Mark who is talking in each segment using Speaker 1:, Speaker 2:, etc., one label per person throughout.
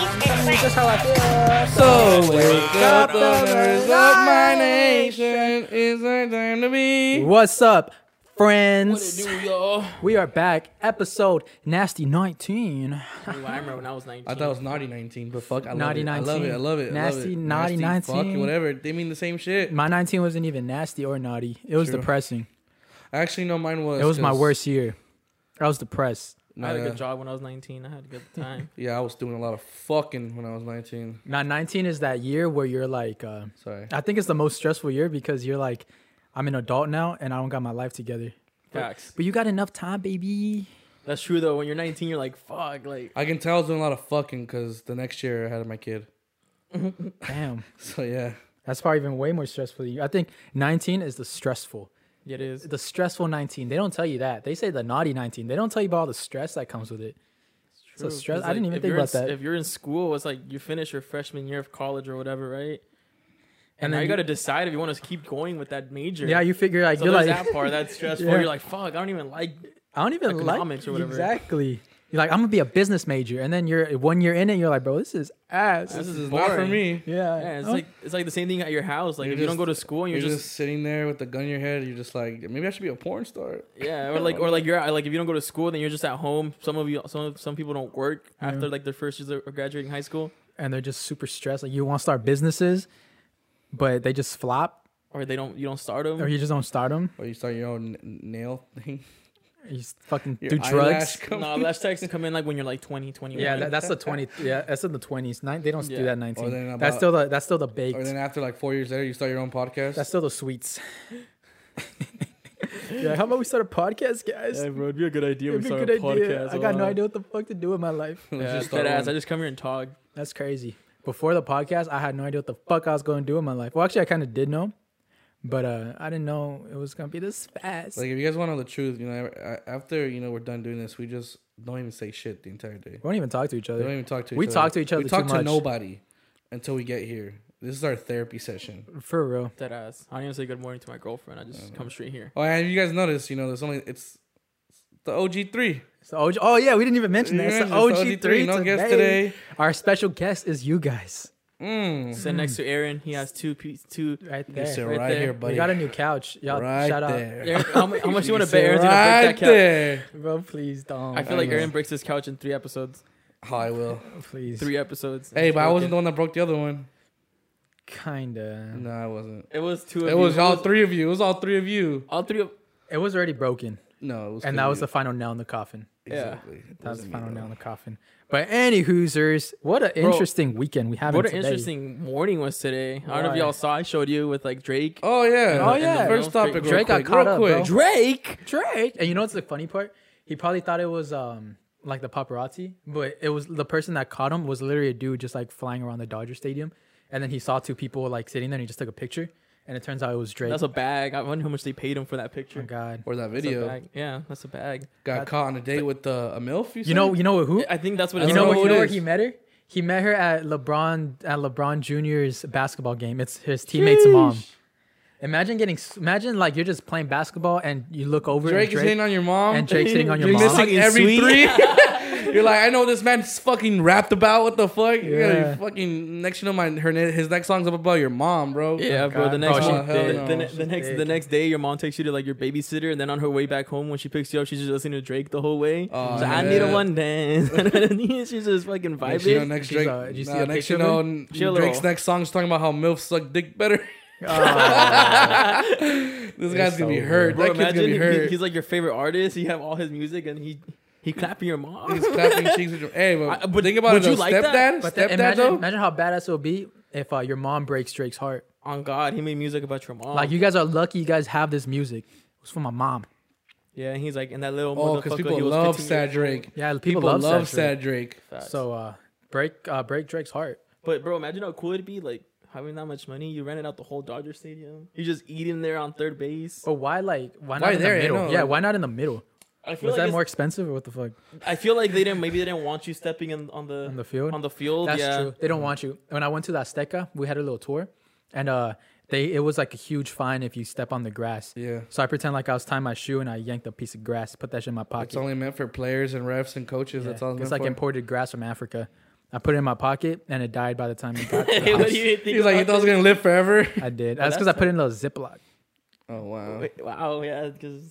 Speaker 1: just how I feel.
Speaker 2: So wake up,
Speaker 1: the
Speaker 2: owners of my nation. It's our time to be.
Speaker 1: What's up, friends?
Speaker 2: do, y'all?
Speaker 1: We are back. Episode nasty nineteen.
Speaker 3: Ooh, I remember when I was 19.
Speaker 2: I thought it was naughty 19, but fuck, I love
Speaker 1: Naughty
Speaker 2: it. I love it. I
Speaker 1: 19.
Speaker 2: love it. I love
Speaker 1: Nasty
Speaker 2: it.
Speaker 1: naughty
Speaker 2: Nasty,
Speaker 1: 19.
Speaker 2: Fuck, whatever. They mean the same shit.
Speaker 1: My nineteen wasn't even nasty or naughty. It was
Speaker 2: True.
Speaker 1: depressing.
Speaker 2: Actually, no, mine was.
Speaker 1: It was my
Speaker 2: 'cause-
Speaker 1: worst year. I was depressed.
Speaker 2: Nah,
Speaker 3: I had a
Speaker 2: yeah.
Speaker 3: good job when I was 19. I had a good time.
Speaker 2: Yeah, I was doing a lot of fucking when I was 19.
Speaker 1: Now nineteen is that year where you're like, uh,
Speaker 2: Sorry.
Speaker 1: I think it's the most stressful year because you're like, I'm an adult now and I don't got my life together.
Speaker 3: Facts.
Speaker 1: But you got enough time, baby.
Speaker 3: That's true though. When you're 19, you're like, fuck, like
Speaker 2: I can tell I was doing a lot of fucking because the next year I had my kid.
Speaker 1: Damn.
Speaker 2: So yeah,
Speaker 1: That's probably even way more stressful than you. I think 19 is the stressful.
Speaker 3: it is.
Speaker 1: The stressful 19. They don't tell you that. They say the naughty 19. They don't tell you about all the stress that comes with it.
Speaker 3: True, 'cause,
Speaker 1: stress- I
Speaker 3: like,
Speaker 1: didn't even
Speaker 3: if
Speaker 1: think
Speaker 3: you're in
Speaker 1: about
Speaker 3: s-
Speaker 1: that.
Speaker 3: If you're in school, it's like you finish your freshman year of college or whatever, right? And,
Speaker 1: And
Speaker 3: now
Speaker 1: then
Speaker 3: you, got
Speaker 1: you-
Speaker 3: to decide if you want to keep going with that major.
Speaker 1: Yeah, you figure like
Speaker 3: So
Speaker 1: you're
Speaker 3: there's
Speaker 1: like
Speaker 3: that part that's stressful.
Speaker 1: Yeah.
Speaker 3: You're like, fuck, I don't even like.
Speaker 1: I don't even like
Speaker 3: economics or whatever.
Speaker 1: exactly. You're like I'm gonna be a business major, and then you're one year in it. You're like, bro, this is ass.
Speaker 3: This
Speaker 2: this
Speaker 3: is
Speaker 2: is not for
Speaker 3: boring.
Speaker 2: me.
Speaker 1: yeah,
Speaker 3: Yeah, it's
Speaker 1: Oh,
Speaker 3: like it's like the same thing at your house. Like
Speaker 2: You're
Speaker 3: if you don't
Speaker 2: just-
Speaker 3: go to school and
Speaker 2: You're
Speaker 3: you're,
Speaker 2: just,
Speaker 3: just,
Speaker 2: sitting there with the gun in your head. You're just like, maybe I should be a porn star.
Speaker 3: yeah, or like or like you're at- like if you don't go to school, then you're just at home. Some of you, some some people don't work after like their first years of graduating high school,
Speaker 1: and they're just super stressed. Like you want to start businesses, but they just flop,
Speaker 3: or they don't you don't start them.
Speaker 2: Oh,
Speaker 1: or you just don't start them.
Speaker 2: Or you start your own n- nail thing.
Speaker 1: You just fucking
Speaker 2: Your
Speaker 1: do
Speaker 2: eyelash
Speaker 1: drugs.
Speaker 2: company.
Speaker 3: No, lash texts come in like when you're like 20, 21.
Speaker 1: Yeah, that, that's the twenty. Yeah, that's in the twenties. Nine, they don't
Speaker 3: Yeah.
Speaker 1: do that
Speaker 2: Or
Speaker 1: nineteen.
Speaker 2: then
Speaker 1: that's
Speaker 2: about-
Speaker 1: still the that's still the
Speaker 2: Or
Speaker 1: baked.
Speaker 2: then after like four years later, you start your own podcast.
Speaker 1: that's still the sweets. yeah, how about we start a podcast, guys?
Speaker 3: bro, it'd be a good idea.
Speaker 1: It'd be a good idea. I got no idea what the fuck to do with my life.
Speaker 2: Let's
Speaker 3: Yeah,
Speaker 2: just
Speaker 3: that
Speaker 2: start
Speaker 3: ass. I
Speaker 2: one.
Speaker 3: just come here and talk.
Speaker 1: That's crazy. Before the podcast, I had no idea what the fuck I was going to do in my life. Well, actually, I kind of did know, but uh, I didn't know it was going to be this fast.
Speaker 2: Like, if you guys want to know the truth, you know, a- after you know we're done doing this, we just don't even say shit the entire day.
Speaker 1: we don't even talk to each
Speaker 2: We don't
Speaker 1: other.
Speaker 2: even talk to each
Speaker 1: We
Speaker 2: other.
Speaker 1: talk to each other
Speaker 2: We
Speaker 1: too
Speaker 2: talk to
Speaker 1: much.
Speaker 2: nobody until we get here. This is our therapy session.
Speaker 1: For real.
Speaker 3: That ass. I don't even say good morning to my girlfriend. I just come straight here.
Speaker 2: Oh, and you guys notice, you know, there's only it's the OG three.
Speaker 1: So OG, oh, yeah, we didn't even mention that. It's the OG3
Speaker 2: No
Speaker 1: today.
Speaker 2: guest today.
Speaker 1: Our special guest is you guys.
Speaker 2: Mm.
Speaker 3: Sit next to Aaron. He has two piece two.
Speaker 1: Right
Speaker 2: You sit
Speaker 1: there.
Speaker 2: right,
Speaker 3: there.
Speaker 2: here,
Speaker 3: We
Speaker 1: We
Speaker 2: buddy.
Speaker 1: got a new couch. Y'all,
Speaker 2: right
Speaker 1: shout out.
Speaker 2: there.
Speaker 3: Aaron, how, mu- how much you want to bet
Speaker 2: sit
Speaker 3: Aaron's
Speaker 2: right
Speaker 3: gonna break that couch?
Speaker 2: there.
Speaker 1: Bro, please don't.
Speaker 3: I feel
Speaker 2: I
Speaker 3: like
Speaker 2: know.
Speaker 3: Aaron breaks his couch in three episodes.
Speaker 2: Oh, I will.
Speaker 1: please.
Speaker 3: Three episodes.
Speaker 2: Hey, but I wasn't
Speaker 3: Joking.
Speaker 2: the one that broke the other one.
Speaker 1: Kinda.
Speaker 2: No, I wasn't.
Speaker 3: It was two. Of
Speaker 2: It
Speaker 3: you.
Speaker 2: was all three of you. It was all three of you.
Speaker 3: All three of.
Speaker 1: It was already broken,
Speaker 2: No, it was.
Speaker 1: and that was the final nail in the coffin.
Speaker 3: Yeah.
Speaker 2: It
Speaker 1: That was the
Speaker 2: wasn't me,
Speaker 1: final
Speaker 2: though.
Speaker 1: nail in the coffin. But any Hoosers, what an interesting weekend we have.
Speaker 3: What an
Speaker 1: today.
Speaker 3: interesting morning was today. I don't know
Speaker 1: Why?
Speaker 3: if y'all saw. I showed you with like Drake.
Speaker 2: Oh yeah.
Speaker 1: Oh, yeah.
Speaker 2: First topic.
Speaker 1: Drake got
Speaker 2: real quick,
Speaker 1: caught
Speaker 2: real
Speaker 1: up,
Speaker 2: quick.
Speaker 1: bro.
Speaker 3: Drake.
Speaker 1: Drake. And you know what's the funny part? He probably thought it was um like the paparazzi, but it was the person that caught him was literally a dude just like flying around the Dodger Stadium, and then he saw two people like sitting there, and he just took a picture, and it turns out it was Drake.
Speaker 3: That's a bag. I wonder how much they paid him for that picture.
Speaker 1: oh, God.
Speaker 2: Or that
Speaker 3: That's a
Speaker 2: video
Speaker 3: bag. Yeah, that's a bag.
Speaker 2: got caught on a date with uh, a milf.
Speaker 1: You know, you know who?
Speaker 3: I think that's what
Speaker 2: I
Speaker 3: it's
Speaker 1: You know, where-
Speaker 2: don't know
Speaker 1: you
Speaker 2: who
Speaker 1: know
Speaker 2: it
Speaker 1: where
Speaker 2: is.
Speaker 1: he met her? He met her at LeBron at LeBron Jr.'s basketball game. It's his teammate's mom. Imagine getting s- imagine like you're just playing basketball and you look over
Speaker 2: Drake,
Speaker 1: and
Speaker 2: is hitting on your mom.
Speaker 1: and Drake's hitting on your
Speaker 2: You're
Speaker 1: mom.
Speaker 2: missing
Speaker 3: Fucking
Speaker 2: every
Speaker 3: sweet.
Speaker 2: three. You're like, I know this man's fucking rapped about. What the fuck? You gotta be
Speaker 1: Yeah.
Speaker 2: fucking next, you know, my her ne- his next song's up about your mom, bro.
Speaker 3: Yeah, bro.
Speaker 1: God,
Speaker 3: The next
Speaker 1: bro,
Speaker 3: one,
Speaker 2: she's
Speaker 3: the,
Speaker 2: big.
Speaker 3: the,
Speaker 2: No,
Speaker 3: ne-
Speaker 1: she's
Speaker 3: the next the
Speaker 1: big.
Speaker 3: next day, your mom takes you to like your babysitter, and then on her way back home, when she picks you up, she's just listening to Drake the whole way.
Speaker 2: Oh,
Speaker 3: She's like, I need a
Speaker 2: yeah.
Speaker 3: one dance. she's just fucking
Speaker 2: Next, you know,
Speaker 3: vibing.
Speaker 2: next
Speaker 1: She's,
Speaker 2: Drake.
Speaker 1: uh, did you see
Speaker 2: nah,
Speaker 1: a
Speaker 2: next,
Speaker 1: picture
Speaker 2: you
Speaker 1: of
Speaker 2: know,
Speaker 1: her?
Speaker 2: n-
Speaker 3: She a
Speaker 2: Drake's
Speaker 3: little-
Speaker 2: next song's talking about how milfs suck dick better.
Speaker 1: Oh,
Speaker 2: this guy's gonna be
Speaker 1: so
Speaker 2: hurt.
Speaker 3: Bro,
Speaker 2: that kid's gonna
Speaker 3: imagine
Speaker 2: be
Speaker 3: he,
Speaker 2: hurt.
Speaker 3: he's like your favorite artist. You have all his music, and he he clapping your mom.
Speaker 2: He's clapping cheeks with your. Hey, but,
Speaker 3: I- but
Speaker 2: think about
Speaker 3: would
Speaker 2: it. Though.
Speaker 3: you like
Speaker 2: stepdad,
Speaker 3: that?
Speaker 1: But
Speaker 2: stepdad
Speaker 1: then imagine,
Speaker 2: though.
Speaker 1: imagine how badass it would be if uh, your mom breaks Drake's heart.
Speaker 3: on God, he made music about your
Speaker 2: Oh.
Speaker 3: mom.
Speaker 1: Like you guys are lucky you guys have this music. It was for my mom.
Speaker 3: yeah, and he's like, and that little
Speaker 2: Oh,
Speaker 3: motherfucker.
Speaker 2: because
Speaker 3: he
Speaker 2: people
Speaker 3: was
Speaker 2: love
Speaker 3: 15 years
Speaker 2: Sad
Speaker 3: old.
Speaker 2: Drake.
Speaker 1: Yeah,
Speaker 2: People
Speaker 1: love,
Speaker 2: love
Speaker 1: Sad
Speaker 2: Sad Drake.
Speaker 1: Drake.
Speaker 3: Facts.
Speaker 1: So uh, break uh, break Drake's heart.
Speaker 3: But bro, imagine how cool it'd be like having that much money. You rented out the whole Dodger Stadium. You just eating there on third base.
Speaker 2: Oh,
Speaker 1: But why like why not
Speaker 2: Why
Speaker 1: in
Speaker 2: there?
Speaker 1: the
Speaker 2: I
Speaker 1: middle?
Speaker 2: know,
Speaker 1: yeah,
Speaker 2: like-
Speaker 1: why not in the middle?
Speaker 3: I feel
Speaker 1: Was
Speaker 3: like
Speaker 1: that
Speaker 3: it's-
Speaker 1: more expensive or what the fuck?
Speaker 3: I feel like they didn't. Maybe they didn't want you stepping in on the
Speaker 1: On the field?
Speaker 3: On the field,
Speaker 1: That's
Speaker 3: yeah.
Speaker 1: true. They don't want you. When I went to the Azteca, we had a little tour, and uh, they it was like a huge fine if you step on the grass.
Speaker 2: Yeah.
Speaker 1: So I pretend like I was tying my shoe and I yanked a piece of grass, put that shit in my
Speaker 2: It's
Speaker 1: pocket.
Speaker 2: only meant for players and refs and coaches. That's all
Speaker 1: Yeah.
Speaker 2: it's,
Speaker 1: It's
Speaker 2: meant
Speaker 1: like
Speaker 2: for.
Speaker 1: imported grass from Africa. I put it in my pocket and it died by the time it got to the
Speaker 3: what do
Speaker 1: house.
Speaker 3: you think?
Speaker 2: He's like, you thought I was gonna live forever.
Speaker 1: I did.
Speaker 3: Oh,
Speaker 1: That's because I
Speaker 3: that's
Speaker 1: put it in a Ziploc.
Speaker 2: Oh wow.
Speaker 3: Wait, wow, yeah, because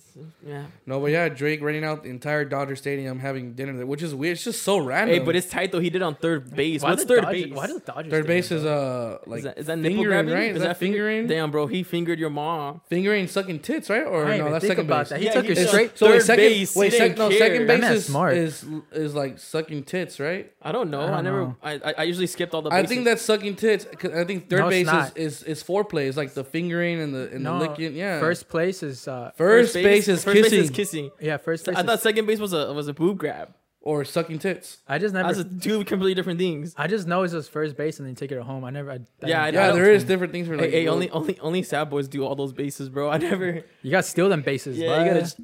Speaker 3: yeah.
Speaker 2: No, but yeah, Drake renting out the entire Dodger Stadium, having dinner there, which is weird. It's just so random.
Speaker 3: Hey, but it's tight though. He did on third base. What's
Speaker 1: the
Speaker 3: third
Speaker 1: Dodgers-
Speaker 3: base?
Speaker 1: Why does Dodgers?
Speaker 2: third
Speaker 1: stay
Speaker 2: base
Speaker 1: there,
Speaker 2: is
Speaker 1: though?
Speaker 2: uh like
Speaker 3: is that, is that nipple
Speaker 2: fingering,
Speaker 3: grabbing?
Speaker 2: right? Is, that, fingering?
Speaker 3: Damn, bro, he fingered your mom.
Speaker 2: Fingering, sucking tits, right? Or
Speaker 1: I didn't
Speaker 2: no,
Speaker 1: even
Speaker 2: that's
Speaker 1: think
Speaker 2: second
Speaker 1: about
Speaker 2: base.
Speaker 1: that. He
Speaker 3: Yeah,
Speaker 1: took
Speaker 3: he
Speaker 1: it
Speaker 3: took-
Speaker 1: straight.
Speaker 2: So
Speaker 3: Third
Speaker 2: wait, second,
Speaker 3: base,
Speaker 2: wait,
Speaker 3: he
Speaker 2: sec-
Speaker 3: didn't
Speaker 2: no,
Speaker 3: care.
Speaker 2: second
Speaker 1: That
Speaker 2: base
Speaker 1: man's
Speaker 2: is
Speaker 1: smart.
Speaker 2: is is like sucking tits, right?
Speaker 3: I don't know.
Speaker 1: I
Speaker 3: I,
Speaker 1: don't
Speaker 3: never.
Speaker 1: know.
Speaker 3: I, I I usually skipped all the.
Speaker 2: I
Speaker 3: Bases.
Speaker 2: think that's sucking tits. 'cause I think third
Speaker 1: No, it's
Speaker 2: base
Speaker 1: not.
Speaker 2: is, is is foreplay. It's like the fingering and the and
Speaker 1: No,
Speaker 2: the licking. Yeah,
Speaker 1: First place is uh,
Speaker 2: first, base, is
Speaker 3: first
Speaker 2: kissing
Speaker 3: Base is kissing.
Speaker 1: yeah, first place.
Speaker 3: I
Speaker 1: I,
Speaker 3: thought second base was a was a boob grab.
Speaker 2: or sucking tits.
Speaker 1: I just never.
Speaker 3: That's a two completely different things.
Speaker 1: I just know it's his first base and then take it home. I never. I, I
Speaker 3: Yeah,
Speaker 1: didn't-
Speaker 3: I
Speaker 2: Yeah,
Speaker 3: don't-
Speaker 2: there is different things for
Speaker 3: Hey,
Speaker 2: like
Speaker 3: hey,
Speaker 2: well,
Speaker 3: only only only sad boys do all those bases, bro. I never.
Speaker 1: you gotta steal them bases.
Speaker 3: Yeah,
Speaker 1: but
Speaker 3: you gotta just-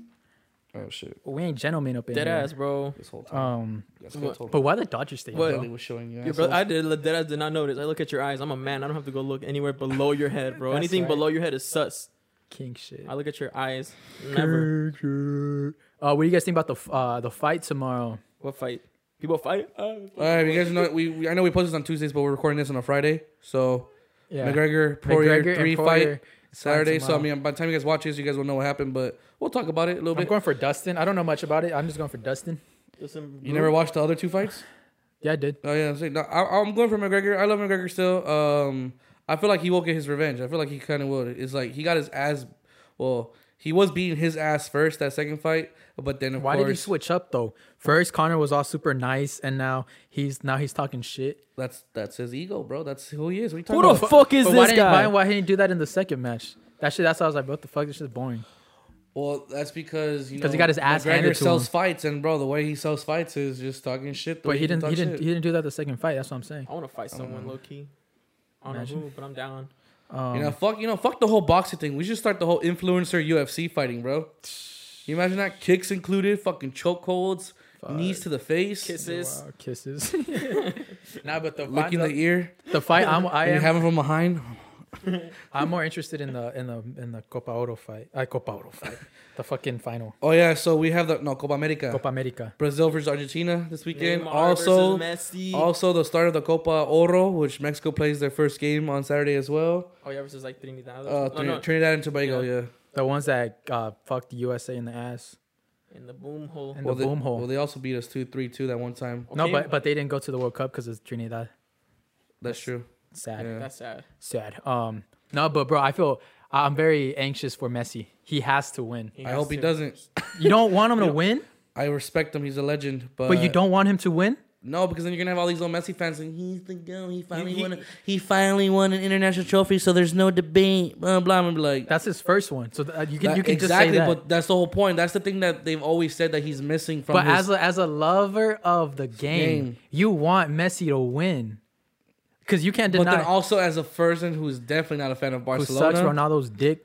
Speaker 2: Oh shit!
Speaker 1: we ain't gentlemen up in
Speaker 3: dead
Speaker 1: here.
Speaker 3: ass, bro.
Speaker 2: This whole time.
Speaker 1: Um,
Speaker 2: That's what I told
Speaker 1: but why the Dodgers stadium?
Speaker 3: What?
Speaker 1: though?
Speaker 2: Billy was showing you.
Speaker 3: Your
Speaker 2: assholes.
Speaker 3: brother, I did. Dead ass did not notice. I look at your eyes. I'm a man. I don't have to go look anywhere below your head, bro.
Speaker 1: That's
Speaker 3: Anything
Speaker 1: right.
Speaker 3: below your head is sus.
Speaker 1: King shit.
Speaker 3: I look at your eyes. Never.
Speaker 1: Uh, what do you guys think about the f- uh, the fight tomorrow?
Speaker 3: What fight? People fight. Uh,
Speaker 2: All right, you guys know we, we I know we post this on Tuesdays, but we're recording this on a Friday. So
Speaker 1: Yeah,
Speaker 2: McGregor Poirier
Speaker 1: McGregor and
Speaker 2: three
Speaker 1: Poirier
Speaker 2: fight Saturday. So I
Speaker 1: tomorrow.
Speaker 2: mean, by the time you guys watch this, you guys will know what happened. But we'll talk about it a little
Speaker 1: I'm
Speaker 2: bit.
Speaker 1: going for Dustin. I don't know much about it. I'm just going for Dustin.
Speaker 3: listen,
Speaker 2: you never watched the other two fights?
Speaker 1: Yeah, I did.
Speaker 2: Oh yeah, I'm saying- no, I, I'm going for McGregor. I love McGregor still. Um, I feel like he will get his revenge. I feel like he kind of will. It's like he got his ass. Well, he was beating his ass first that second fight, but then of
Speaker 1: Why
Speaker 2: course
Speaker 1: did he switch up though? First, Connor was all super nice, and now he's now he's talking shit.
Speaker 2: that's that's his ego, bro. That's who he is. What are you
Speaker 3: Who
Speaker 2: talking
Speaker 3: the
Speaker 2: about?
Speaker 3: fuck is
Speaker 1: But why
Speaker 3: this
Speaker 1: didn't, why,
Speaker 3: guy?
Speaker 1: why didn't he do that in the second match? That shit. That's why I was like, what the fuck? This shit's boring.
Speaker 2: Well, that's because you know
Speaker 1: 'Cause he got his ass
Speaker 2: McGregor
Speaker 1: handed to
Speaker 2: sells
Speaker 1: him.
Speaker 2: fights, and bro, the way he sells fights is just talking shit. the
Speaker 1: But
Speaker 2: way
Speaker 1: he didn't.
Speaker 2: talk
Speaker 1: He didn't.
Speaker 2: shit.
Speaker 1: He didn't do that the second fight. That's what I'm saying.
Speaker 3: I want to fight someone low key. I don't
Speaker 1: Imagine.
Speaker 3: know who, but I'm down.
Speaker 1: Um,
Speaker 2: you know, fuck. You know, fuck the whole boxing thing. We should start the whole influencer UFC fighting, bro. You imagine that kicks included, fucking chokeholds, knees to the face,
Speaker 3: Kisses.
Speaker 1: wow, kisses. nah, but the fight,
Speaker 2: licking the
Speaker 1: the,
Speaker 2: ear,
Speaker 1: the fight. I'm. I
Speaker 2: and you
Speaker 1: am.
Speaker 2: have him from behind.
Speaker 1: I'm more interested in the in the in the Copa Oro fight. I Copa Oro fight. The fucking final.
Speaker 2: Oh yeah, so we have the no Copa America,
Speaker 1: Copa America.
Speaker 2: Brazil versus Argentina this weekend.
Speaker 3: Neymar
Speaker 2: also,
Speaker 3: versus Messi.
Speaker 2: also the start of the Copa Oro, which Mexico plays their first game on Saturday as well.
Speaker 3: oh yeah, versus like Trinidad. Oh, no,
Speaker 2: Uh,
Speaker 3: no.
Speaker 2: Trinidad and Tobago,
Speaker 3: Yeah.
Speaker 2: yeah.
Speaker 1: The ones that uh, fucked the USA in the ass.
Speaker 3: in the boom hole.
Speaker 1: And
Speaker 2: well,
Speaker 1: the
Speaker 2: they,
Speaker 1: boom hole.
Speaker 2: Well, they also beat us 2 3 2 that one time.
Speaker 1: No,
Speaker 3: Okay,
Speaker 1: but but they didn't go to the World Cup because it's Trinidad.
Speaker 2: That's true.
Speaker 1: Sad,
Speaker 2: Yeah.
Speaker 3: that's sad.
Speaker 1: sad. Um, no, but bro, I feel I'm very anxious for Messi. He has to win.
Speaker 2: I hope he
Speaker 3: has to-
Speaker 2: doesn't.
Speaker 1: You don't want him to win,
Speaker 2: I respect him. He's a legend. But,
Speaker 1: but you don't want him to win.
Speaker 2: No, because then you're going to have all these little Messi fans saying, he's the go. He finally,
Speaker 3: He-
Speaker 2: won a, he finally won an international trophy, so there's no debate. Blah, blah. I'm gonna be like,
Speaker 1: That's his first one, so th- you can
Speaker 2: that-
Speaker 1: you can
Speaker 2: exactly.
Speaker 1: just say that.
Speaker 2: But that's the whole point. That's the thing that they've always said that he's missing from
Speaker 1: But,
Speaker 2: his
Speaker 1: as a, as a lover of the game,
Speaker 2: Game.
Speaker 1: you want Messi to win because you can't
Speaker 2: But
Speaker 1: deny
Speaker 2: then also as a person who's definitely not a fan of
Speaker 1: who
Speaker 2: Barcelona,
Speaker 1: sucks Ronaldo's dick.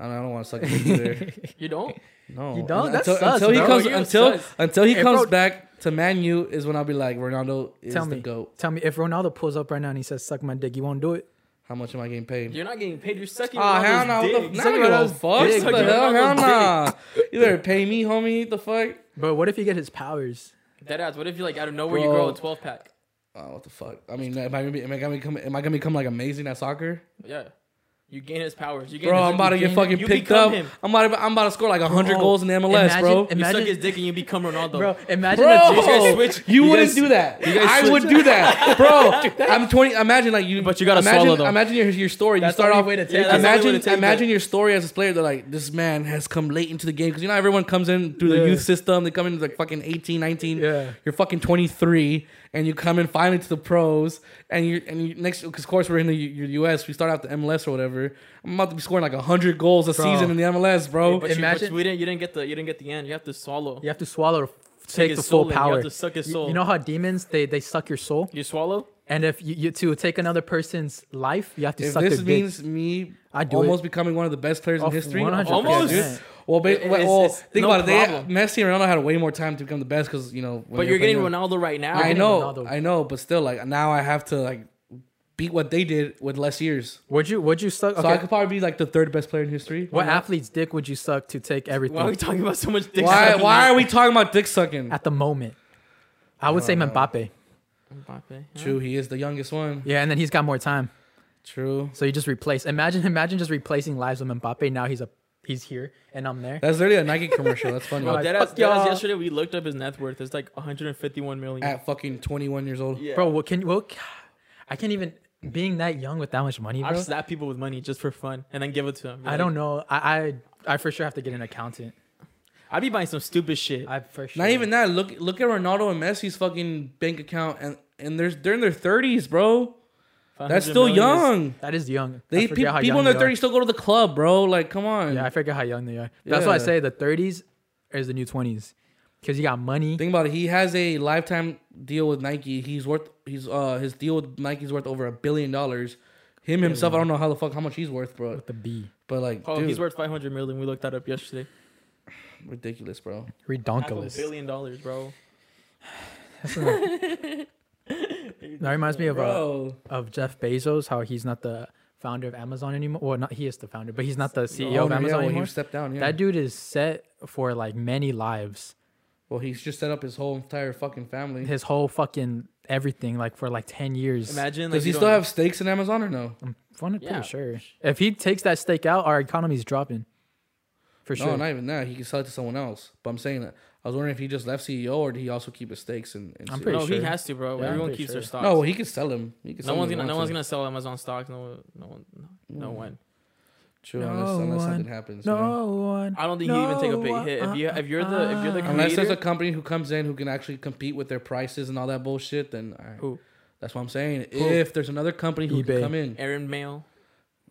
Speaker 2: I don't, I don't want to suck his dick either.
Speaker 3: You don't.
Speaker 2: No,
Speaker 1: You don't?
Speaker 2: And
Speaker 1: That's
Speaker 2: until,
Speaker 1: sus,
Speaker 2: until he
Speaker 1: bro.
Speaker 2: comes
Speaker 3: You're
Speaker 2: until
Speaker 3: sus.
Speaker 2: until he
Speaker 3: Hey,
Speaker 2: comes
Speaker 3: bro.
Speaker 2: back to Man U is when I'll be like Ronaldo is
Speaker 1: Tell
Speaker 2: the
Speaker 1: me,
Speaker 2: goat.
Speaker 1: tell me if Ronaldo pulls up right now and he says "suck my dick," you won't do it.
Speaker 2: How much am I getting paid?
Speaker 3: You're not getting paid. You're sucking.
Speaker 2: Oh hell no!
Speaker 3: Ronaldo's
Speaker 2: What
Speaker 3: dick.
Speaker 2: the-
Speaker 1: Suck Ronaldo's dick.
Speaker 2: I don't give a fuck. What the
Speaker 3: Suck
Speaker 2: hell? Hell
Speaker 3: Ronaldo's
Speaker 2: nah! You better pay me, homie. The fuck?
Speaker 1: But what if you get his powers?
Speaker 3: Dead ass. What if you like out of nowhere you
Speaker 2: Bro.
Speaker 3: grow a 12 pack?
Speaker 2: Oh, what the fuck? I mean, am I gonna be, am I gonna become am I gonna become like amazing at soccer?
Speaker 3: Yeah. You gain his powers. You gain
Speaker 2: Bro,
Speaker 3: his,
Speaker 2: I'm about to
Speaker 3: you
Speaker 2: get
Speaker 3: gain-
Speaker 2: fucking
Speaker 3: you
Speaker 2: picked
Speaker 3: become
Speaker 2: up.
Speaker 3: Him.
Speaker 2: I'm about to, I'm about to score like 100 goals in the MLS,
Speaker 1: imagine,
Speaker 2: bro.
Speaker 3: you suck his
Speaker 1: Imagine,
Speaker 3: dick and you become Ronaldo.
Speaker 1: bro, imagine a
Speaker 3: You
Speaker 1: dude-
Speaker 3: guys
Speaker 2: Bro,
Speaker 3: switch-
Speaker 2: you,
Speaker 3: you
Speaker 2: wouldn't
Speaker 3: guys-
Speaker 2: do that.
Speaker 3: guys
Speaker 2: I
Speaker 3: switch-
Speaker 2: would do that, bro. I'm 20. Imagine like you,
Speaker 3: But you gotta
Speaker 2: imagine,
Speaker 3: swallow, though.
Speaker 2: Imagine your, your story.
Speaker 1: That's
Speaker 2: you start
Speaker 1: the
Speaker 2: off
Speaker 1: only way to take
Speaker 3: Yeah, that's it. the only way
Speaker 2: imagine
Speaker 3: to take
Speaker 2: imagine your story as a player. They're like, this man has come late into the game because you know everyone comes in through the
Speaker 1: Yeah.
Speaker 2: youth system. They come in like fucking 18, 19.
Speaker 1: Yeah.
Speaker 2: You're fucking 23, and you come in finally to the pros. And you and you, next because of course we're in the U- U.S. We start out the MLS or whatever. I'm about to be scoring like 100 goals a
Speaker 1: Bro.
Speaker 2: season in the MLS, bro.
Speaker 3: But you- but
Speaker 1: Imagine-
Speaker 3: we didn't. You didn't get the. You didn't get the end. You have to swallow.
Speaker 1: you have to swallow to
Speaker 3: Suck
Speaker 1: take
Speaker 3: his
Speaker 1: the
Speaker 3: soul
Speaker 1: full
Speaker 3: in. You
Speaker 1: power.
Speaker 3: have to suck his
Speaker 1: You-
Speaker 3: soul.
Speaker 1: You know how demons they they suck your soul,
Speaker 3: You swallow.
Speaker 1: and if you, you to take another person's life, you have to
Speaker 2: if
Speaker 1: suck
Speaker 2: this
Speaker 1: their dick.
Speaker 2: means me
Speaker 1: I do
Speaker 2: almost becoming one of the best players in
Speaker 1: Of
Speaker 2: history,
Speaker 1: 100%.
Speaker 3: Almost.
Speaker 2: dude. Well, ba-
Speaker 3: It- it's-
Speaker 2: well
Speaker 3: it's
Speaker 2: think
Speaker 3: no
Speaker 2: about it.
Speaker 3: problem.
Speaker 2: They, Messi and Ronaldo had way more time to become the best because you know. when
Speaker 3: But
Speaker 2: they
Speaker 3: you're
Speaker 2: were
Speaker 3: getting
Speaker 2: playing-
Speaker 3: Ronaldo right now.
Speaker 2: I
Speaker 1: getting
Speaker 2: know,
Speaker 1: Ronaldo.
Speaker 2: I know, but still, like now I have to like beat what they did with less years.
Speaker 1: Would you would you suck?
Speaker 2: So I
Speaker 1: Okay,
Speaker 2: could probably be like the third best player in history.
Speaker 1: what
Speaker 2: Why?
Speaker 1: athlete's dick would you suck to take everything
Speaker 3: Why are we talking about so much dick?
Speaker 2: Why,
Speaker 3: sucking?
Speaker 2: why are we talking about dick sucking?
Speaker 3: Uh,
Speaker 1: at the moment? I would say Mbappe.
Speaker 3: Mbappe. yeah.
Speaker 2: True, he is the youngest one.
Speaker 1: Yeah, and then he's got more time,
Speaker 2: True.
Speaker 1: so you just replace. Imagine, imagine just replacing lives with Mbappe. Now he's a he's here and I'm there.
Speaker 2: That's literally a Nike commercial. That's funny.
Speaker 3: Bro,
Speaker 1: Like,
Speaker 3: dead ass,
Speaker 1: fuck
Speaker 3: dead ass
Speaker 1: y'all.
Speaker 3: yesterday we looked up his net worth. It's like 151 million.
Speaker 2: At fucking 21 years old.
Speaker 3: yeah.
Speaker 1: Bro, what can what? I can't even being that young with that much money,
Speaker 3: I've
Speaker 1: bro.
Speaker 3: slapped people with money just for fun and then give it to them.
Speaker 1: I don't know. I, I I for sure have to get an accountant.
Speaker 3: I'd be buying some stupid shit.
Speaker 1: I for sure.
Speaker 2: Not even that. Look look at Ronaldo and Messi's fucking bank account and and there's they're in their 30s, bro. That's
Speaker 3: 500
Speaker 2: still
Speaker 3: million is-
Speaker 2: young.
Speaker 1: That is young. I
Speaker 2: They
Speaker 1: forget
Speaker 2: peop-
Speaker 1: how
Speaker 2: people
Speaker 1: young
Speaker 2: in their
Speaker 1: they are.
Speaker 2: 30s still go to the club, bro. Like, come on.
Speaker 1: Yeah, I forget how young they are. That's why I
Speaker 2: Yeah.
Speaker 1: say the 30s is the new 20s because you got money.
Speaker 2: Think about it. He has a lifetime deal with Nike. He's worth he's uh his deal with Nike's worth over a billion dollars. Him himself, I don't know how the fuck how much he's worth, bro.
Speaker 1: with the B.
Speaker 2: But like,
Speaker 3: Oh,
Speaker 2: dude,
Speaker 3: he's worth 500 million. We looked that up yesterday.
Speaker 2: ridiculous, bro.
Speaker 3: Half a
Speaker 1: Redonkulous.
Speaker 3: billion dollars, bro.
Speaker 1: That reminds me of uh,
Speaker 2: Bro,
Speaker 1: of Jeff Bezos, how he's not the founder of Amazon anymore. Well, not he is the founder, but he's not the CEO
Speaker 2: Oh,
Speaker 1: of
Speaker 2: no, yeah,
Speaker 1: Amazon
Speaker 2: well,
Speaker 1: anymore.
Speaker 2: he stepped down. Yeah.
Speaker 1: That dude is set for like many lives.
Speaker 2: well, he's just set up his whole entire fucking family.
Speaker 1: His whole fucking everything, like for like 10 years.
Speaker 3: Imagine. Like,
Speaker 2: Does
Speaker 3: you
Speaker 2: he still
Speaker 3: don't-
Speaker 2: have stakes in Amazon or no?
Speaker 1: I'm fun- pretty
Speaker 3: Yeah.
Speaker 1: sure. If he takes that stake out, our economy's dropping. For sure.
Speaker 2: No, not even that. He can sell it to someone else. But I'm saying that I was wondering if he just left CEO or did he also keep his stakes in? in
Speaker 1: I'm
Speaker 2: CEO?
Speaker 1: pretty
Speaker 3: No,
Speaker 1: sure.
Speaker 3: he has to, bro.
Speaker 1: Yeah, I'm
Speaker 3: Everyone
Speaker 1: pretty
Speaker 3: keeps
Speaker 1: sure.
Speaker 3: their stocks.
Speaker 2: No, well, he could sell him. He could
Speaker 3: no
Speaker 2: sell
Speaker 3: one's
Speaker 2: him
Speaker 3: gonna.
Speaker 2: if he
Speaker 3: No one's
Speaker 2: wants
Speaker 3: gonna sell Amazon stocks. No. No one. No one.
Speaker 2: to. True,
Speaker 1: No
Speaker 2: unless, unless
Speaker 1: one.
Speaker 2: something happens. you know?
Speaker 1: no one.
Speaker 3: I don't think he'd even take a big hit. If you if you're the if you're the
Speaker 1: Uh,
Speaker 2: Unless there's
Speaker 3: creator,
Speaker 2: a company who comes in who can actually compete with their prices and all that bullshit, then all right.
Speaker 3: Who?
Speaker 2: That's what I'm saying. If there's another company who
Speaker 1: eBay.
Speaker 2: can come in,
Speaker 3: Aaron Mail.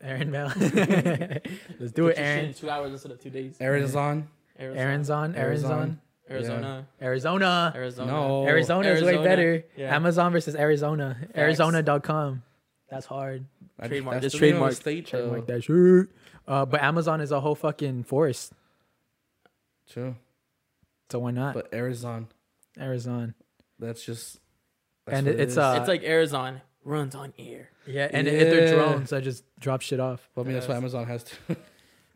Speaker 1: Aaron Bell. Let's do it, Aaron.
Speaker 3: Two hours instead of two days.
Speaker 2: Arizon.
Speaker 3: Arizona.
Speaker 1: Aaron's on. Aaron's on.
Speaker 3: Arizona.
Speaker 1: Arizona.
Speaker 3: Arizona.
Speaker 2: No.
Speaker 1: Arizona is way
Speaker 3: Arizona.
Speaker 1: better.
Speaker 3: Yeah.
Speaker 1: Amazon versus Arizona. Arizona.com. That's hard.
Speaker 2: I-
Speaker 3: Trademark.
Speaker 2: that's
Speaker 3: Just
Speaker 2: the name of
Speaker 3: trademark.
Speaker 2: the State,
Speaker 1: Trademark
Speaker 2: though.
Speaker 1: that shit. Uh, but Amazon is a whole fucking forest.
Speaker 2: True.
Speaker 1: So why not?
Speaker 2: But Arizon,
Speaker 1: Arizona.
Speaker 2: that's just.
Speaker 1: And
Speaker 2: what
Speaker 1: it-
Speaker 2: it
Speaker 1: it's
Speaker 2: is.
Speaker 1: uh,
Speaker 3: it's like Arizon runs on air.
Speaker 1: yeah, and if they're
Speaker 2: Yeah.
Speaker 1: drones, I just drop shit off.
Speaker 2: Well, I mean, that's what Amazon has to.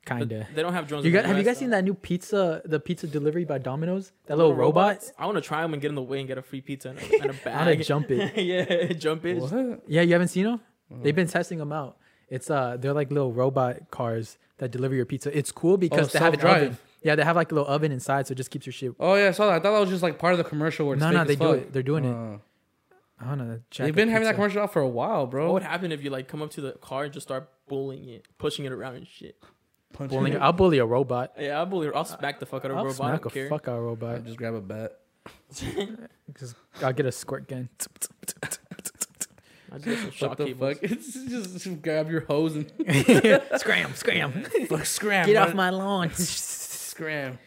Speaker 3: But
Speaker 1: Kinda.
Speaker 3: They don't have drones.
Speaker 1: You
Speaker 3: in the
Speaker 1: guys, have you
Speaker 3: US,
Speaker 1: guys seen
Speaker 3: though.
Speaker 1: that new pizza, the pizza delivery by Domino's? That little robot?
Speaker 3: I want to try them and get in the way and get a free pizza and a, and a
Speaker 1: I want
Speaker 3: bag.
Speaker 1: to jump it.
Speaker 3: yeah, jump it.
Speaker 2: what?
Speaker 1: Yeah, you haven't seen them? They've been testing them out. It's uh, they're like little robot cars that deliver your pizza. It's cool because they have an
Speaker 2: Oh, self-drive.
Speaker 1: oven. Yeah, they have like a little oven inside, so it just keeps your shit.
Speaker 2: Oh yeah, I saw that. I thought that was just like part of the commercial where it's
Speaker 1: No,
Speaker 2: fake
Speaker 1: no,
Speaker 2: as
Speaker 1: they do
Speaker 2: fuck.
Speaker 1: it. They're doing it.
Speaker 2: Uh,
Speaker 1: I don't know. jack
Speaker 2: they've
Speaker 1: of
Speaker 2: been having that
Speaker 1: pizza.
Speaker 2: commercial out for a while, bro.
Speaker 3: What would happen if you like come up to the car and just start bullying it, pushing it around and shit?
Speaker 2: Punching
Speaker 1: Bullying-
Speaker 2: it.
Speaker 1: I'll bully a robot.
Speaker 3: Yeah, I'll bully. I'll smack the fuck out of a
Speaker 1: I'll
Speaker 3: robot. I
Speaker 1: smack
Speaker 3: don't
Speaker 1: a
Speaker 3: care.
Speaker 1: fuck out of a
Speaker 2: I'll
Speaker 1: robot.
Speaker 2: just grab a bat.
Speaker 1: Just, I'll get a squirt gun.
Speaker 3: I just get some
Speaker 2: What
Speaker 3: shock
Speaker 2: the
Speaker 3: cables.
Speaker 2: fuck? It's just, just grab your hose and
Speaker 1: scram, scram.
Speaker 2: fuck, scram.
Speaker 1: Get
Speaker 2: bro.
Speaker 1: off my lawn.
Speaker 2: Scram.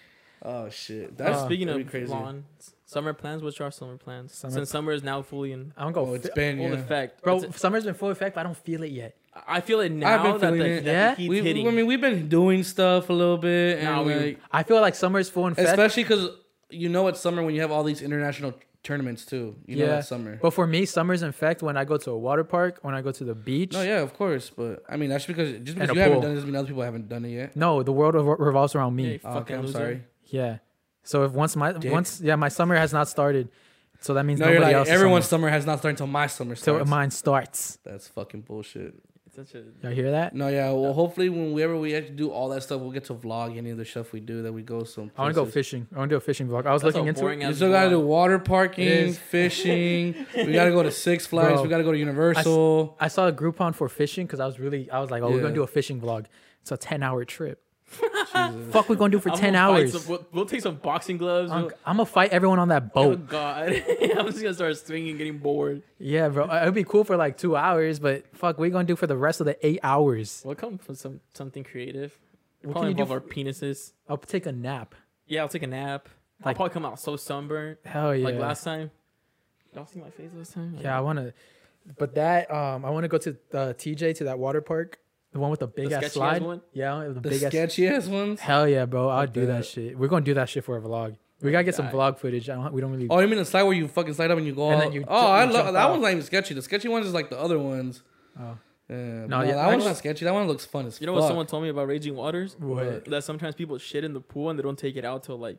Speaker 2: Oh shit.
Speaker 3: But
Speaker 2: That's
Speaker 3: Uh, speaking
Speaker 2: that'd
Speaker 3: of
Speaker 2: be crazy.
Speaker 3: lawn, summer plans. What's your summer plans?
Speaker 1: Summer-
Speaker 3: Since summer is now fully in
Speaker 1: I'm
Speaker 2: Oh,
Speaker 1: going
Speaker 2: it's
Speaker 1: to
Speaker 2: been
Speaker 3: full
Speaker 2: yeah.
Speaker 3: effect,
Speaker 1: Bro,
Speaker 3: It's-
Speaker 1: summer's been full effect, but I don't feel it yet.
Speaker 3: I feel it now that the,
Speaker 2: feeling it.
Speaker 3: that the
Speaker 1: Yeah?
Speaker 3: heat's
Speaker 2: We,
Speaker 3: hitting.
Speaker 2: I mean, we've been doing stuff a little bit, and
Speaker 3: Nah, we-
Speaker 2: like,
Speaker 1: I feel like summer's full in effect.
Speaker 2: especially because you know it's summer when you have all these international tournaments too. You know
Speaker 1: Yeah.
Speaker 2: it's summer.
Speaker 1: But for me, summer's in effect when I go to a water park, when I go to the beach.
Speaker 2: No, yeah, of course, but I mean that's because just because
Speaker 1: a
Speaker 2: you haven't
Speaker 1: pool.
Speaker 2: done it doesn't mean other people haven't done it yet.
Speaker 1: No, the world revol- revolves around
Speaker 3: Yeah,
Speaker 1: me.
Speaker 3: you
Speaker 2: Oh,
Speaker 3: fucking
Speaker 2: okay, I'm
Speaker 3: loser.
Speaker 2: sorry.
Speaker 1: Yeah. So if once my once yeah my summer has not started, so that means
Speaker 2: No, you're
Speaker 1: nobody
Speaker 2: like
Speaker 1: else.
Speaker 2: everyone's summer. has not started until my summer
Speaker 1: till
Speaker 2: starts.
Speaker 1: mine starts.
Speaker 2: that's fucking bullshit.
Speaker 3: It's such a-
Speaker 1: Y'all hear that?
Speaker 2: No, yeah. Well, hopefully, whenever we actually do all that stuff, we'll get to vlog any of the stuff we do that we go some.
Speaker 1: I want to go
Speaker 2: places.
Speaker 1: fishing. I want to do a fishing vlog. I was
Speaker 3: That's
Speaker 1: looking
Speaker 3: a
Speaker 1: into
Speaker 3: boring
Speaker 1: it.
Speaker 2: You
Speaker 3: ass
Speaker 2: still gotta
Speaker 3: vlog.
Speaker 2: do water
Speaker 1: It
Speaker 2: parking,
Speaker 1: is.
Speaker 2: fishing. we gotta go to Six Flags.
Speaker 1: Bro,
Speaker 2: we gotta go to Universal.
Speaker 1: I saw a Groupon for fishing because I was really I was like, oh, we're
Speaker 2: Yeah.
Speaker 1: gonna do a fishing vlog. It's a ten hour trip.
Speaker 2: Jesus.
Speaker 1: Fuck, we gonna do for
Speaker 3: I'm
Speaker 1: ten
Speaker 3: gonna fight
Speaker 1: hours.
Speaker 3: some- we'll, we'll take some boxing gloves.
Speaker 1: I'm,
Speaker 3: we'll-
Speaker 1: I'm gonna fight everyone on that
Speaker 3: Oh
Speaker 1: boat.
Speaker 3: God! I'm just gonna start swinging, getting bored.
Speaker 1: Yeah, bro. It'd be cool for like two hours, but fuck, we gonna do for the rest of the eight hours.
Speaker 3: We'll come for some something creative.
Speaker 1: What
Speaker 3: probably
Speaker 1: can you
Speaker 3: involve
Speaker 1: do?
Speaker 3: our penises.
Speaker 1: I'll take a nap.
Speaker 3: Yeah, I'll take a nap. I'll
Speaker 1: Like-
Speaker 3: probably come out so sunburned,
Speaker 1: Hell yeah.
Speaker 3: like last time. Y'all see my face last time?
Speaker 1: Yeah, I want to. But that um, I want to go to uh, TJ to that water park, the one with the big ass
Speaker 3: sketchy-ass
Speaker 1: slide.
Speaker 3: one?
Speaker 1: Yeah, I want the,
Speaker 2: The
Speaker 1: big ass.
Speaker 2: sketchy ass ones.
Speaker 1: Hell yeah, bro! I'll do that
Speaker 2: bet.
Speaker 1: shit. We're gonna do that shit for a vlog. We gotta get some
Speaker 3: Die.
Speaker 1: vlog footage. I don't. We don't really.
Speaker 2: Oh, you mean the slide where you fucking slide up and you go
Speaker 1: And
Speaker 2: all?
Speaker 1: then you ju-
Speaker 2: oh, I
Speaker 1: you
Speaker 2: love
Speaker 1: jump
Speaker 2: that
Speaker 1: off.
Speaker 2: one's not even sketchy. The sketchy ones is like the other ones.
Speaker 1: Oh.
Speaker 2: Yeah, no,
Speaker 1: yeah,
Speaker 2: that one's
Speaker 1: actu-
Speaker 2: not sketchy. That one looks fun as
Speaker 3: You know
Speaker 2: fuck.
Speaker 3: what someone told me about raging waters?
Speaker 1: What?
Speaker 3: That sometimes people shit in the pool and they don't take it out till like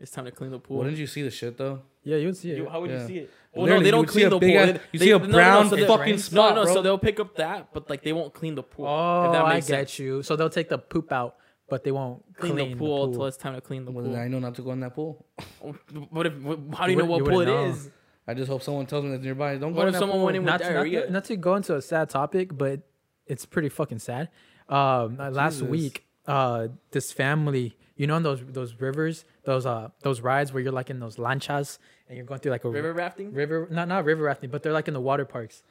Speaker 3: it's time to clean the pool.
Speaker 2: Wouldn't you see the shit though?
Speaker 1: Yeah, you'll see it.
Speaker 3: You- how would
Speaker 2: Yeah.
Speaker 3: you see it? Well, no,
Speaker 2: Literally,
Speaker 3: they
Speaker 2: you
Speaker 3: don't
Speaker 2: would see
Speaker 3: clean
Speaker 2: a
Speaker 3: the
Speaker 2: big
Speaker 3: pool.
Speaker 2: ass-
Speaker 3: They-
Speaker 2: you
Speaker 3: they-
Speaker 2: see a
Speaker 3: no, no, no,
Speaker 2: brown
Speaker 3: so they-
Speaker 1: Right.
Speaker 2: fucking
Speaker 1: No,
Speaker 3: no,
Speaker 2: spot,
Speaker 3: no,
Speaker 2: bro.
Speaker 3: so they'll pick up that, but like they won't clean the pool.
Speaker 1: Oh,
Speaker 3: if that
Speaker 1: I
Speaker 3: makes
Speaker 1: get
Speaker 3: sense.
Speaker 1: you. So they'll take the poop out, but they won't
Speaker 3: Clean, the pool until it's time to clean the
Speaker 2: Well,
Speaker 3: pool. Oh,
Speaker 2: then I know not to go in that pool.
Speaker 3: What if? What, how do you
Speaker 1: You
Speaker 3: know
Speaker 1: wouldn't- you
Speaker 3: what pool it
Speaker 1: wouldn't know.
Speaker 3: is?
Speaker 2: I just hope someone tells me that's nearby. Don't go
Speaker 3: What
Speaker 2: in
Speaker 3: if
Speaker 2: that
Speaker 3: someone
Speaker 2: pool.
Speaker 3: went in with
Speaker 1: not to, not,
Speaker 3: diarrhea?
Speaker 1: to, not to go into a sad topic, but it's pretty fucking sad. Um, uh, last
Speaker 2: Jesus.
Speaker 1: week, uh, this family, you know, on those those rivers, those uh, those rides where you're like in those lanchas and you're going through like a
Speaker 3: River rafting.
Speaker 1: river, not not river rafting, but they're like in the water parks,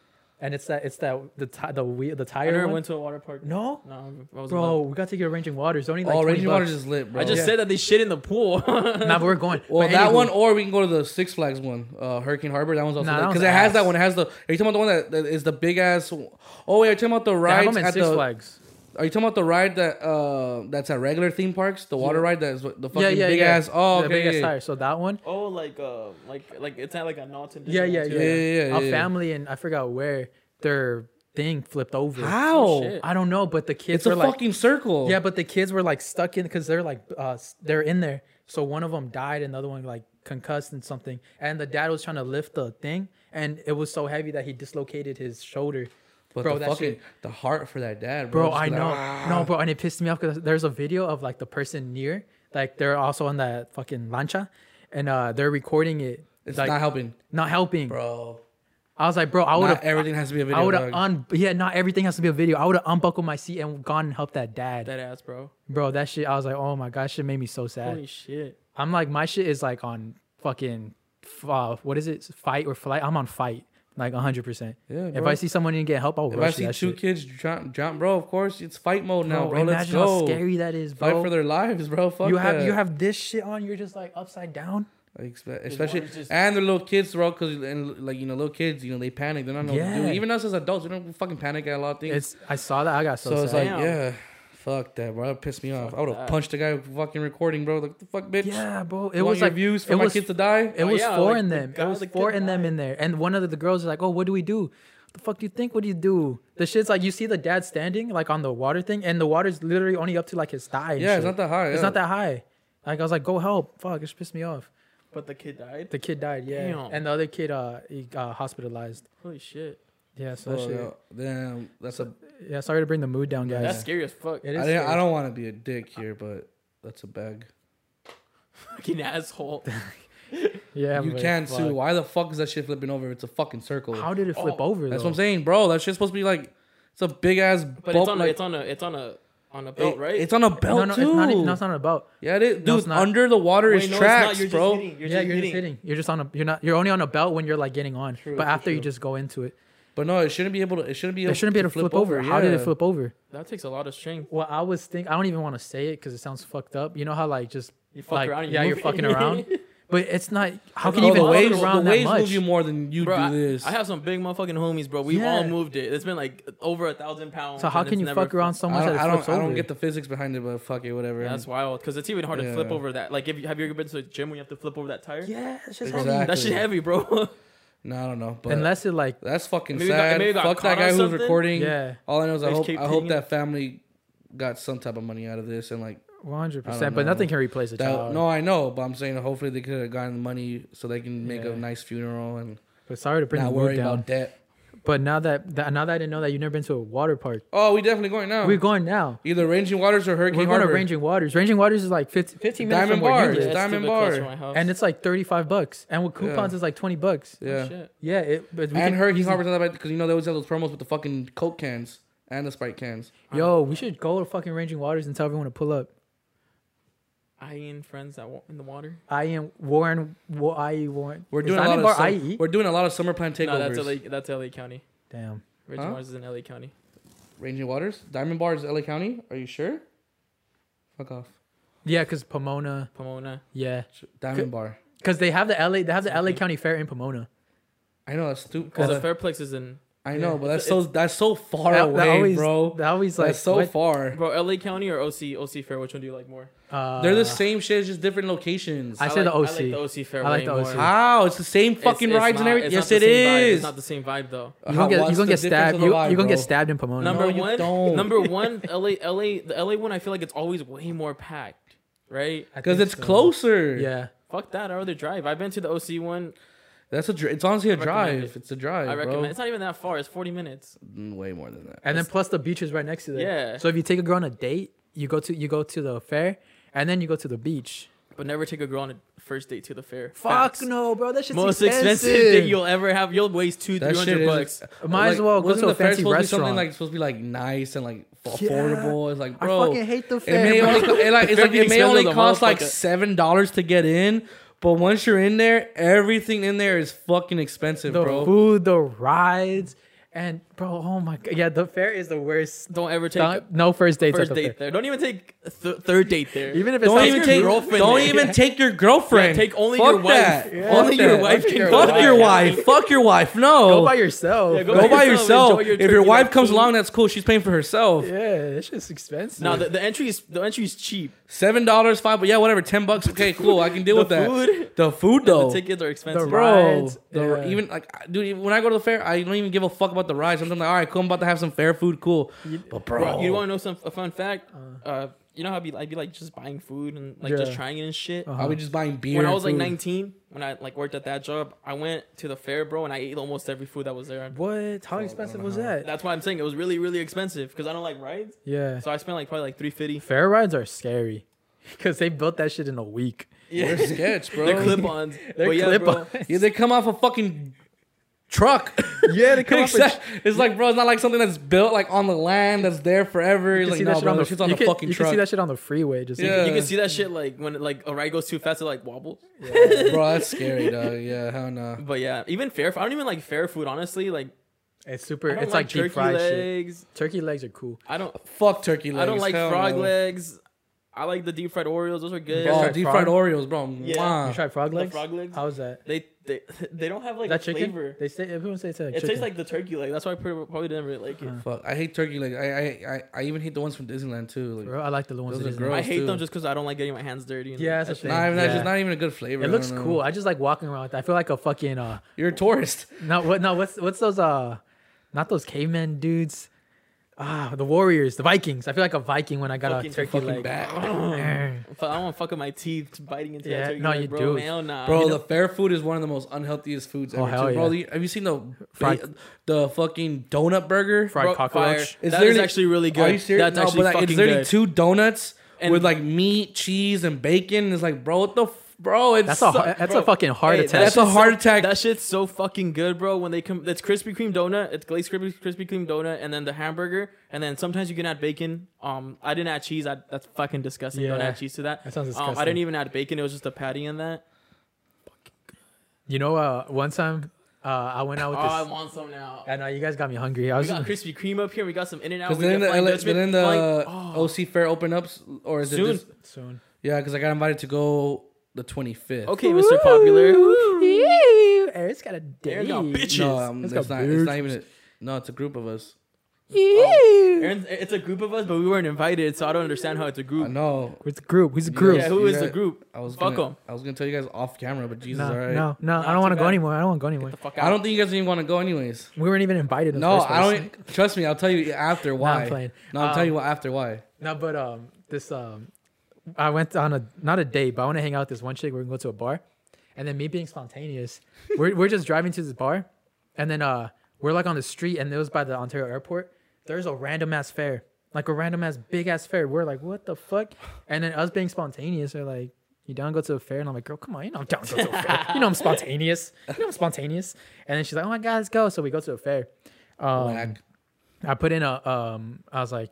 Speaker 1: and it's that it's that the ti- the wheel the
Speaker 3: I
Speaker 1: tire
Speaker 3: never
Speaker 1: one.
Speaker 3: went to a water park.
Speaker 1: no,
Speaker 3: no, I was
Speaker 1: bro, we got to get ranging waters. Only like
Speaker 2: oh,
Speaker 1: 20
Speaker 2: Raging Waters
Speaker 1: bucks.
Speaker 2: is lit, bro.
Speaker 3: I just
Speaker 2: Yeah.
Speaker 3: said that they shit in the pool.
Speaker 1: Nah, but we're going.
Speaker 2: Well,
Speaker 1: But
Speaker 2: that
Speaker 1: anywho,
Speaker 2: one, or we can go to the Six Flags one, uh, Hurricane Harbor. That one's also
Speaker 1: Nah, that
Speaker 2: because
Speaker 1: one's
Speaker 2: it has that
Speaker 1: ass.
Speaker 2: one. It has the. Are you talking about the one that, that is the big ass? Oh wait, are you talking about the
Speaker 1: they have
Speaker 2: ride
Speaker 1: them in
Speaker 2: at
Speaker 1: Six
Speaker 2: the?
Speaker 1: Flags.
Speaker 2: Are you talking about the ride that uh that's at regular theme parks? The water ride that is what- the fucking
Speaker 1: yeah, yeah,
Speaker 2: big
Speaker 1: yeah.
Speaker 2: ass. Oh,
Speaker 1: the
Speaker 2: okay,
Speaker 1: big
Speaker 2: yeah,
Speaker 1: ass
Speaker 2: yeah.
Speaker 1: tire. So that one.
Speaker 3: oh, like uh, like like it's not like a mountain.
Speaker 1: yeah, yeah, yeah,
Speaker 2: Yeah, yeah, yeah,
Speaker 1: A
Speaker 2: yeah.
Speaker 1: family and I forgot where their thing flipped over. Oh,
Speaker 2: How?
Speaker 3: shit.
Speaker 1: I don't know, but the kids
Speaker 2: It's
Speaker 1: were
Speaker 2: a
Speaker 1: like,
Speaker 2: fucking circle.
Speaker 1: yeah, but the kids were like stuck in because they're like, uh, s- they're in there. So one of them died, and the other one like concussed and something. And the dad was trying to lift the thing, and it was so heavy that he dislocated his shoulder.
Speaker 2: but
Speaker 1: bro,
Speaker 2: the
Speaker 1: that
Speaker 2: fucking
Speaker 1: shit-
Speaker 2: the heart for that dad, bro.
Speaker 1: Bro,
Speaker 2: Just
Speaker 1: I
Speaker 2: like,
Speaker 1: know,
Speaker 2: ah.
Speaker 1: no, bro, and it pissed me off because there's a video of like the person near, like they're also on that fucking lancha, and uh they're recording it.
Speaker 2: It's
Speaker 1: like,
Speaker 2: not helping,
Speaker 1: not helping.
Speaker 2: bro.
Speaker 1: I was like, bro, I would
Speaker 2: Not
Speaker 1: have
Speaker 2: everything has to be a video.
Speaker 1: I would
Speaker 2: dog.
Speaker 1: have un yeah, not everything has to be a video. I would have unbuckled my seat and gone and helped that dad.
Speaker 3: That ass, bro.
Speaker 1: Bro, that shit I was like, oh my gosh, shit made me so sad.
Speaker 3: Holy shit.
Speaker 1: I'm like my shit is like on fucking f- uh, what is it? Fight or flight. I'm on fight. Like hundred percent.
Speaker 2: Yeah,
Speaker 1: If
Speaker 2: bro.
Speaker 1: I see someone and get help, I'll
Speaker 2: if I
Speaker 1: rush
Speaker 2: see
Speaker 1: that
Speaker 2: two
Speaker 1: shit.
Speaker 2: kids jump, jump, bro. Of course, it's fight mode now,
Speaker 1: Bro,
Speaker 2: bro. Let's
Speaker 1: imagine
Speaker 2: go.
Speaker 1: how scary that is,
Speaker 2: Fight
Speaker 1: bro.
Speaker 2: for their lives, bro. Fuck
Speaker 1: you have
Speaker 2: that.
Speaker 1: you have this shit on, you're just like upside down.
Speaker 2: Like, spe- especially
Speaker 3: water's just-
Speaker 2: and the little kids bro because and like you know little kids you know they panic they don't know what to
Speaker 1: Yeah.
Speaker 2: do even us as adults we don't fucking panic at a lot of things
Speaker 1: It's I saw that, I got so,
Speaker 2: so it's
Speaker 1: sad.
Speaker 2: like
Speaker 3: Damn.
Speaker 2: yeah fuck that bro that pissed me off I would have
Speaker 3: that.
Speaker 2: punched the guy who fucking recording bro like the fuck bitch
Speaker 1: yeah, bro. It
Speaker 2: You want
Speaker 1: was
Speaker 2: your
Speaker 1: like
Speaker 2: views for
Speaker 1: it
Speaker 2: my
Speaker 1: was
Speaker 2: kids to die
Speaker 1: It
Speaker 3: Oh,
Speaker 1: was
Speaker 3: yeah,
Speaker 1: four
Speaker 3: like,
Speaker 1: in
Speaker 3: the
Speaker 1: them. It
Speaker 3: guy,
Speaker 1: was
Speaker 3: like,
Speaker 1: four
Speaker 3: good
Speaker 1: in them
Speaker 3: night.
Speaker 1: in there. And one of the girls is like, "Oh, what do we do? The fuck do you think? What do you do?" The shit's like you see the dad standing like on the water thing, and the water's literally only up to like his thigh. and
Speaker 2: Yeah,
Speaker 1: shit.
Speaker 2: it's not that high,
Speaker 1: It's
Speaker 2: yeah.
Speaker 1: not that high. Like I was like, "Go help!" Fuck, it just pissed me off.
Speaker 3: But the kid died.
Speaker 1: The kid died. Yeah,
Speaker 3: Damn.
Speaker 1: and the other kid uh he got hospitalized.
Speaker 3: Holy shit.
Speaker 1: Yeah, so that
Speaker 2: Oh,
Speaker 1: shit.
Speaker 2: yeah. damn that's a
Speaker 1: Yeah. sorry to bring the mood down, guys.
Speaker 3: That's scary as fuck.
Speaker 1: It
Speaker 2: I,
Speaker 1: is
Speaker 2: didn't-
Speaker 1: scary.
Speaker 2: I don't want to be a dick here but that's a bag
Speaker 3: Fucking asshole.
Speaker 1: yeah,
Speaker 2: you
Speaker 1: but
Speaker 2: can't
Speaker 1: fuck.
Speaker 2: sue why the fuck is that shit flipping over it's a fucking circle
Speaker 1: How did it flip
Speaker 3: Oh,
Speaker 1: over?
Speaker 2: that's
Speaker 1: though?
Speaker 2: what I'm saying bro that shit's supposed to be like it's a big ass
Speaker 3: But
Speaker 2: bulb,
Speaker 3: it's on a,
Speaker 2: like-
Speaker 3: it's on a it's on a on a belt,
Speaker 2: it-
Speaker 3: right?
Speaker 2: it's on a
Speaker 1: No,
Speaker 2: belt
Speaker 1: no, it's
Speaker 2: too
Speaker 1: not. Even, no, it's not about.
Speaker 2: Yeah, it is.
Speaker 1: No,
Speaker 2: Dude,
Speaker 1: it's not.
Speaker 2: under the water is tracks,
Speaker 3: You're
Speaker 2: bro.
Speaker 3: Just hitting. You're
Speaker 1: yeah,
Speaker 3: just
Speaker 1: you're
Speaker 3: hitting.
Speaker 1: just hitting. You're just on a. You're not. You're only on a belt when you're like getting on.
Speaker 2: True,
Speaker 1: but
Speaker 2: true,
Speaker 1: after you
Speaker 2: true.
Speaker 1: just go into it,
Speaker 2: But no, it shouldn't be able to. It shouldn't be. Able
Speaker 1: it shouldn't be able to flip, over. How did it
Speaker 2: yeah.
Speaker 1: flip over?
Speaker 3: That takes a lot of strength.
Speaker 1: Well, I was think I don't even want to say it because it sounds fucked up. You know how like just
Speaker 3: You fuck
Speaker 1: like
Speaker 3: around and you
Speaker 1: yeah, you're
Speaker 3: move it.
Speaker 1: fucking around, but it's not. How can
Speaker 2: No,
Speaker 1: you even
Speaker 2: the
Speaker 1: move
Speaker 2: waves,
Speaker 1: around
Speaker 2: the
Speaker 1: that
Speaker 2: waves
Speaker 1: much?
Speaker 2: move you more than you
Speaker 3: Bro,
Speaker 2: do
Speaker 3: I,
Speaker 2: this.
Speaker 3: I have some big motherfucking homies, bro. We've
Speaker 1: Yeah.
Speaker 3: all moved it. It's been like over a thousand pounds.
Speaker 1: so how
Speaker 3: and
Speaker 1: can
Speaker 3: it's
Speaker 1: you
Speaker 3: never
Speaker 1: fuck around so
Speaker 2: I
Speaker 1: much
Speaker 2: don't,
Speaker 1: that
Speaker 2: I
Speaker 1: it
Speaker 2: don't,
Speaker 1: flips
Speaker 2: I
Speaker 1: over?
Speaker 2: don't get the physics behind it, but fuck it, whatever.
Speaker 3: That's wild. Cause it's even hard to flip
Speaker 2: Yeah.
Speaker 3: over that. Like, if you, have you ever been to a gym when you have to flip over that tire?
Speaker 1: yeah, it's just
Speaker 2: Exactly.
Speaker 1: heavy.
Speaker 3: That shit heavy, bro.
Speaker 2: no, I don't know. But
Speaker 1: Unless it like
Speaker 2: that's fucking
Speaker 3: Maybe got-
Speaker 2: sad.
Speaker 3: maybe got
Speaker 2: fuck that
Speaker 3: caught
Speaker 2: guy
Speaker 3: on
Speaker 2: who was
Speaker 3: something?
Speaker 2: recording.
Speaker 1: yeah,
Speaker 2: All I know is I
Speaker 3: They just
Speaker 2: hope
Speaker 3: keep
Speaker 2: I hope
Speaker 3: taking
Speaker 2: that family got some type of money out of this and like
Speaker 1: 100.
Speaker 2: I
Speaker 1: percent
Speaker 2: don't
Speaker 1: But
Speaker 2: know.
Speaker 1: nothing can replace a
Speaker 2: that.
Speaker 1: child.
Speaker 2: No, I know, but I'm saying hopefully they could have gotten the money so they can make
Speaker 1: Yeah.
Speaker 2: a nice funeral and
Speaker 1: But sorry to bring the
Speaker 2: not
Speaker 1: mood
Speaker 2: worry
Speaker 1: down.
Speaker 2: about debt.
Speaker 1: But now that, that now that I didn't know that you've never been to a water park,
Speaker 2: Oh, we definitely going now.
Speaker 1: we're going now.
Speaker 2: Either Ranging Waters or Hurricane
Speaker 1: We're going to
Speaker 2: Harbor.
Speaker 1: Ranging Waters. Ranging Waters is like 50, 15 minutes
Speaker 2: Diamond
Speaker 1: from where you
Speaker 2: Bar.
Speaker 1: live.
Speaker 2: Yeah. Diamond Bar.
Speaker 1: and it's like thirty five bucks, and with coupons it's like twenty bucks.
Speaker 2: yeah.
Speaker 3: Oh,
Speaker 1: Yeah, it. But we can
Speaker 2: and Hurricane
Speaker 1: easily-
Speaker 2: Harbor's not that bad because you know they always have those promos with the fucking Coke cans and the Sprite cans.
Speaker 1: Yo, we should go to fucking Ranging Waters and tell everyone to pull up.
Speaker 3: I and friends that wa- in the water.
Speaker 1: I am Warren. Wa- I E Warren.
Speaker 2: We're
Speaker 1: Is
Speaker 2: doing a
Speaker 1: Diamond
Speaker 2: lot
Speaker 1: Bar E?
Speaker 2: of sum-
Speaker 1: IE?
Speaker 2: we're doing a lot of summer plan
Speaker 3: No,
Speaker 2: takeovers.
Speaker 3: that's LA. That's LA County.
Speaker 1: Damn.
Speaker 3: Raging
Speaker 2: Huh?
Speaker 3: Waters is in LA County.
Speaker 2: Ranging Waters, Diamond Bar is LA County. Are you sure? Fuck off,
Speaker 1: Yeah, cause Pomona.
Speaker 3: Pomona.
Speaker 1: Yeah,
Speaker 2: Sh- Diamond Bar.
Speaker 1: cause they have the LA. They have the LA County Fair in Pomona.
Speaker 2: I know that's stupid.
Speaker 3: Because
Speaker 1: Uh,
Speaker 3: the Fairplex is in
Speaker 2: I know, but
Speaker 3: It's-
Speaker 2: that's so that's so far
Speaker 1: That- that
Speaker 2: away,
Speaker 1: always-
Speaker 2: bro.
Speaker 1: That always like
Speaker 2: that's so
Speaker 1: what?
Speaker 2: far.
Speaker 3: bro LA County or OC OC Fair. Which one do you like more?
Speaker 1: Uh,
Speaker 2: They're the same shit, it's just different locations.
Speaker 1: I- say the
Speaker 3: I
Speaker 1: OC.
Speaker 3: like the OC Fair.
Speaker 1: I like
Speaker 3: way
Speaker 1: the
Speaker 3: more.
Speaker 1: OC.
Speaker 3: It's-
Speaker 2: How? It's the same
Speaker 3: it's
Speaker 2: fucking rides and
Speaker 3: not-
Speaker 2: everything.
Speaker 3: it's
Speaker 2: Yes,
Speaker 3: not
Speaker 2: it
Speaker 3: the same vibe.
Speaker 2: is.
Speaker 3: It's not the same vibe though.
Speaker 1: You gonna get, you gonna get stabbed. You, you gonna get
Speaker 2: stabbed.
Speaker 1: stabbed in Pomona.
Speaker 3: Number
Speaker 2: you
Speaker 3: one,
Speaker 2: don't.
Speaker 3: number one, LA, LA, the LA one. I feel like it's always way more packed, right?
Speaker 1: I
Speaker 2: because
Speaker 1: think
Speaker 2: it's
Speaker 1: so.
Speaker 2: closer.
Speaker 1: Yeah.
Speaker 3: Fuck that. I rather drive. I've been to the OC one.
Speaker 2: That's a. dr- It's honestly a
Speaker 3: recommend
Speaker 2: drive.
Speaker 3: it.
Speaker 2: It's a drive,
Speaker 3: I recommend.
Speaker 2: bro.
Speaker 3: It's not even that far. It's 40 minutes.
Speaker 2: Mm, Way more than that.
Speaker 1: And then plus the beach is right next to that.
Speaker 3: Yeah.
Speaker 1: So if you take a girl on a date, you go to you go to the fair, and then you go to the beach.
Speaker 3: But never take a girl on a first date to the fair.
Speaker 1: Fuck no, bro. That shit's
Speaker 3: Most
Speaker 1: expensive.
Speaker 3: expensive thing you'll ever have. You'll waste two, three
Speaker 2: That shit
Speaker 3: hundred
Speaker 2: is.
Speaker 3: bucks.
Speaker 1: Might as well go
Speaker 2: wasn't
Speaker 1: to a
Speaker 2: the fair
Speaker 1: fancy
Speaker 2: supposed to be Something
Speaker 1: restaurant.
Speaker 2: like supposed to be like nice and like
Speaker 1: Yeah.
Speaker 2: affordable. It's like,
Speaker 1: I
Speaker 2: bro,
Speaker 1: fucking hate the
Speaker 2: it
Speaker 1: fair,
Speaker 2: may
Speaker 1: bro.
Speaker 2: only, co- it like, it's
Speaker 3: Fair
Speaker 2: like it
Speaker 3: be
Speaker 2: may
Speaker 3: expensive
Speaker 2: only
Speaker 3: as a
Speaker 2: cost like
Speaker 3: motherfucker.
Speaker 2: seven dollars to get in, but once you're in there, everything in there is fucking expensive,
Speaker 1: the
Speaker 2: bro.
Speaker 1: food, the rides, and bro, oh my god, yeah, the fair is the worst.
Speaker 3: Don't ever take
Speaker 1: Don't- no first dates
Speaker 3: first
Speaker 1: at the
Speaker 3: date
Speaker 1: fair.
Speaker 3: there. Don't even take th- third date there.
Speaker 1: Even if it's
Speaker 2: Don't
Speaker 1: not
Speaker 2: even
Speaker 1: your
Speaker 2: take.
Speaker 3: girlfriend
Speaker 2: Don't
Speaker 3: there.
Speaker 2: even take your girlfriend.
Speaker 3: Yeah, take only
Speaker 2: Fuck
Speaker 3: your wife.
Speaker 2: that.
Speaker 3: Yeah.
Speaker 2: Fuck
Speaker 3: Only your
Speaker 2: that.
Speaker 3: wife can
Speaker 2: Fuck
Speaker 3: go.
Speaker 2: your wife. Fuck your wife. No.
Speaker 1: go by yourself.
Speaker 3: Yeah,
Speaker 1: go
Speaker 3: go
Speaker 2: Go by yourself.
Speaker 3: Enjoy your
Speaker 2: if your
Speaker 3: turkey,
Speaker 2: wife
Speaker 3: like,
Speaker 2: comes
Speaker 3: food.
Speaker 2: along, that's cool. She's paying for herself.
Speaker 1: yeah, that shit's expensive.
Speaker 3: no, the, the entry is the entry is cheap.
Speaker 2: Seven dollars, five, but yeah, whatever. Ten bucks, okay, cool. I can deal
Speaker 3: The
Speaker 2: with that.
Speaker 3: food.
Speaker 2: The food,
Speaker 3: The
Speaker 2: though,
Speaker 3: tickets are expensive.
Speaker 1: ri-
Speaker 2: bro.
Speaker 1: Rides,
Speaker 2: the-
Speaker 1: yeah.
Speaker 2: Even like, I- dude, even when I go to the fair, I don't even give a fuck about the rides. I'm just like, all right, cool. I'm about to have some fair food, cool. But bro,
Speaker 3: Bro, you want to know some a fun fact? Uh, you know how I'd be, I'd be like just buying food and like just
Speaker 1: Yeah.
Speaker 3: trying it and shit.
Speaker 1: Uh-huh.
Speaker 2: I'll be just buying beer.
Speaker 3: When I
Speaker 2: and
Speaker 3: was like
Speaker 2: food.
Speaker 3: 19, when I like worked at that job, I went to the fair, bro, and I ate almost every food that was there.
Speaker 1: what? How expensive was that?
Speaker 3: That's why I'm saying it was really, really expensive because I don't like rides.
Speaker 1: Yeah,
Speaker 3: So I spent like probably like 350.
Speaker 1: fair rides are scary because they built that shit in a week.
Speaker 2: they're sketch, bro.
Speaker 3: They're clip-ons.
Speaker 1: They're
Speaker 3: but yeah,
Speaker 1: clip
Speaker 3: bro.
Speaker 2: yeah, they come off a fucking truck.
Speaker 1: Yeah, they come off a
Speaker 2: Except- it's like, bro, it's not like something that's built like on the land that's there forever.
Speaker 1: You
Speaker 2: It's
Speaker 1: can see
Speaker 2: like, no,
Speaker 1: that shit
Speaker 2: bro,
Speaker 1: on the
Speaker 2: shit's on
Speaker 1: you
Speaker 2: the
Speaker 1: can-
Speaker 2: fucking
Speaker 1: You
Speaker 2: truck.
Speaker 1: can see that shit on the freeway. Just
Speaker 2: Yeah.
Speaker 3: You can see that shit like when like a ride goes too fast, it like wobbles.
Speaker 2: bro, that's scary, dog. Yeah, hell no.
Speaker 3: But yeah, even fair. I don't even like fair food, honestly. Like
Speaker 1: it's super.
Speaker 3: I don't
Speaker 1: It's like, deep
Speaker 3: turkey
Speaker 1: fried shit.
Speaker 3: legs.
Speaker 1: Turkey legs are cool.
Speaker 3: I don't.
Speaker 2: Fuck turkey legs.
Speaker 3: I don't like
Speaker 2: hell
Speaker 3: frog
Speaker 2: no.
Speaker 3: legs. I like the deep fried Oreos. Those are good.
Speaker 1: Yeah.
Speaker 2: Oh,
Speaker 1: Fried
Speaker 2: deep fried
Speaker 1: frog?
Speaker 2: Oreos, bro.
Speaker 3: Yeah.
Speaker 2: Mwah.
Speaker 1: You tried frog
Speaker 3: The
Speaker 1: legs?
Speaker 3: frog legs.
Speaker 1: How was that?
Speaker 3: They they they don't have like
Speaker 1: Is that
Speaker 3: a
Speaker 1: chicken?
Speaker 3: flavor.
Speaker 1: They say everyone says it's like
Speaker 3: It
Speaker 1: chicken.
Speaker 3: tastes like the turkey leg. That's why I pretty- probably didn't really like it.
Speaker 2: Fuck, I hate turkey legs. I, I I I even hate the ones from Disneyland too. Like,
Speaker 1: Bro, I like the little ones.
Speaker 2: Those
Speaker 1: that
Speaker 2: are
Speaker 1: isn't-
Speaker 2: gross.
Speaker 3: I hate them
Speaker 2: too.
Speaker 3: just because I don't like getting my hands dirty. And
Speaker 1: Yeah,
Speaker 3: like,
Speaker 1: that's
Speaker 3: that
Speaker 1: a
Speaker 3: shit.
Speaker 2: not even
Speaker 1: Yeah.
Speaker 2: that's just not even a good flavor.
Speaker 1: It
Speaker 2: I
Speaker 1: looks
Speaker 2: don't know.
Speaker 1: cool. I just like walking around with that. I feel like a fucking uh
Speaker 2: You're a tourist.
Speaker 1: not what no what's what's those uh not those cavemen dudes. Ah, the warriors, the Vikings. I feel like a Viking when I got
Speaker 3: Fucking-
Speaker 1: a turkey
Speaker 2: Fucking
Speaker 1: leg.
Speaker 2: bad.
Speaker 1: Mm.
Speaker 3: Fu- I don't want to fuck up my teeth biting into
Speaker 1: Yeah,
Speaker 3: that turkey
Speaker 1: no,
Speaker 3: leg,
Speaker 1: you
Speaker 3: bro.
Speaker 1: do.
Speaker 3: Hell nah.
Speaker 2: Bro,
Speaker 3: You
Speaker 2: the fair food is one of the most unhealthiest foods
Speaker 1: Oh,
Speaker 2: ever.
Speaker 1: hell
Speaker 2: too. Bro,
Speaker 1: yeah.
Speaker 2: the- have you seen the
Speaker 1: Fried-
Speaker 2: the fucking donut burger?
Speaker 1: Fried
Speaker 3: bro,
Speaker 1: cockroach.
Speaker 3: fire.
Speaker 2: It's
Speaker 3: That is
Speaker 2: literally-
Speaker 3: actually really good.
Speaker 2: Are you serious?
Speaker 3: That's
Speaker 2: No,
Speaker 3: actually
Speaker 2: but, like,
Speaker 3: fucking
Speaker 2: it's literally
Speaker 3: good.
Speaker 2: two donuts
Speaker 3: And-
Speaker 2: with like meat, cheese, and bacon. It's like, bro, what the f- bro? It's
Speaker 1: That's a
Speaker 2: so-
Speaker 1: har- that's
Speaker 3: bro,
Speaker 1: a fucking heart
Speaker 3: Hey, that
Speaker 1: attack.
Speaker 2: That's a
Speaker 3: shit's
Speaker 2: heart
Speaker 3: so-
Speaker 2: attack.
Speaker 3: That shit's so fucking good, bro. When they come, it's Krispy Kreme donut, it's glazed Krispy, Krispy Kreme donut, and then the hamburger, and then sometimes you can add bacon. Um, I didn't add cheese. I, that's fucking disgusting. Don't
Speaker 1: Yeah.
Speaker 3: add cheese to that.
Speaker 1: That sounds
Speaker 3: Um, I didn't
Speaker 1: disgusting.
Speaker 3: even add bacon. It was just a patty in that.
Speaker 1: You know, uh, one time uh, I went out with
Speaker 3: Oh,
Speaker 1: this.
Speaker 3: I want some now.
Speaker 1: I know you guys got me hungry. I
Speaker 3: We
Speaker 1: was
Speaker 3: got Krispy Kreme up here. We got some In and Out.
Speaker 2: Because then the, LA, then the OC fair open up, s- or is it
Speaker 3: Soon.
Speaker 2: just,
Speaker 1: soon.
Speaker 2: yeah? Because I got invited to go the 25th.
Speaker 3: Okay, Mr. Popular.
Speaker 1: Ooh, Eric's got a
Speaker 3: Aaron
Speaker 1: date.
Speaker 3: got bitches.
Speaker 2: No, um,
Speaker 1: Let's
Speaker 2: it's,
Speaker 1: go
Speaker 2: not, it's not
Speaker 1: Bears.
Speaker 2: even. Oh, A, no, it's a group of us.
Speaker 3: Aaron's, it's a group of us, but we weren't invited, so I don't understand how it's a
Speaker 2: I
Speaker 3: group.
Speaker 2: know.
Speaker 1: Who's the group? Who's the
Speaker 2: Yeah,
Speaker 1: group?
Speaker 3: Yeah, who
Speaker 2: You
Speaker 3: is the
Speaker 2: got-
Speaker 3: group?
Speaker 2: I was
Speaker 3: Fuck
Speaker 2: gonna,
Speaker 3: 'em.
Speaker 2: I was gonna tell you guys off camera, but Jesus,
Speaker 1: No,
Speaker 2: all right.
Speaker 1: no, no,
Speaker 3: Not
Speaker 1: I don't want
Speaker 3: too
Speaker 1: to go
Speaker 3: bad.
Speaker 1: anywhere. I don't want to go anywhere.
Speaker 3: The fuck
Speaker 2: I
Speaker 3: out.
Speaker 2: don't think you guys even want to go anyways.
Speaker 1: We weren't even invited. In
Speaker 2: No,
Speaker 1: the first
Speaker 2: I
Speaker 1: place.
Speaker 2: don't. e- Trust me, I'll tell you after
Speaker 1: No, I'm
Speaker 2: why.
Speaker 1: playing.
Speaker 2: No, I'm
Speaker 1: Um,
Speaker 2: telling you what after why.
Speaker 1: No, but um, this um, I went on a not a date, but I want to hang out with this one chick. We're gonna go to a bar, and then me being spontaneous, we're we're just driving to this bar, and then uh, we're like on the street, and it was by the Ontario airport. There's a random ass fair, like a random ass big ass fair. We're like, what the fuck? And then us being spontaneous, are like. You down to go to a fair? And I'm like, girl, come on, you know I'm down to go to a fair. You know I'm spontaneous. You know I'm spontaneous. And then she's like, oh my god, let's go. So we go to a fair. Um,
Speaker 2: Whack.
Speaker 1: I put in a um I was like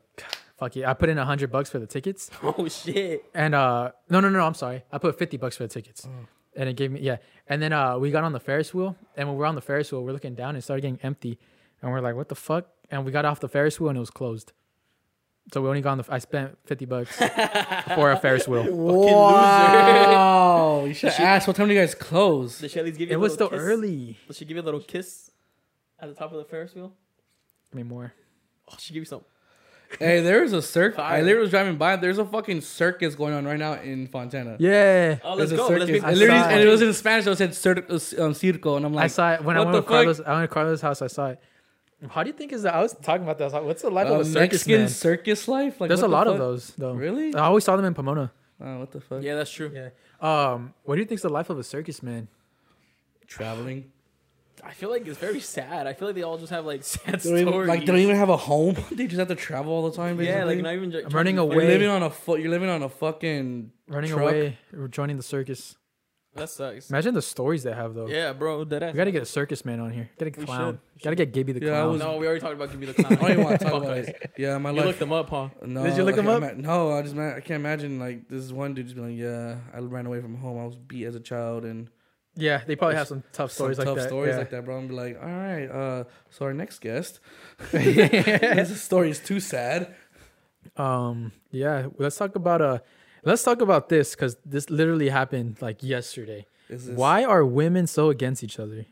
Speaker 1: fuck it. I put in a hundred bucks for the tickets.
Speaker 3: Oh shit.
Speaker 1: And uh no no no, I'm sorry. I put fifty bucks for the tickets.
Speaker 2: Mm.
Speaker 1: And it gave me yeah. And then uh we got on the Ferris wheel and when we we're on the Ferris wheel, we're looking down and it started getting empty. And we're like, what the fuck? And we got off the Ferris wheel and it was closed. So we only got on the I spent fifty bucks for a Ferris wheel.
Speaker 2: Wow, you should ask what time do you guys close?
Speaker 3: Did she at least give you
Speaker 1: It
Speaker 3: a
Speaker 1: was
Speaker 3: little
Speaker 1: still
Speaker 3: kiss?
Speaker 1: early.
Speaker 3: Did she give you a little kiss at the top of the Ferris wheel?
Speaker 1: I mean more.
Speaker 3: Oh, she gave you some.
Speaker 2: hey, there is a circus. I
Speaker 3: Fire.
Speaker 2: literally was driving by. There's a fucking circus going on right now in Fontana.
Speaker 1: Yeah.
Speaker 3: Oh,
Speaker 2: There's
Speaker 3: let's
Speaker 2: a
Speaker 3: go. Let's
Speaker 2: circus.
Speaker 3: make
Speaker 2: I
Speaker 1: I
Speaker 2: literally,
Speaker 1: saw
Speaker 2: and
Speaker 1: it.
Speaker 2: it was in Spanish. It said cir- um, circo, and I'm like,
Speaker 1: I saw it when I
Speaker 2: what
Speaker 1: went
Speaker 2: the
Speaker 1: with
Speaker 2: fuck?
Speaker 1: Carlos. I went to Carlos' house. I saw it. How do you think is that? I was talking about that. I was like, what's the life
Speaker 2: a
Speaker 1: of a circus
Speaker 2: uh, Mexican
Speaker 1: man?
Speaker 2: circus life. Like,
Speaker 1: There's
Speaker 2: what
Speaker 1: a
Speaker 2: the
Speaker 1: lot of
Speaker 2: fuck?
Speaker 1: those though.
Speaker 2: Really?
Speaker 1: I always saw them in Pomona.
Speaker 2: Oh, what the fuck?
Speaker 3: Yeah, that's true.
Speaker 1: Yeah. Um, what do you think's the life of a circus man?
Speaker 2: traveling.
Speaker 3: I feel like it's very sad. I feel like they all just have like sad
Speaker 2: They don't even-
Speaker 3: stories.
Speaker 2: like they don't even have a home. they just have to travel all the time. Basically.
Speaker 3: yeah, like not even. ju-
Speaker 1: I'm running
Speaker 3: trying to-
Speaker 2: You're
Speaker 1: away.
Speaker 2: living on a fu- You're living on a fucking
Speaker 1: Running
Speaker 2: truck.
Speaker 1: away, or joining the circus.
Speaker 3: That sucks.
Speaker 1: Imagine the stories they have though.
Speaker 3: Yeah, bro. That
Speaker 1: We gotta get a circus man on here. Get a
Speaker 3: We
Speaker 1: clown.
Speaker 3: should. We
Speaker 1: Gotta get Gibby the
Speaker 2: Yeah, I
Speaker 1: clown.
Speaker 2: was-
Speaker 3: No, we already talked about Gibby the
Speaker 2: I
Speaker 3: Clown.
Speaker 2: don't even want to talk about
Speaker 3: Fuck
Speaker 2: it. Yeah, my
Speaker 3: You
Speaker 2: life.
Speaker 3: looked them up, huh?
Speaker 2: No,
Speaker 1: Did you look
Speaker 2: I
Speaker 1: him
Speaker 2: can't
Speaker 1: up?
Speaker 2: ma- no, I just ma- I can't imagine like this one dude just being like, yeah, I ran away from home. I was beat as a child and
Speaker 1: yeah, they probably have some tough
Speaker 2: some
Speaker 1: stories like
Speaker 2: tough
Speaker 1: that.
Speaker 2: stories
Speaker 1: yeah.
Speaker 2: like that, bro. I'm be like, all right. Uh, so our next guest, this story is too sad.
Speaker 1: Um, yeah, let's talk about uh, let's talk about this because this literally happened like yesterday.
Speaker 2: Is this-
Speaker 1: Why are women so against each other?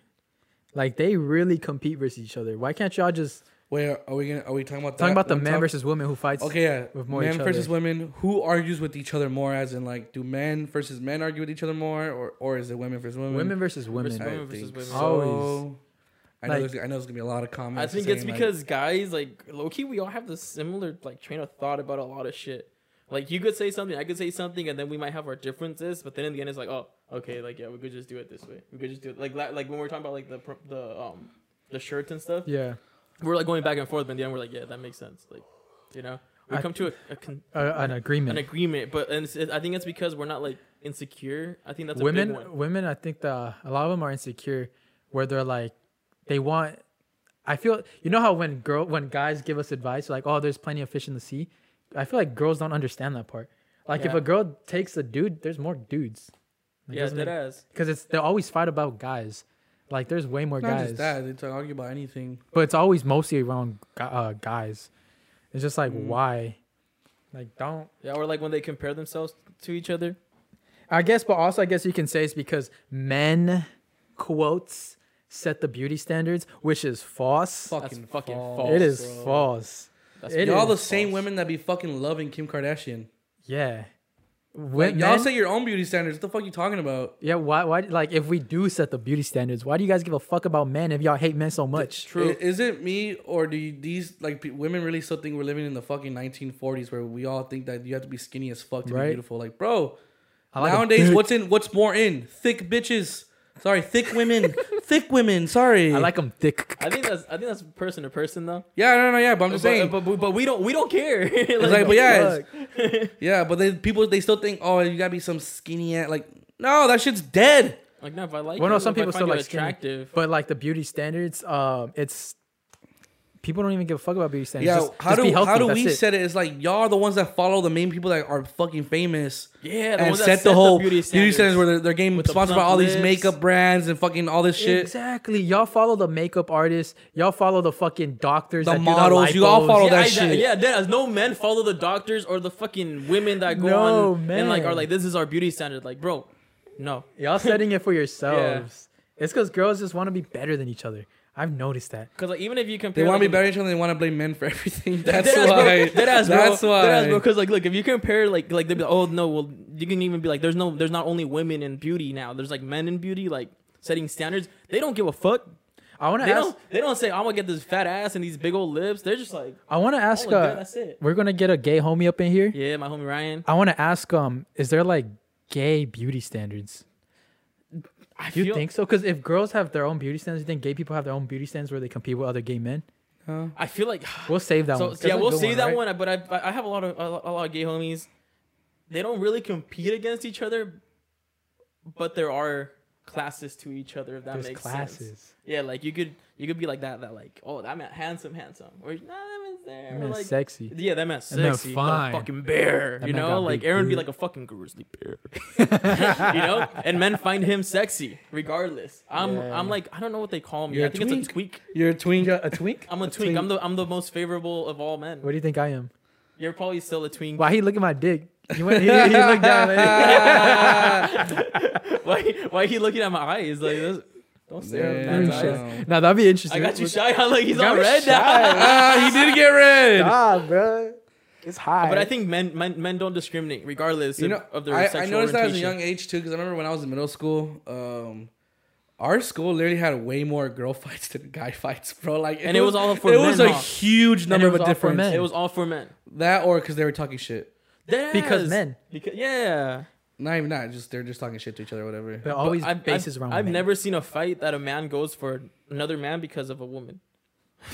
Speaker 1: Like they really compete versus each other. Why can't y'all just
Speaker 2: Wait, are are we gonna? Are we talking about
Speaker 1: talking
Speaker 2: that
Speaker 1: about the
Speaker 2: one
Speaker 1: man
Speaker 2: topic?
Speaker 1: versus woman who fights?
Speaker 2: Okay, yeah.
Speaker 1: with more
Speaker 2: men
Speaker 1: each
Speaker 2: versus
Speaker 1: other.
Speaker 2: women. Who argues with each other more? As in, like, do men versus men argue with each other more, or or is it women versus women?
Speaker 1: women versus women.
Speaker 3: Versus
Speaker 2: I
Speaker 3: women versus
Speaker 2: think
Speaker 3: women.
Speaker 2: so.
Speaker 1: Always.
Speaker 2: I know,
Speaker 1: Like-
Speaker 2: there's, I know there's gonna be a lot of
Speaker 3: I
Speaker 2: comments.
Speaker 3: think
Speaker 2: saying,
Speaker 3: it's
Speaker 2: like,
Speaker 3: because guys, like low key, we all have this similar like train of thought about a lot of shit. Like you could say something, I could say something, and then we might have our differences. But then in the end, it's like, oh, okay, like yeah, we could just do it this way. We could just do it like la- like when we we're talking about like the pr- the um the shirts and stuff.
Speaker 1: Yeah,
Speaker 3: We're like going back and forth, but in the end, we're like, yeah, that makes sense. Like, you know, we
Speaker 1: I-
Speaker 3: come to a, a con-
Speaker 1: uh, an agreement.
Speaker 3: an agreement. But and it's, I think it's because we're not like insecure. I think that's a big one.
Speaker 1: women, women. I think the a lot of them are insecure, where they're like, they want. I feel you know how when girl when guys give us advice like, oh, there's plenty of fish in the sea. I feel like girls don't understand that part. Like if
Speaker 3: Yeah.
Speaker 1: a girl takes a dude, there's more dudes. Like,
Speaker 3: yeah, that ass.
Speaker 1: because it's they always fight about guys. Like there's way more
Speaker 2: Not
Speaker 1: guys,
Speaker 2: just that. They talk, argue about anything.
Speaker 1: but it's always mostly around gu- uh, guys. It's just like
Speaker 3: Mm.
Speaker 1: why, like don't
Speaker 3: Yeah, or like when they compare themselves to each other.
Speaker 1: I guess, but also I guess you can say it's because men, quotes, set the beauty standards, which is false.
Speaker 2: Fucking,
Speaker 3: fucking
Speaker 2: false,
Speaker 3: false,
Speaker 1: it is
Speaker 2: bro.
Speaker 1: false.
Speaker 3: That's
Speaker 1: It
Speaker 2: y'all the
Speaker 1: is
Speaker 2: same
Speaker 3: false.
Speaker 2: women that be fucking loving Kim Kardashian.
Speaker 1: Yeah. When
Speaker 2: Like, y'all
Speaker 1: men-
Speaker 2: set your own beauty standards. What the fuck you talking about?
Speaker 1: yeah, why, why, like, if we do set the beauty standards, why do you guys give a fuck about men if y'all hate men so much?
Speaker 3: True.
Speaker 2: I- Is it me or do you, these like pe- women really still think we're living in the fucking 1940s where we all think that you have to be skinny as fuck to
Speaker 1: Right.
Speaker 2: be beautiful? Like, bro,
Speaker 1: I like a
Speaker 2: nowadays
Speaker 1: thick-
Speaker 2: what's in what's more in thick bitches? Sorry, thick women, thick women. Sorry.
Speaker 1: I like them thick.
Speaker 3: I think that's I think that's person to person though.
Speaker 2: Yeah, no, no, yeah, but I'm just saying.
Speaker 3: But, but, but we don't we don't care. like,
Speaker 2: it's like, but yeah, it's- yeah, but they people they still think, oh, you gotta be some skinny ass. Like, no, that shit's dead.
Speaker 3: like no, if I like
Speaker 1: Well,
Speaker 3: you,
Speaker 1: no, some
Speaker 3: if I
Speaker 1: people
Speaker 3: find
Speaker 1: still
Speaker 3: you
Speaker 1: like
Speaker 3: attractive.
Speaker 1: attractive, but like the beauty standards, um, it's people don't even give a fuck about beauty standards.
Speaker 2: Yeah,
Speaker 1: Just-
Speaker 2: how
Speaker 1: just
Speaker 2: do
Speaker 1: be healthy,
Speaker 2: how do
Speaker 1: that's
Speaker 2: we
Speaker 1: it.
Speaker 2: set it? It's like y'all are the ones that follow the main people that are fucking famous.
Speaker 3: yeah,
Speaker 2: and
Speaker 3: ones that
Speaker 2: set, the whole beauty standards, where
Speaker 3: standards.
Speaker 2: they're, they're getting
Speaker 3: With the
Speaker 2: sponsored by
Speaker 3: plump
Speaker 2: all these
Speaker 3: lips.
Speaker 2: makeup brands and fucking all this shit.
Speaker 1: Exactly. Y'all follow the makeup artists. Y'all follow the fucking doctors.
Speaker 2: The
Speaker 1: that do
Speaker 2: models, you all
Speaker 1: lipos.
Speaker 2: follow
Speaker 3: yeah,
Speaker 2: that
Speaker 3: I-
Speaker 2: shit.
Speaker 3: yeah, that is- no men follow the doctors or the fucking women that go
Speaker 1: No,
Speaker 3: on and like
Speaker 1: man.
Speaker 3: are like this is our beauty standard. Like, bro, no.
Speaker 1: Y'all setting it for yourselves. It's because girls just want to be better than each other. I've noticed that.
Speaker 3: Because like even if you compare,
Speaker 2: They want to
Speaker 3: like,
Speaker 2: be better than each other. They want to blame men for everything. That's
Speaker 3: Deadass, bro.
Speaker 2: why.
Speaker 3: Deadass, bro.
Speaker 2: That's why.
Speaker 3: Deadass, bro. Because like, look, if you compare, like, like they'd be like, oh no, well, you can even be like, there's no, there's not only women in beauty now. There's like men in beauty, like setting standards. They don't give a fuck.
Speaker 1: I want to
Speaker 3: They
Speaker 1: ask.
Speaker 3: don't. They don't say I'm gonna get this fat ass and these big old lips. They're just like,
Speaker 1: I want to ask.
Speaker 3: oh, dude,
Speaker 1: uh,
Speaker 3: that's it.
Speaker 1: we're gonna get a gay homie up in here.
Speaker 3: Yeah, my homie Ryan.
Speaker 1: I want to ask. Um, is there like gay beauty standards?
Speaker 3: I
Speaker 1: Do you
Speaker 3: feel,
Speaker 1: think so? Because if girls have their own beauty standards, you think gay people have their own beauty standards where they compete with other gay men?
Speaker 3: I feel like.
Speaker 1: We'll save that
Speaker 3: so
Speaker 1: one.
Speaker 3: yeah,
Speaker 1: That's a
Speaker 3: we'll
Speaker 1: good
Speaker 3: see that
Speaker 1: right?
Speaker 3: one. But I, I have a lot of a lot- a lot of gay homies. They don't really compete against each other, but there are classes to each other. If that
Speaker 1: There's
Speaker 3: makes sense.
Speaker 1: classes.
Speaker 3: Yeah, like you could you could be like that that like oh that meant handsome handsome or nah, that meant there
Speaker 1: That
Speaker 3: or
Speaker 1: meant
Speaker 3: like
Speaker 1: sexy.
Speaker 3: yeah that meant
Speaker 1: That meant
Speaker 3: sexy
Speaker 1: fine.
Speaker 3: like a fucking bear
Speaker 1: That
Speaker 3: you
Speaker 1: man
Speaker 3: know
Speaker 1: got
Speaker 3: like
Speaker 1: big
Speaker 3: Aaron be
Speaker 1: boot.
Speaker 3: like a fucking grizzly bear you know and men find him sexy regardless I'm
Speaker 1: Yeah.
Speaker 3: I'm like I don't know what they call me
Speaker 2: You're
Speaker 3: I
Speaker 2: a
Speaker 3: think it's a tweak
Speaker 2: You're a twink.
Speaker 1: A twink?
Speaker 3: I'm a, twink. I'm the I'm the most favorable of all men
Speaker 1: What do you think I am?
Speaker 3: you're probably still a twink
Speaker 1: Why he look at my dick? He went. He, he looked down. Like,
Speaker 3: why why he looking at my eyes like this? don't stare
Speaker 2: Yeah,
Speaker 3: at my
Speaker 1: Very
Speaker 2: no.
Speaker 3: eyes
Speaker 1: shy. Now that'd be
Speaker 3: I
Speaker 1: interesting.
Speaker 3: got you shy I'm like he's
Speaker 1: got
Speaker 3: all
Speaker 1: me
Speaker 3: red now.
Speaker 1: shy.
Speaker 2: ah, he did get red.
Speaker 1: Ah, bro. It's high.
Speaker 3: But I think men men, men don't discriminate regardless
Speaker 2: You
Speaker 3: of-
Speaker 2: know,
Speaker 3: of their
Speaker 2: I, I
Speaker 3: sexual
Speaker 2: noticed that as a
Speaker 3: orientation.
Speaker 2: young age too. Because I remember when I was in middle school, um, our school literally had way more girl fights than guy fights, bro. Like,
Speaker 3: And it was all for
Speaker 2: It
Speaker 3: men,
Speaker 2: was a
Speaker 3: huh?
Speaker 2: huge number
Speaker 1: was
Speaker 2: of
Speaker 1: all for
Speaker 2: difference.
Speaker 1: men.
Speaker 3: It was all for men.
Speaker 2: That or because they were talking shit.
Speaker 1: Because
Speaker 3: Yes.
Speaker 1: men.
Speaker 3: Because yeah.
Speaker 2: Not even that. Just they're just talking shit to each other, or whatever.
Speaker 1: But always
Speaker 3: But I've-
Speaker 1: bases
Speaker 3: I've-
Speaker 1: around.
Speaker 3: I've
Speaker 1: women.
Speaker 3: never seen a fight that a man goes for another man because of a woman.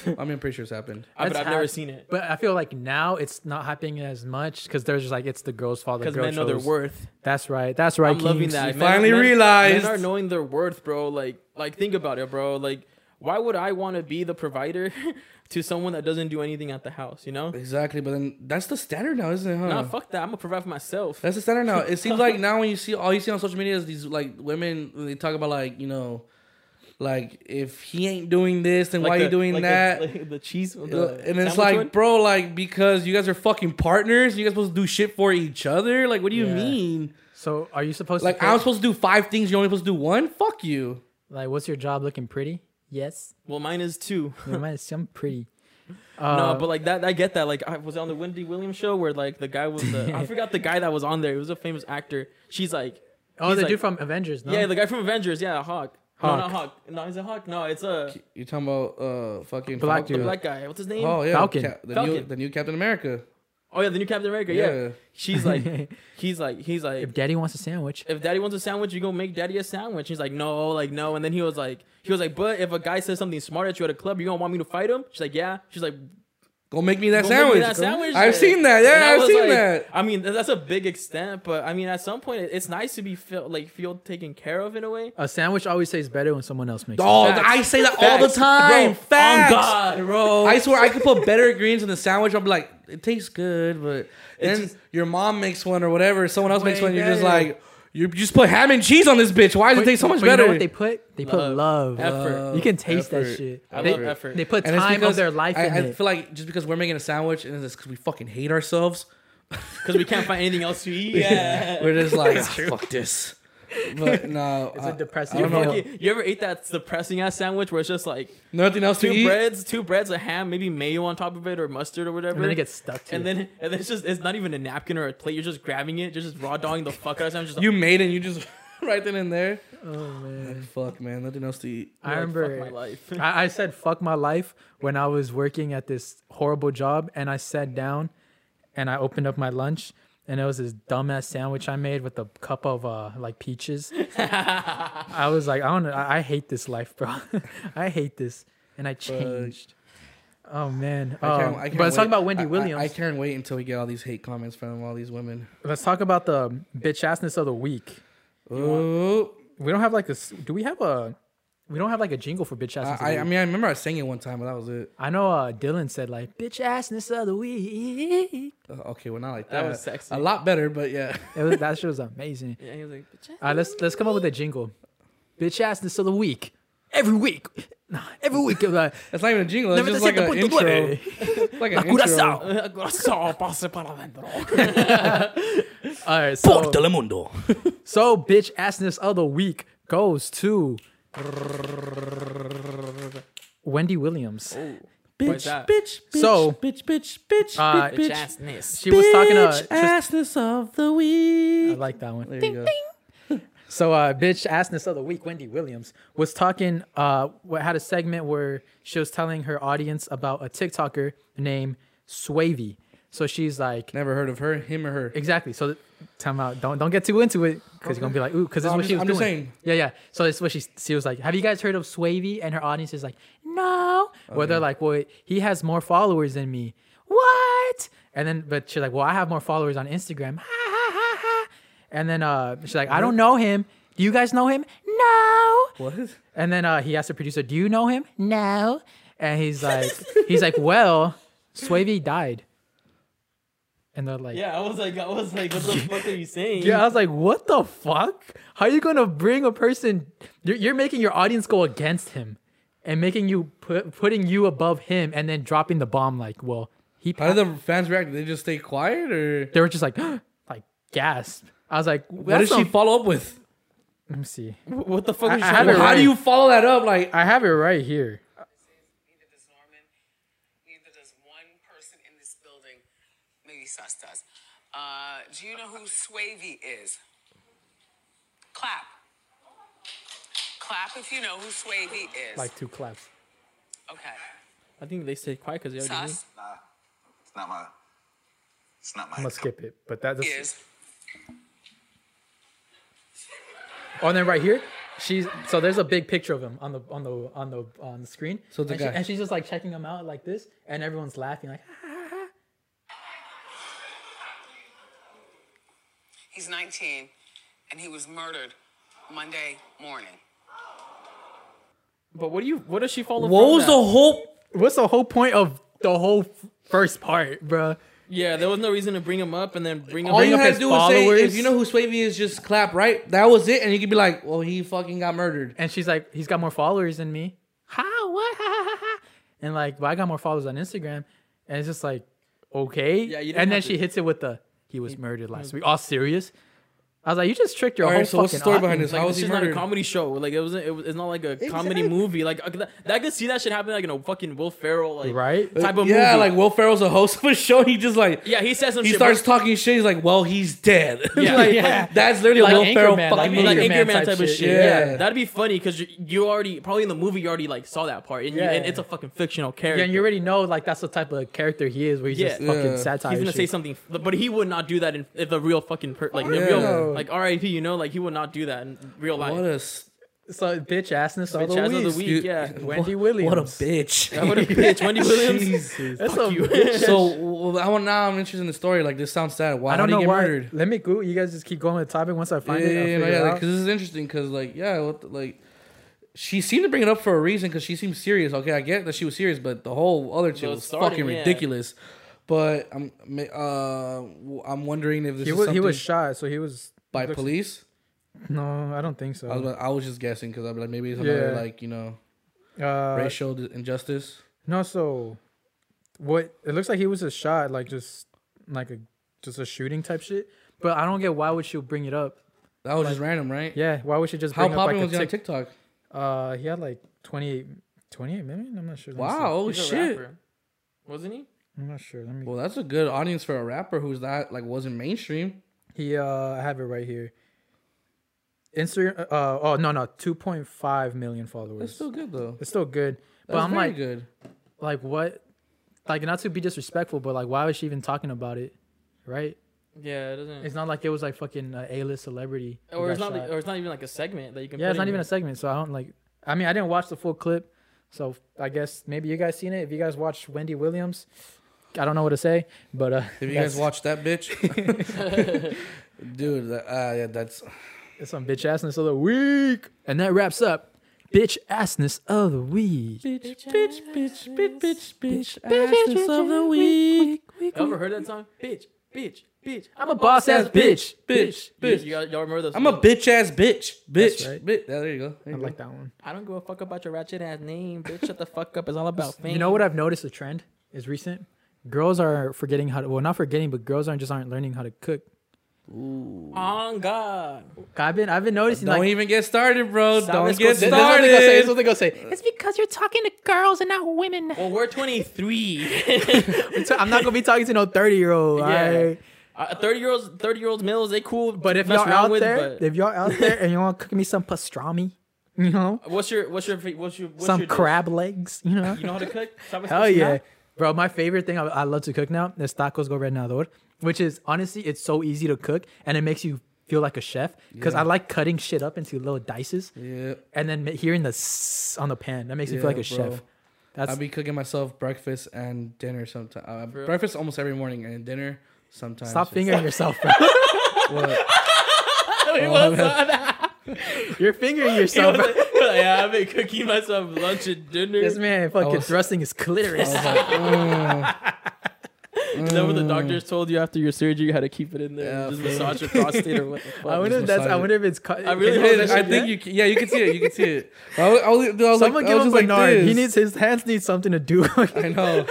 Speaker 2: I mean, I'm pretty sure it's happened.
Speaker 3: I- but
Speaker 1: That's
Speaker 3: I've never
Speaker 1: hap-
Speaker 3: seen it
Speaker 1: But I feel like now it's not happening as much because there's just like it's the girl's fault. The
Speaker 3: because
Speaker 1: girl
Speaker 3: men know their
Speaker 1: chose.
Speaker 3: worth.
Speaker 1: That's right. That's right.
Speaker 3: I'm loving
Speaker 1: Kings.
Speaker 3: that.
Speaker 2: You finally realized.
Speaker 3: men are knowing their worth, bro. Like, like think about it, bro. Like, why would I want to be the provider to someone that doesn't do anything at the house? You know?
Speaker 2: Exactly, but then that's the standard now, isn't it? Huh?
Speaker 3: Nah, fuck that. I'm gonna provide for myself.
Speaker 2: That's the standard now. It seems like now when you see all you see on social media is these like women they talk about like you know, like if he ain't doing this, then why
Speaker 3: Like
Speaker 2: you
Speaker 3: the-
Speaker 2: doing
Speaker 3: like the-
Speaker 2: that?
Speaker 3: like the cheese, the
Speaker 2: and it's
Speaker 3: sandwich
Speaker 2: like,
Speaker 3: one?
Speaker 2: bro, like because you guys are fucking partners, you guys supposed to do shit for each other. Like, what do you
Speaker 1: Yeah.
Speaker 2: mean?
Speaker 1: So are you supposed
Speaker 2: Like,
Speaker 1: to?
Speaker 2: I'm
Speaker 1: Like,
Speaker 2: supposed to do five things, you're only supposed to do one. Fuck you.
Speaker 1: like, what's your job? Looking pretty? Yes.
Speaker 3: well, mine is two.
Speaker 1: You might say I'm pretty.
Speaker 3: no,
Speaker 1: Uh,
Speaker 3: but like that, I get that. Like, I was on the Wendy Williams show where like the guy was the I forgot the guy that was on there. He was a famous actor. She's like,
Speaker 1: oh,
Speaker 3: he's
Speaker 1: the
Speaker 3: like-
Speaker 1: dude from Avengers. No?
Speaker 3: yeah, the guy from Avengers. Yeah, Hawk. No,
Speaker 1: Hawk.
Speaker 3: not Hawk. No, he's a Hawk. No, it's a
Speaker 2: You're talking about uh fucking
Speaker 1: Black
Speaker 2: Falcon.
Speaker 3: the
Speaker 1: dude.
Speaker 3: black guy. What's his name?
Speaker 2: Oh yeah,
Speaker 1: Falcon.
Speaker 2: Cap- the, New,
Speaker 3: Falcon.
Speaker 2: the new Captain America.
Speaker 3: Oh yeah, the new Captain America. Yeah.
Speaker 2: Yeah.
Speaker 3: She's like, he's like, he's like,
Speaker 1: If Daddy wants a sandwich,
Speaker 3: if Daddy wants a sandwich, you go make Daddy a sandwich. He's like, no, like no. And then he was like, he was like, but if a guy says something smart at you at a club, you gonna want me to fight him? She's like, yeah. She's like,
Speaker 2: Go make me that,
Speaker 3: go make
Speaker 2: sandwich.
Speaker 3: me that
Speaker 2: Go-
Speaker 3: sandwich.
Speaker 2: I've
Speaker 3: then.
Speaker 2: seen that.
Speaker 3: And I
Speaker 2: Yeah, I've
Speaker 3: was
Speaker 2: seen
Speaker 3: like-
Speaker 2: that.
Speaker 3: I mean, th- that's a big extent, but I mean, at some point, it- it's nice to be feel like feel taken care of in a way.
Speaker 1: a sandwich always tastes better when someone else makes
Speaker 2: Oh,
Speaker 3: Facts.
Speaker 2: I say that all the
Speaker 3: Facts.
Speaker 2: time.
Speaker 3: Bro,
Speaker 2: Facts.
Speaker 3: on God, bro.
Speaker 2: I swear I could put better ingredients in the sandwich. I'm like, it tastes good, but then
Speaker 3: just-
Speaker 2: your mom makes one or whatever. Someone else makes
Speaker 1: Way
Speaker 2: one. You're just
Speaker 1: better.
Speaker 2: like, you just put ham and cheese on this bitch. Why does
Speaker 1: it.
Speaker 2: it taste so much
Speaker 1: But you know
Speaker 2: better?
Speaker 1: what they put? They put
Speaker 3: Love.
Speaker 1: love.
Speaker 3: Effort.
Speaker 2: Love,
Speaker 1: You can taste
Speaker 2: effort,
Speaker 1: that shit.
Speaker 2: effort.
Speaker 1: They,
Speaker 3: love effort.
Speaker 1: They put
Speaker 2: And it's
Speaker 1: time of
Speaker 2: because
Speaker 1: their life
Speaker 2: I,
Speaker 1: in
Speaker 2: I
Speaker 1: it.
Speaker 2: feel like just because we're making a sandwich and it's because we fucking hate ourselves,
Speaker 3: Because we can't find anything else to eat. Yeah.
Speaker 2: we're just like, "Ah, fuck this. But no,
Speaker 1: It's a
Speaker 2: I-
Speaker 1: depressing-
Speaker 2: uh, I
Speaker 3: You,
Speaker 2: don't know.
Speaker 3: fucking- you ever ate that depressing ass sandwich where it's just like
Speaker 2: Nothing else to
Speaker 3: two
Speaker 2: eat.
Speaker 3: breads, two breads, a ham, maybe mayo on top of it or mustard or whatever.
Speaker 1: and then it gets stuck to
Speaker 3: and
Speaker 1: you.
Speaker 3: then, and then it's just it's not even a napkin or a plate. You're just grabbing it, you're just raw dogging the fuck out of sandwich. Just
Speaker 2: You made it. You just right then and there.
Speaker 1: oh man.
Speaker 2: Fuck, man. Nothing else to eat.
Speaker 1: I
Speaker 3: like,
Speaker 1: remember
Speaker 3: "Oh, fuck my life.
Speaker 1: I, I said fuck my life when I was working at this horrible job and I sat down and I opened up my lunch and it was this dumbass sandwich I made with a cup of uh like peaches. I was like, I don't know, I, I hate this life, bro. I hate this. And I changed. Oh man.
Speaker 2: I can't,
Speaker 1: Um,
Speaker 2: I can't
Speaker 1: but let's talk
Speaker 2: wait.
Speaker 1: about Wendy
Speaker 2: I- I-
Speaker 1: Williams.
Speaker 2: I, can't wait until we get all these hate comments from all these women.
Speaker 1: let's talk about the bitch assness of the week.
Speaker 2: Ooh.
Speaker 1: We don't have like this do we have a we don't have like a jingle for bitch assness of the
Speaker 2: Uh, I, I
Speaker 1: week.
Speaker 2: mean, I remember I sang it one time, but that was it.
Speaker 1: I know uh, Dylan said like bitch assness of the week.
Speaker 2: Uh, Okay, well, not like that.
Speaker 3: That was sexy.
Speaker 2: A lot better, but yeah.
Speaker 1: It was, that shit was amazing.
Speaker 3: yeah, he was like, "Bitch,
Speaker 1: All right, let's let's come up with a jingle. Bitch assness of the week. Every week. Nah, every week. I'm like,
Speaker 2: It's not even a jingle. It's
Speaker 1: "Never
Speaker 2: just
Speaker 1: te
Speaker 2: like an
Speaker 1: siento punto
Speaker 2: intro.
Speaker 1: nueve."
Speaker 2: It's like
Speaker 1: La
Speaker 2: an intro.
Speaker 1: Curazao.
Speaker 3: I got so pase para adentro."
Speaker 1: All right, so, so bitch assness of the week goes to Wendy Williams.
Speaker 3: Why's
Speaker 2: Oh. Bitch,
Speaker 3: that?
Speaker 2: bitch, bitch,
Speaker 1: So-
Speaker 2: bitch, bitch, bitch,
Speaker 1: Uh,
Speaker 3: Bitch
Speaker 2: bitch, bitch.
Speaker 3: assness.
Speaker 1: She was talking to
Speaker 2: Bitch
Speaker 1: just-
Speaker 2: assness of the
Speaker 1: I
Speaker 2: week.
Speaker 1: like that one.
Speaker 2: There you go.
Speaker 1: So, uh, bitch assness of the week, Wendy Williams was talking. Uh, what had a segment where she was telling her audience about a TikToker named Swavy. So she's like,
Speaker 2: Never heard of her, him, or her.
Speaker 1: exactly. So, th- time out. Don't don't get too into it because you're gonna be like, ooh, because this is
Speaker 2: No, I'm
Speaker 1: what she was
Speaker 2: just- I'm
Speaker 1: doing.
Speaker 2: just saying.
Speaker 1: Yeah, yeah. So this is what she she was like. Have you guys heard of Swavy? And her audience is like,
Speaker 2: Oh,
Speaker 1: no. Well, they're like, well, he has more followers than me. What? And then, but she's like, well, I have more followers on Instagram. Ha ha ha ha. And then uh, she's like, I don't know him. Do you guys know him? No.
Speaker 2: What?
Speaker 1: And then uh, he asked the producer, "Do you know him?" No. And he's like, he's like, well, Swavy died. And they're like,
Speaker 3: Yeah, I was like, I was like, what the fuck are you saying?
Speaker 1: yeah, I was like, what the fuck? How are you gonna bring a person? You're, you're making your audience go against him, and making you put putting you above him, and then dropping the bomb. Like, well, he.
Speaker 2: How did the fans react? Did they just stay quiet, or
Speaker 1: They were just like, like gasp. I was like,
Speaker 2: what did she follow up with?
Speaker 1: Let me see.
Speaker 3: Wh- What the fuck?
Speaker 1: I-
Speaker 3: are you
Speaker 1: I
Speaker 3: saying?
Speaker 1: have it
Speaker 2: How
Speaker 1: right.
Speaker 2: do you follow that up? Like,
Speaker 1: I have it right here.
Speaker 4: Neither does Norman. Neither does one person in this building. Maybe Sus does. Uh, do you know who Swavy is? Clap. Clap if you know who Swavy is.
Speaker 1: Like two claps.
Speaker 4: okay.
Speaker 3: I think they stayed quiet because they already knew.
Speaker 4: Sus
Speaker 5: Nah, it's not my. It's not my.
Speaker 1: I'm gonna skip it, but that
Speaker 4: is
Speaker 1: Oh, and then right here, she's so there's a big picture of him on the on the on the on the screen.
Speaker 2: So the
Speaker 1: and,
Speaker 2: guy-
Speaker 1: She, and she's just like checking him out like this, and everyone's laughing like.
Speaker 4: He's 19 and he was murdered Monday morning.
Speaker 3: But what do you? What does she follow?
Speaker 2: What
Speaker 3: from
Speaker 2: was
Speaker 3: that?
Speaker 2: the whole?
Speaker 1: What's the whole point of the whole f- first part, bruh?
Speaker 3: Yeah, there was no reason to bring him up and then bring him.
Speaker 2: All
Speaker 3: Bring
Speaker 2: you
Speaker 1: up
Speaker 2: had to
Speaker 1: his
Speaker 2: do was say, if
Speaker 1: followers.
Speaker 2: you know who Swavey is, just clap, right? That was it, and you could be like, well, he fucking got murdered.
Speaker 1: And she's like, he's got more followers than me. How? What? Ha, ha, ha, ha. And like, well, I got more followers on Instagram. And it's just like, okay.
Speaker 3: Yeah, you didn't
Speaker 1: and then
Speaker 3: have
Speaker 1: she
Speaker 3: to-
Speaker 1: hits it with the, he was murdered last week. All serious. I was like, you just tricked your
Speaker 2: All
Speaker 1: whole
Speaker 2: right, so what's the
Speaker 1: fucking
Speaker 2: story behind
Speaker 1: audience.
Speaker 2: this?
Speaker 3: Like,
Speaker 2: How was
Speaker 3: it's
Speaker 2: he
Speaker 3: just not a
Speaker 2: murdered?
Speaker 3: comedy show. Like it wasn't. It was, it's not like a comedy
Speaker 2: Exactly.
Speaker 3: movie. Like I, could- I could see that shit happening like in a fucking Will Ferrell like
Speaker 1: Right?
Speaker 3: type of
Speaker 2: yeah,
Speaker 3: movie.
Speaker 2: like Will Ferrell's a host of a show. He just like
Speaker 3: yeah, he says some.
Speaker 2: he
Speaker 3: shit,
Speaker 2: starts
Speaker 3: but-
Speaker 2: talking shit. He's like, well, he's dead.
Speaker 3: Yeah.
Speaker 2: Like,
Speaker 1: Yeah.
Speaker 2: that's literally
Speaker 1: Like
Speaker 2: a Will Ferrell
Speaker 1: Anchorman,
Speaker 2: fucking
Speaker 1: like
Speaker 3: like
Speaker 2: movie.
Speaker 1: Anchorman
Speaker 3: Anchorman
Speaker 1: type
Speaker 3: type, of
Speaker 1: shit.
Speaker 3: shit. Yeah.
Speaker 2: Yeah.
Speaker 3: that'd be funny because you, you already probably in the movie you already like saw that part, and, you,
Speaker 1: Yeah.
Speaker 3: and it's a fucking fictional character.
Speaker 1: Yeah, and you already know like that's the type of character he is, where he's just
Speaker 3: Yeah.
Speaker 1: fucking
Speaker 2: Yeah.
Speaker 1: satire.
Speaker 3: He's gonna
Speaker 1: shit.
Speaker 3: say something, but he would not do that in if the real fucking per, like the
Speaker 2: Yeah.
Speaker 3: real like R.I.P. You know, like he would not do that in real life.
Speaker 2: What a s-
Speaker 1: So bitch assness of
Speaker 3: Bitch
Speaker 1: the
Speaker 3: ass of
Speaker 1: week.
Speaker 3: the week,
Speaker 2: dude.
Speaker 3: yeah.
Speaker 1: Wendy
Speaker 2: what a
Speaker 1: Williams.
Speaker 2: bitch.
Speaker 3: What a bitch, Wendy Williams.
Speaker 2: Jesus.
Speaker 1: That's a
Speaker 3: you.
Speaker 1: bitch.
Speaker 2: So well, I want now. I'm interested in the story. Like this sounds sad. Why
Speaker 1: I don't
Speaker 2: did
Speaker 1: know
Speaker 2: he get
Speaker 1: why.
Speaker 2: murdered?
Speaker 1: Let me go. You guys just keep going with the topic. Once I
Speaker 2: Yeah,
Speaker 1: find
Speaker 2: yeah,
Speaker 1: it, I'll
Speaker 2: yeah,
Speaker 1: figure it out.
Speaker 2: because this is interesting. Because like, yeah, what the, like, she seemed to bring it up for a reason. Because she seemed serious. Okay, I get that she was serious, but the whole other shit
Speaker 3: Well,
Speaker 2: was
Speaker 3: starting,
Speaker 2: fucking
Speaker 3: yeah.
Speaker 2: ridiculous. But I'm, uh, I'm wondering if this
Speaker 1: He
Speaker 2: is
Speaker 1: was,
Speaker 2: something
Speaker 1: he was shot, so he was
Speaker 2: by
Speaker 1: looks-
Speaker 2: police.
Speaker 1: No, I don't think so.
Speaker 2: I was, I was just guessing because I'd be like, maybe it's another
Speaker 1: Yeah.
Speaker 2: like you know
Speaker 1: uh,
Speaker 2: racial di- injustice.
Speaker 1: No, so what? It looks like he was a shot, like just like a just a shooting type shit. But I don't get why would she bring it up?
Speaker 2: That was just random, right?
Speaker 1: Yeah, why would she just
Speaker 2: How
Speaker 1: bring up like
Speaker 2: popular
Speaker 1: a
Speaker 2: was he on
Speaker 1: tick?
Speaker 2: TikTok?
Speaker 1: Uh, he had like 28, 28 million. I'm not sure. Let me see.
Speaker 2: Wow, oh
Speaker 3: He's a
Speaker 2: shit!
Speaker 3: rapper. wasn't he?
Speaker 1: I'm not sure. Let me.
Speaker 2: Well, that's a good audience for a rapper who's not like wasn't mainstream.
Speaker 1: He uh, I have it right here. Instagram. Uh, oh no no, two point five million followers.
Speaker 2: That's still good though.
Speaker 1: it's still good.
Speaker 2: That's
Speaker 1: But I'm
Speaker 2: very
Speaker 1: like,
Speaker 2: good.
Speaker 1: like what? Like not to be disrespectful, but like why was she even talking about it? Right?
Speaker 3: Yeah, it doesn't.
Speaker 1: It's not like it was like fucking uh, A-list celebrity. who
Speaker 3: or it's
Speaker 1: got
Speaker 3: not.
Speaker 1: shot.
Speaker 3: Or it's not even like a segment that you can.
Speaker 1: yeah,
Speaker 3: put
Speaker 1: it's not
Speaker 3: in
Speaker 1: even
Speaker 3: here.
Speaker 1: a segment. So I don't like. I mean, I didn't watch the full clip, so I guess maybe you guys seen it. If you guys watched Wendy Williams, I don't know what to say, but uh,
Speaker 2: Have you
Speaker 1: that's-
Speaker 2: guys watched that bitch? Dude, that, uh, yeah, that's
Speaker 1: it's some bitch assness of the week, and that wraps up bitch assness of the week.
Speaker 2: bitch, bitch, bitch, bitch, bitch, bitch, asses of the week.
Speaker 3: You ever heard that song? Bitch, bitch, bitch.
Speaker 1: I'm a boss ass bitch.
Speaker 2: bitch,
Speaker 3: Bitch,
Speaker 2: bitch.
Speaker 3: you, y'all remember those?
Speaker 2: I'm a bitch ass bitch, bitch,
Speaker 1: That's right.
Speaker 2: bitch. Yeah, there you go. There
Speaker 1: I
Speaker 2: you go.
Speaker 1: like that one.
Speaker 3: I don't give a fuck about your ratchet ass name, bitch. Shut the fuck up. It's all about fame.
Speaker 1: You know what I've noticed a trend is recent. Girls are forgetting how to well not forgetting, but girls aren't just aren't learning how to cook.
Speaker 3: On God.
Speaker 1: I've been I've been noticing
Speaker 2: Don't
Speaker 1: like
Speaker 2: even get started, bro. Don't
Speaker 3: Salvador's
Speaker 2: get
Speaker 3: gonna- that's what they gonna
Speaker 2: started.
Speaker 1: they gonna say. It's because you're talking to girls and not women.
Speaker 3: Well, we're 23.
Speaker 1: I'm not gonna be talking to no 30 year old.
Speaker 3: yeah. Uh, 30 year olds, 30 year olds males, they cool.
Speaker 1: But if y'all out there, if y'all out there and you want to cook me some pastrami, you know,
Speaker 3: what's your, what's your, fa- what's your, what's
Speaker 1: some
Speaker 3: your dish?
Speaker 1: crab legs, you know,
Speaker 3: You know how to cook? Stop us
Speaker 1: hell
Speaker 3: cooking
Speaker 1: yeah,
Speaker 3: now?
Speaker 1: bro. My favorite thing I, I love to cook now is tacos gobernador, which is honestly it's so easy to cook and it makes you feel like a chef because I like cutting shit up into little dices
Speaker 2: Yeah.
Speaker 1: and then ma- hearing the s- on the pan that makes me feel like
Speaker 2: Yeah,
Speaker 1: a chef.
Speaker 2: bro.
Speaker 1: That's
Speaker 2: I'll be cooking myself breakfast and dinner sometimes. Uh,
Speaker 3: real?
Speaker 2: breakfast almost every morning and dinner sometimes.
Speaker 1: stop
Speaker 2: It's-
Speaker 1: fingering yourself, bro.
Speaker 2: What?
Speaker 1: You're fingering
Speaker 3: He
Speaker 1: yourself.
Speaker 3: was
Speaker 1: bro.
Speaker 3: like, yeah, I've been cooking myself lunch and dinner.
Speaker 1: This man fucking
Speaker 2: was-
Speaker 1: thrusting his clitoris.
Speaker 3: Is that what the doctors told you after your surgery? You had to keep it in there
Speaker 2: Yeah,
Speaker 3: and just
Speaker 2: bro.
Speaker 3: massage your prostate or what the fuck?
Speaker 1: I wonder if that's. I
Speaker 2: massage it.
Speaker 1: wonder if it's. Cu- I
Speaker 3: really
Speaker 2: It
Speaker 3: hope
Speaker 2: is.
Speaker 3: that
Speaker 2: I
Speaker 3: shit-
Speaker 2: think you. Can, yeah, you can see it. You can see it. I was, I was, I was
Speaker 1: Someone
Speaker 2: like, I
Speaker 1: give
Speaker 2: was
Speaker 1: him
Speaker 2: just like
Speaker 1: Bernard. he
Speaker 2: this.
Speaker 1: needs his hands need something to do.
Speaker 2: I know.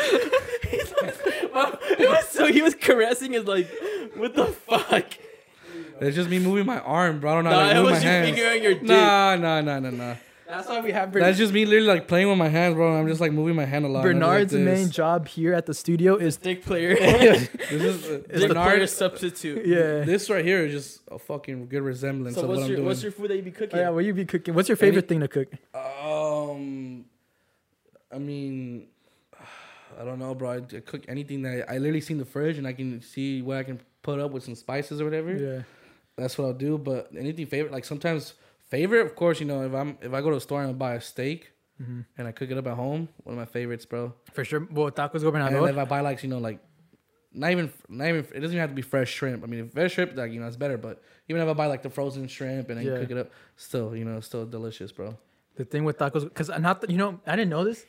Speaker 3: It was so he was caressing his like, what the fuck?
Speaker 2: It's just me moving my arm, bro. I don't know.
Speaker 3: Nah,
Speaker 2: how to
Speaker 3: it
Speaker 2: move
Speaker 3: was
Speaker 2: my
Speaker 3: you
Speaker 2: hands.
Speaker 3: fingering your dick.
Speaker 2: Nah, nah, nah, nah, nah.
Speaker 1: That's why we have
Speaker 2: That's just me literally like playing with my hands, bro. And I'm just like moving my hand a lot. and I'm
Speaker 1: Bernard's
Speaker 2: just like
Speaker 1: main job here at the studio is
Speaker 3: Dick player.
Speaker 2: this. this is uh,
Speaker 3: Dick player
Speaker 2: Bernard.
Speaker 3: substitute.
Speaker 1: yeah.
Speaker 2: This right here is just a fucking good resemblance
Speaker 3: So
Speaker 2: of what
Speaker 3: what's
Speaker 2: I'm
Speaker 3: your
Speaker 2: doing.
Speaker 3: what's your food that you be cooking?
Speaker 1: Oh, yeah, what you be cooking? What's your favorite thing to cook?
Speaker 2: Um, I mean, I don't know, bro. I I cook anything that I, I literally see in the fridge, and I can see what I can put up with some spices or whatever.
Speaker 1: Yeah,
Speaker 2: That's what I'll do. But anything favorite, like sometimes Favorite, of course, you know if I'm if I go to the store and buy a steak
Speaker 3: Mm-hmm.
Speaker 2: and I cook it up at home, one of my favorites, bro.
Speaker 1: For sure. Well, tacos
Speaker 2: And if
Speaker 1: gobernador.
Speaker 2: I buy like you know like not even not even it doesn't even have to be fresh shrimp. I mean, if fresh shrimp like you know it's better, but even if I buy like the frozen shrimp and then
Speaker 1: Yeah.
Speaker 2: cook it up, still you know it's still delicious, bro.
Speaker 1: The thing with tacos, because not that- you know, I didn't know this,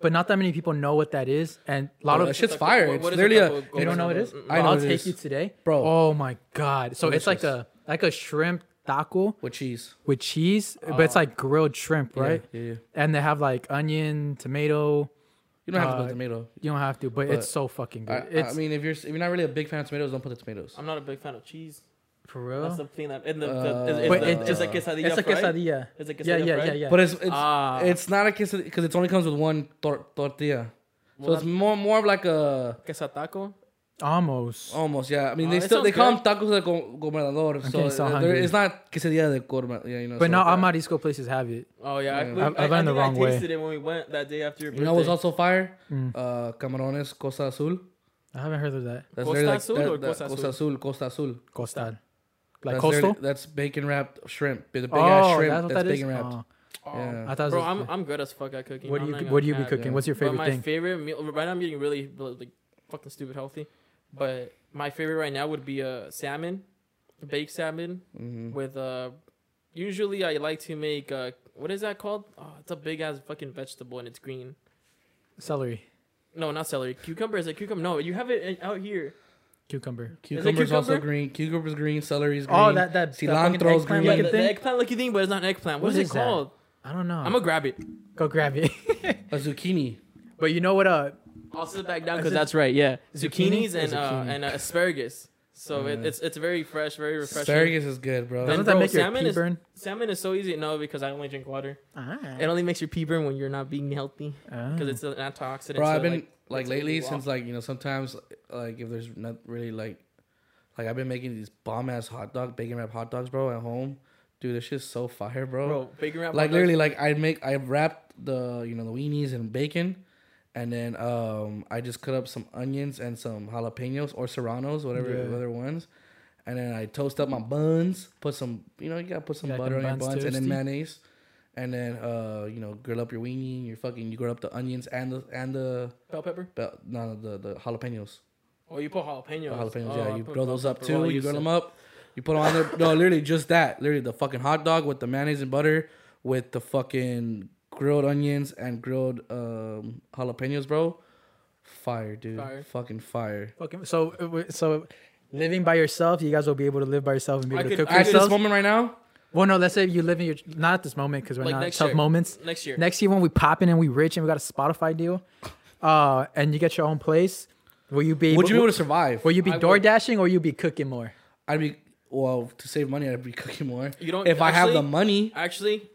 Speaker 1: but not that many people know what that is, and a lot
Speaker 2: Bro, Oh, that
Speaker 1: of
Speaker 2: shit's
Speaker 3: Like,
Speaker 2: fire.
Speaker 3: what-
Speaker 2: it's
Speaker 3: what is
Speaker 2: literally
Speaker 3: a
Speaker 2: a,
Speaker 3: couple of
Speaker 1: you don't know what it is.
Speaker 2: I
Speaker 1: Well,
Speaker 2: know
Speaker 1: I'll
Speaker 2: what it
Speaker 1: take
Speaker 2: is.
Speaker 1: you today,
Speaker 2: Bro.
Speaker 1: Oh my god! So it's like a like a shrimp taco
Speaker 2: with cheese.
Speaker 1: with cheese, but
Speaker 3: Oh.
Speaker 1: it's like grilled shrimp,
Speaker 2: Yeah,
Speaker 1: right?
Speaker 2: Yeah, yeah.
Speaker 1: And they have like onion, tomato.
Speaker 2: You don't have to put
Speaker 1: Uh,
Speaker 2: tomato.
Speaker 1: You don't have to, but,
Speaker 2: But
Speaker 1: it's so fucking good.
Speaker 2: I, I
Speaker 1: it's
Speaker 2: mean, if you're if you're not really a big fan of tomatoes, don't put the tomatoes.
Speaker 3: I'm not a big fan of cheese.
Speaker 1: for real.
Speaker 3: That's the thing that and the,
Speaker 2: Uh,
Speaker 3: the, is, is
Speaker 1: But
Speaker 3: the
Speaker 1: it-
Speaker 3: is the quesadilla.
Speaker 1: it's a
Speaker 3: fried?
Speaker 1: quesadilla.
Speaker 3: It's a
Speaker 1: yeah,
Speaker 3: quesadilla
Speaker 1: yeah, yeah,
Speaker 3: fried?
Speaker 1: yeah.
Speaker 2: But it's it's,
Speaker 3: Ah.
Speaker 2: it's not a quesadilla because it only comes with one tor- tortilla. So
Speaker 3: Well,
Speaker 2: it's more more of like a
Speaker 3: Quesad taco.
Speaker 1: almost.
Speaker 2: almost yeah. I mean
Speaker 3: Oh,
Speaker 2: they
Speaker 3: that
Speaker 2: still they
Speaker 3: sounds
Speaker 2: call them tacos de go- gobernador.
Speaker 1: getting
Speaker 2: so
Speaker 1: so
Speaker 2: there-
Speaker 1: hungry.
Speaker 2: it's not quesadilla de gobernador. Yeah, you know.
Speaker 1: but
Speaker 2: so-
Speaker 1: now all marisco places have it.
Speaker 3: Oh yeah, I,
Speaker 2: Yeah.
Speaker 3: we-
Speaker 1: Mm. I've-
Speaker 3: I-
Speaker 1: I've
Speaker 3: I
Speaker 1: gone the
Speaker 3: think
Speaker 1: wrong
Speaker 3: I
Speaker 1: way.
Speaker 3: tasted it when we went that day after your
Speaker 2: you
Speaker 3: birthday.
Speaker 2: know what's also fire? Uh, camarones Costa Azul.
Speaker 1: I haven't heard of that.
Speaker 2: That's
Speaker 3: Costa
Speaker 2: literally
Speaker 3: Azul or Costa
Speaker 2: Costa Azul? Costa Azul.
Speaker 1: Costal, like
Speaker 2: that's
Speaker 1: coastal.
Speaker 2: literally- That's bacon wrapped shrimp. The big ass
Speaker 1: Oh,
Speaker 2: shrimp.
Speaker 1: that's what
Speaker 2: that's
Speaker 1: that is.
Speaker 2: bacon wrapped.
Speaker 1: Oh,
Speaker 2: Yeah.
Speaker 1: I thought. it
Speaker 3: Bro,
Speaker 1: was-
Speaker 3: I'm I'm good as fuck at cooking.
Speaker 1: what do
Speaker 3: I'm
Speaker 1: you
Speaker 3: not gonna
Speaker 1: What do you be
Speaker 3: cap.
Speaker 1: cooking?
Speaker 2: yeah.
Speaker 1: What's your
Speaker 3: But
Speaker 1: favorite
Speaker 3: my
Speaker 1: thing?
Speaker 3: favorite meal right now I'm getting really like fucking stupid healthy, but my favorite right now would be uh, salmon, baked salmon
Speaker 1: Mm-hmm.
Speaker 3: with uh. Usually I like to make uh, what is that called? Oh, it's a big ass fucking vegetable and it's green.
Speaker 1: Celery,
Speaker 3: No, not celery. Cucumber is a cucumber. No, you have it in- out here.
Speaker 1: cucumber.
Speaker 2: Cucumber's also
Speaker 3: cucumber?
Speaker 2: green. Cucumber's green. Celery's green.
Speaker 1: Oh, that- that- that fucking
Speaker 2: cilantro's
Speaker 1: eggplant
Speaker 2: green.
Speaker 3: Yeah,
Speaker 1: looking
Speaker 3: the, the
Speaker 1: thing?
Speaker 3: eggplant looking thing, but it's not an eggplant.
Speaker 1: What
Speaker 3: what is,
Speaker 1: is
Speaker 3: it
Speaker 1: that?
Speaker 3: called?
Speaker 1: I don't know.
Speaker 3: I'm gonna grab it.
Speaker 1: go grab it.
Speaker 2: A zucchini.
Speaker 1: but you know what? Uh,
Speaker 3: I'll sit back down
Speaker 1: Is
Speaker 3: because
Speaker 1: it
Speaker 3: that's right. Yeah,
Speaker 1: zucchini?
Speaker 3: zucchinis and
Speaker 1: Yeah,
Speaker 3: uh,
Speaker 1: zucchini.
Speaker 3: and uh, asparagus. So it, it's it's very fresh, very refreshing.
Speaker 2: Mm. Asparagus is good, bro.
Speaker 1: Doesn't
Speaker 3: And
Speaker 1: that
Speaker 3: bro,
Speaker 1: make your
Speaker 3: salmon
Speaker 1: pee
Speaker 3: is-
Speaker 1: burn?
Speaker 3: Salmon is so easy. No, because I only drink water.
Speaker 1: Ah.
Speaker 2: Oh.
Speaker 3: It only makes your pee burn when you're not being healthy because it's an antioxidant.
Speaker 2: Ah. bro,
Speaker 3: so
Speaker 2: I've been
Speaker 3: like,
Speaker 2: like,
Speaker 3: it's a
Speaker 2: lately
Speaker 3: walk.
Speaker 2: since like you know sometimes like if there's not really like like I've been making these bomb ass hot dog bacon wrap hot dogs, bro, at home. Dude, this shit's so fire, bro.
Speaker 3: bro, bacon wrap.
Speaker 2: like
Speaker 3: hot dogs-
Speaker 2: literally, like I make I wrapped the you know the weenies in bacon, and then um I just cut up some onions and some jalapenos or serranos, whatever
Speaker 1: Yeah.
Speaker 2: other ones. And then I toast up my buns, put some, you know, you gotta put some
Speaker 1: You got
Speaker 2: butter on
Speaker 1: them
Speaker 2: your
Speaker 1: buns
Speaker 2: buns, and then
Speaker 1: toasty?
Speaker 2: mayonnaise, and then uh, you know, grill up your weenie, and your fucking, you grill up the onions and the and the
Speaker 3: bell pepper.
Speaker 2: but no, the the jalapenos.
Speaker 3: Oh, you put
Speaker 2: The
Speaker 3: jalapenos.
Speaker 2: jalapenos,
Speaker 3: Oh, I
Speaker 2: yeah. You
Speaker 3: put
Speaker 2: grill
Speaker 3: bell
Speaker 2: those up
Speaker 3: pepper. Well,
Speaker 2: too. You grill them up. You put 'em on there. No, literally just that. Literally the fucking hot dog with the mayonnaise and butter, with the fucking grilled onions and grilled um, jalapenos, bro. Fire, dude.
Speaker 3: Fire.
Speaker 2: Fucking fire.
Speaker 1: Fucking so uh, w- so living by yourself, you guys will be able to live by yourself and be
Speaker 3: I
Speaker 1: able to
Speaker 3: could-
Speaker 1: cook for
Speaker 3: I
Speaker 2: At this
Speaker 1: yourselves.
Speaker 2: moment right now,
Speaker 1: Well, no, let's say you live in your not at this moment because we're
Speaker 3: Like
Speaker 1: not
Speaker 3: next
Speaker 1: tough
Speaker 3: year.
Speaker 1: moments.
Speaker 3: Next year.
Speaker 1: Next year when we popping and we rich and we got a Spotify deal, uh, and you get your own place, will you be? Able,
Speaker 2: would you be able to survive?
Speaker 1: Will you be
Speaker 3: I would.
Speaker 1: door dashing or you be cooking more?
Speaker 2: I'd be well to save money. I'd be cooking more.
Speaker 3: You don't-
Speaker 2: If I have the
Speaker 3: actually-
Speaker 2: money,
Speaker 3: Actually,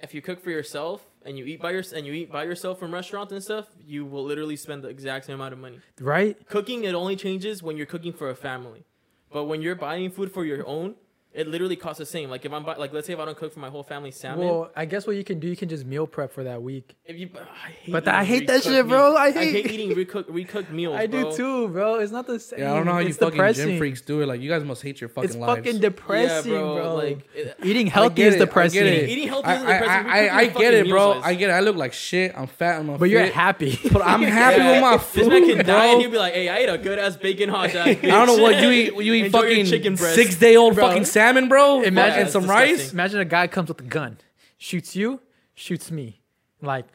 Speaker 3: if you cook for yourself and you eat by your and you eat by yourself from restaurants and stuff, you will literally spend the exact same amount of money.
Speaker 1: Right?
Speaker 3: Cooking it only changes when you're cooking for a family, but when you're buying food for your own, it literally costs the same. Like if I'm buy, like let's say if I don't cook for my whole family salmon,
Speaker 1: Well, I guess what you can do, you can just meal prep for that week.
Speaker 3: if you I hate
Speaker 1: But I
Speaker 3: eating
Speaker 1: hate that
Speaker 3: recooked
Speaker 1: shit, bro.
Speaker 3: meals.
Speaker 1: I
Speaker 3: I
Speaker 1: hate-
Speaker 3: hate eating recooked recooked meals.
Speaker 1: I do
Speaker 3: bro.
Speaker 1: too, bro. It's not the same.
Speaker 2: yeah, I don't know how you
Speaker 1: It's
Speaker 2: fucking
Speaker 1: depressing.
Speaker 2: gym freaks do it. Like you guys must hate your fucking
Speaker 1: It's
Speaker 2: lives.
Speaker 1: fucking depressing,
Speaker 3: bro,
Speaker 1: bro.
Speaker 3: like, it-
Speaker 1: eating healthy
Speaker 2: get
Speaker 1: is
Speaker 2: it, I get
Speaker 1: depressing.
Speaker 2: it.
Speaker 3: Eating healthy
Speaker 2: I,
Speaker 3: isn't
Speaker 2: I,
Speaker 3: depressing.
Speaker 2: I,
Speaker 3: We
Speaker 2: I
Speaker 3: cook
Speaker 2: get
Speaker 3: your
Speaker 2: it, bro.
Speaker 3: meals.
Speaker 2: I get it. I look like shit. I'm fat. I'm
Speaker 1: But you're
Speaker 2: unfit.
Speaker 1: happy.
Speaker 2: But I'm happy
Speaker 3: Yeah.
Speaker 2: with my
Speaker 3: This
Speaker 2: food,
Speaker 3: man can die and
Speaker 2: bro.
Speaker 3: he'll be like, "Hey, I ate a good ass bacon hot dog."
Speaker 2: I don't know
Speaker 3: bitch."
Speaker 2: what you eat. You eat
Speaker 3: Enjoy your
Speaker 2: fucking
Speaker 3: chicken breast.
Speaker 2: six day old
Speaker 1: Bro.
Speaker 2: fucking salmon, bro. Imagine
Speaker 1: Imagine-
Speaker 2: and some
Speaker 3: That's disgusting.
Speaker 2: rice.
Speaker 1: Imagine a guy comes with a gun, shoots you, shoots me. Like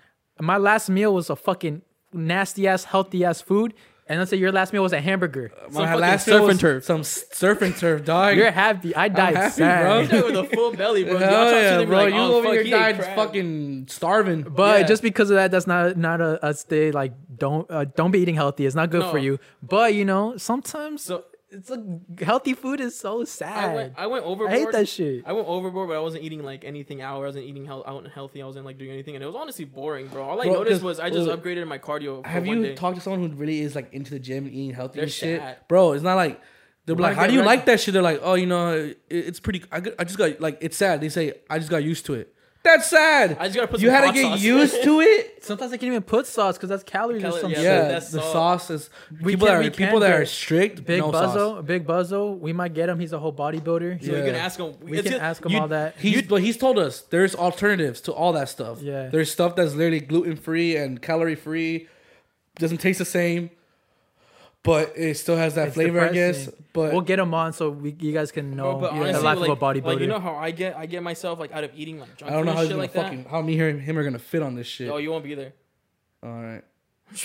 Speaker 1: my last meal was a fucking nasty ass, healthy ass food, and let's say your last meal was a hamburger.
Speaker 2: My
Speaker 3: fucking
Speaker 2: last
Speaker 3: surf
Speaker 2: meal was
Speaker 3: and turf.
Speaker 2: Some s- surf and turf, dog.
Speaker 1: You're happy. I died
Speaker 2: happy,
Speaker 1: sad.
Speaker 2: bro.
Speaker 3: with a full belly, bro. Y'all
Speaker 2: Hell
Speaker 3: talk
Speaker 2: yeah,
Speaker 3: shit, they be
Speaker 2: bro.
Speaker 3: like,
Speaker 2: you
Speaker 3: "Oh,
Speaker 2: over
Speaker 3: fuck,
Speaker 2: here
Speaker 3: he ate
Speaker 2: died
Speaker 3: crab."
Speaker 2: fucking starving.
Speaker 1: But
Speaker 3: Yeah.
Speaker 1: just because of that, that's not not a, a stay. Like don't uh, don't be eating healthy. It's not good for
Speaker 3: No.
Speaker 1: you. But you know sometimes
Speaker 3: So-
Speaker 1: it's a healthy food is so
Speaker 3: I
Speaker 1: sad.
Speaker 3: went, I went overboard.
Speaker 1: I hate that shit.
Speaker 3: I went overboard, but I wasn't eating like anything out. I wasn't eating health, out and healthy. I wasn't like doing anything, and it was honestly boring, bro. All I
Speaker 2: Bro, 'cause-
Speaker 3: noticed was I just
Speaker 2: look,
Speaker 3: upgraded my cardio. For
Speaker 2: Have
Speaker 3: one
Speaker 2: you
Speaker 3: day.
Speaker 2: talked to someone who really is like into the gym and eating healthy
Speaker 3: They're
Speaker 2: and shit,
Speaker 3: sad.
Speaker 2: bro? It's not like they're
Speaker 1: wanna
Speaker 2: like, how
Speaker 1: get
Speaker 2: do you
Speaker 1: rid-
Speaker 2: like that shit? They're like, oh, you know, it, it's pretty. I, got- I just got like it's sad. They say I just got used to it. That's sad.
Speaker 3: I just gotta put
Speaker 2: you
Speaker 3: some
Speaker 2: had to
Speaker 3: hot
Speaker 2: get
Speaker 3: sauce.
Speaker 2: used to it.
Speaker 1: Sometimes I can't even put sauce because that's calories
Speaker 3: Cali-
Speaker 1: or some
Speaker 3: yeah,
Speaker 1: shit.
Speaker 2: Yeah,
Speaker 3: that's
Speaker 2: the
Speaker 3: all.
Speaker 2: sauce is
Speaker 1: We
Speaker 2: people
Speaker 1: can-
Speaker 2: that
Speaker 1: we
Speaker 2: are
Speaker 1: can
Speaker 2: people that
Speaker 1: go
Speaker 2: are strict.
Speaker 1: Big
Speaker 2: no
Speaker 1: Buzzo,
Speaker 2: sauce.
Speaker 1: Big Buzzo, we might get him. He's a whole bodybuilder.
Speaker 3: So we
Speaker 2: Yeah.
Speaker 3: can ask him.
Speaker 1: We can ask him
Speaker 2: You-
Speaker 1: all that.
Speaker 2: He's, but he's told us there's alternatives to all that stuff.
Speaker 1: Yeah.
Speaker 2: There's stuff that's literally gluten free and calorie free. Doesn't taste the same, but it still has that
Speaker 1: It's
Speaker 2: flavor, I guess.
Speaker 1: depressing.
Speaker 2: But
Speaker 1: we'll get him on so we, you guys can know
Speaker 3: Bro, but
Speaker 1: the
Speaker 3: honestly,
Speaker 1: life
Speaker 3: like,
Speaker 1: of a bodybuilder.
Speaker 3: like, you know how I get I get myself like out of eating like junk
Speaker 2: I don't know
Speaker 3: food
Speaker 2: how
Speaker 3: and
Speaker 2: he's
Speaker 3: shit
Speaker 2: gonna
Speaker 3: like
Speaker 2: fucking
Speaker 3: that.
Speaker 2: how me and him are gonna fit on this shit.
Speaker 3: Oh, you won't be there.
Speaker 2: all right.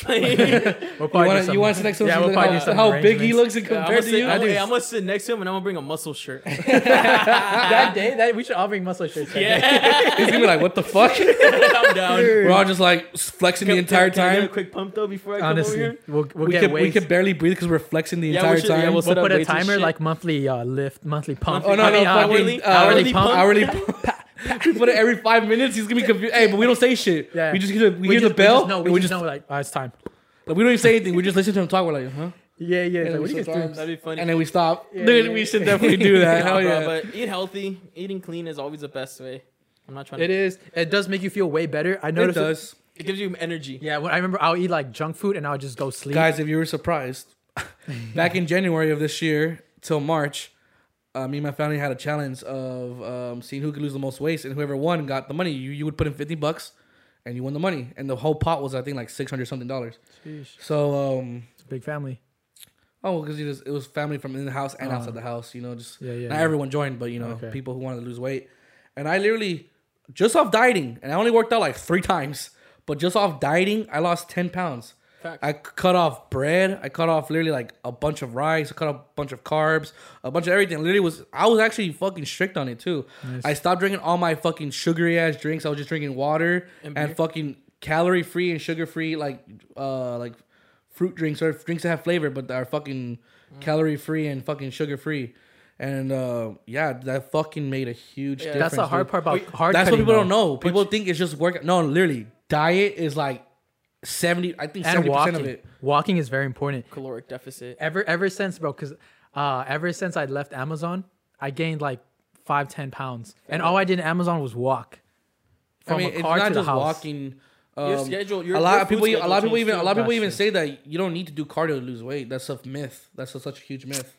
Speaker 1: we'll
Speaker 2: You
Speaker 1: probably do
Speaker 2: want to
Speaker 1: some-
Speaker 2: you want to sit next to him?
Speaker 1: Yeah,
Speaker 2: so
Speaker 1: we'll
Speaker 2: you
Speaker 1: probably do
Speaker 2: look how,
Speaker 1: some
Speaker 2: how big he
Speaker 1: arrangements.
Speaker 2: looks in
Speaker 3: Yeah, I'm
Speaker 2: compared
Speaker 3: gonna
Speaker 2: to
Speaker 3: sit-
Speaker 2: you.
Speaker 3: I'm, hey, I'm gonna sit next to him and I'm gonna bring a muscle shirt.
Speaker 1: that day that we should all bring muscle shirts.
Speaker 3: yeah,
Speaker 2: He's gonna be like, "What the fuck?"
Speaker 3: I'm down.
Speaker 2: We're all just like flexing the entire
Speaker 3: Can I get
Speaker 2: time.
Speaker 3: a quick pump though before I come over
Speaker 1: honestly,
Speaker 3: here.
Speaker 1: we'll, we'll
Speaker 2: We
Speaker 1: get
Speaker 2: could, we
Speaker 1: weights.
Speaker 2: could barely breathe because we're flexing the
Speaker 3: Yeah, we
Speaker 2: entire
Speaker 3: should- yeah,
Speaker 2: time.
Speaker 3: we'll
Speaker 1: We'll
Speaker 3: set up
Speaker 1: put a
Speaker 3: weights and
Speaker 1: timer
Speaker 3: shit.
Speaker 1: like monthly uh, lift, monthly pump.
Speaker 2: Oh no,
Speaker 1: I
Speaker 2: no,
Speaker 1: mean, uh,
Speaker 2: fucking,
Speaker 3: hourly-
Speaker 2: uh,
Speaker 3: hourly pump?
Speaker 2: hourly pump. we put it every five minutes. He's gonna be confused. Hey, but we don't say shit.
Speaker 1: Yeah.
Speaker 2: We just hear the, we
Speaker 1: we
Speaker 2: hear
Speaker 1: just-
Speaker 2: the bell.
Speaker 1: We just, know-
Speaker 2: and
Speaker 1: we just, know like oh, it's time.
Speaker 2: like, we don't even say anything. We just listen to him talk. We're like, huh?
Speaker 1: Yeah, yeah. Like,
Speaker 2: And,
Speaker 1: what
Speaker 2: we
Speaker 1: do you guys
Speaker 2: sometimes-
Speaker 1: do?
Speaker 3: That'd be funny.
Speaker 2: and then we stop.
Speaker 1: Yeah,
Speaker 2: Dude,
Speaker 1: yeah,
Speaker 2: we
Speaker 1: yeah.
Speaker 2: should definitely do that.
Speaker 3: Nah,
Speaker 2: Hell
Speaker 3: bro,
Speaker 2: yeah.
Speaker 3: But eat healthy. Eating clean is always the best way. I'm not trying to.
Speaker 1: It is. It does make you feel way better. I
Speaker 2: it
Speaker 1: noticed.
Speaker 2: does,
Speaker 3: It gives you energy.
Speaker 1: Yeah, when I remember I'll eat like junk food and I'll just go sleep.
Speaker 2: guys. If you were surprised, back in January of this year till March. Uh, me and my family had a challenge of um, seeing who could lose the most weight, and whoever won got the money. You you would put in fifty bucks, and you won the money. And the whole pot was I think like six hundred something dollars.
Speaker 1: Sheesh.
Speaker 2: So um,
Speaker 1: It's a big family.
Speaker 2: Oh, because it was, it was family from in the house and outside the house. You know, just
Speaker 1: Oh. Yeah, yeah,
Speaker 2: not
Speaker 1: yeah.
Speaker 2: everyone joined, but you know,
Speaker 1: Okay.
Speaker 2: people who wanted to lose weight. And I literally just off dieting, and I only worked out like three times, but just off dieting, I lost ten pounds.
Speaker 3: Facts.
Speaker 2: I cut off bread. I cut off literally like a bunch of rice. I cut off a bunch of carbs, a bunch of everything. Literally was I was actually fucking strict on it too. I stopped drinking all my fucking sugary ass drinks. I was just drinking water and, fucking calorie free and sugar free like uh like fruit drinks or drinks that have flavor but that are fucking
Speaker 3: Mm.
Speaker 2: calorie free and fucking sugar free. And uh, yeah, that fucking made a huge difference.
Speaker 1: That's the hard
Speaker 2: dude.
Speaker 1: part about hard.
Speaker 2: That's what
Speaker 1: cutting,
Speaker 2: people don't
Speaker 1: though.
Speaker 2: know. People think it's just work. No, literally, diet is like seventy. I think
Speaker 1: And
Speaker 2: seventy percent of
Speaker 1: walking.
Speaker 2: it.
Speaker 1: Walking is very important.
Speaker 3: Caloric deficit.
Speaker 1: Ever ever since, bro, because uh, ever since I left Amazon, I gained like five ten pounds, and all I did in Amazon was walk from
Speaker 2: I mean,
Speaker 1: a
Speaker 2: it's
Speaker 1: car
Speaker 2: not
Speaker 1: to the
Speaker 2: just
Speaker 1: house.
Speaker 2: walking. Um,
Speaker 3: schedule- your-
Speaker 2: a lot
Speaker 3: your
Speaker 2: of
Speaker 3: food
Speaker 2: people, a lot
Speaker 3: schedule
Speaker 2: of people
Speaker 3: changed
Speaker 2: even, a
Speaker 3: too.
Speaker 2: lot of people
Speaker 1: That's
Speaker 2: even
Speaker 1: true.
Speaker 2: say that you don't need to do cardio to lose weight. That's a myth. That's a, such a huge myth.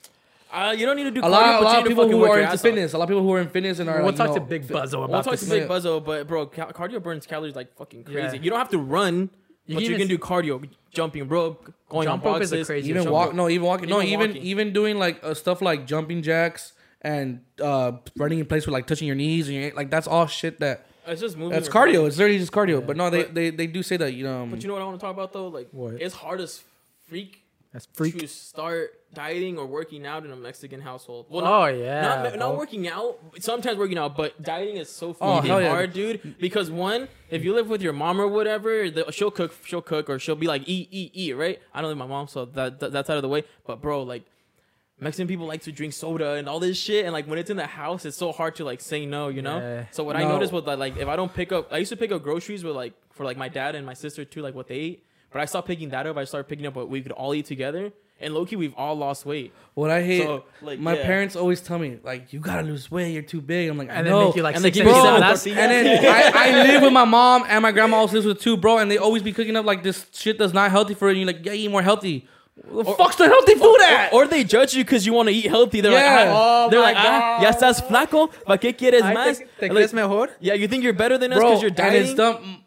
Speaker 3: Uh, you don't need to do.
Speaker 2: A lot, a lot of people who are into
Speaker 3: fitness.
Speaker 2: fitness, a lot of people who are in fitness and are
Speaker 1: We'll
Speaker 2: like,
Speaker 1: talk
Speaker 2: you
Speaker 1: to
Speaker 2: know,
Speaker 1: Big
Speaker 2: fit-
Speaker 1: Buzzo about
Speaker 3: We'll talk
Speaker 1: this.
Speaker 3: to Big
Speaker 2: Yeah.
Speaker 3: Buzzo, but bro, ca- cardio burns calories like fucking crazy.
Speaker 1: Yeah.
Speaker 3: You don't have to run, but
Speaker 1: can
Speaker 3: you
Speaker 1: even-
Speaker 3: can do cardio, jumping rope, going
Speaker 1: Jump
Speaker 3: on
Speaker 1: rope is a
Speaker 3: boxes,
Speaker 1: crazy
Speaker 2: even
Speaker 1: jump
Speaker 2: walk,
Speaker 1: rope.
Speaker 2: no, even walking, no,
Speaker 3: Even
Speaker 2: even
Speaker 3: walking.
Speaker 2: even doing like uh, stuff like jumping jacks and uh, running in place with like touching your knees and your, like that's all shit that
Speaker 3: It's just moving.
Speaker 2: that's
Speaker 3: your body.
Speaker 2: cardio. It's literally just cardio. But no, they,
Speaker 3: But-
Speaker 2: they they do say that you know. um,
Speaker 3: But you know what I want to talk about though? Like,
Speaker 1: What?
Speaker 3: it's hard as freak,
Speaker 1: That's freak.
Speaker 3: to start dieting or working out in a Mexican household. Well,
Speaker 1: Oh,
Speaker 3: not,
Speaker 1: yeah,
Speaker 3: not, not
Speaker 1: bro.
Speaker 3: working out. Sometimes working out, but dieting is so
Speaker 2: Oh,
Speaker 3: fucking
Speaker 2: hell yeah.
Speaker 3: hard, dude. Because one, if you live with your mom or whatever, the, she'll cook, she'll cook, or she'll be like, eat, eat, eat, right? I don't live with my mom, so that, that that's out of the way. But bro, like. Mexican people like to drink soda and all this shit, and like when it's in the house, it's so hard to like say no, you know.
Speaker 1: Yeah.
Speaker 3: So what I
Speaker 2: No.
Speaker 3: noticed was that like if I don't pick up, I used to pick up groceries with like for like my dad and my sister too, like what they ate. But I stopped picking that up. I started picking up what we could all eat together. And Loki, we've all lost weight.
Speaker 2: What I hate,
Speaker 3: So, like,
Speaker 2: my
Speaker 3: yeah.
Speaker 2: parents always tell me, like, you gotta lose weight, you're too big. I'm like, I
Speaker 1: And then
Speaker 2: know.
Speaker 1: make you like
Speaker 3: And they
Speaker 1: six
Speaker 3: give
Speaker 1: and
Speaker 3: you
Speaker 2: bro,
Speaker 1: seven.
Speaker 3: salad
Speaker 1: That's
Speaker 2: and then I, I live with my mom and my grandma also lives with two, bro, and they always be cooking up like this shit that's not healthy for you. And you're like, yeah, eat more healthy. What the fuck's the healthy food at?
Speaker 3: Or, or they judge you because you want to eat healthy. They're like,
Speaker 2: Yeah.
Speaker 3: ah,
Speaker 1: Oh
Speaker 3: they're
Speaker 1: my
Speaker 3: like, ah,
Speaker 1: God.
Speaker 3: ya estás flaco, ¿para qué quieres más? Like,
Speaker 1: mejor?
Speaker 3: yeah, you think you're better than us
Speaker 2: bro,
Speaker 3: because you're
Speaker 2: and
Speaker 3: dieting.
Speaker 2: it's dumb.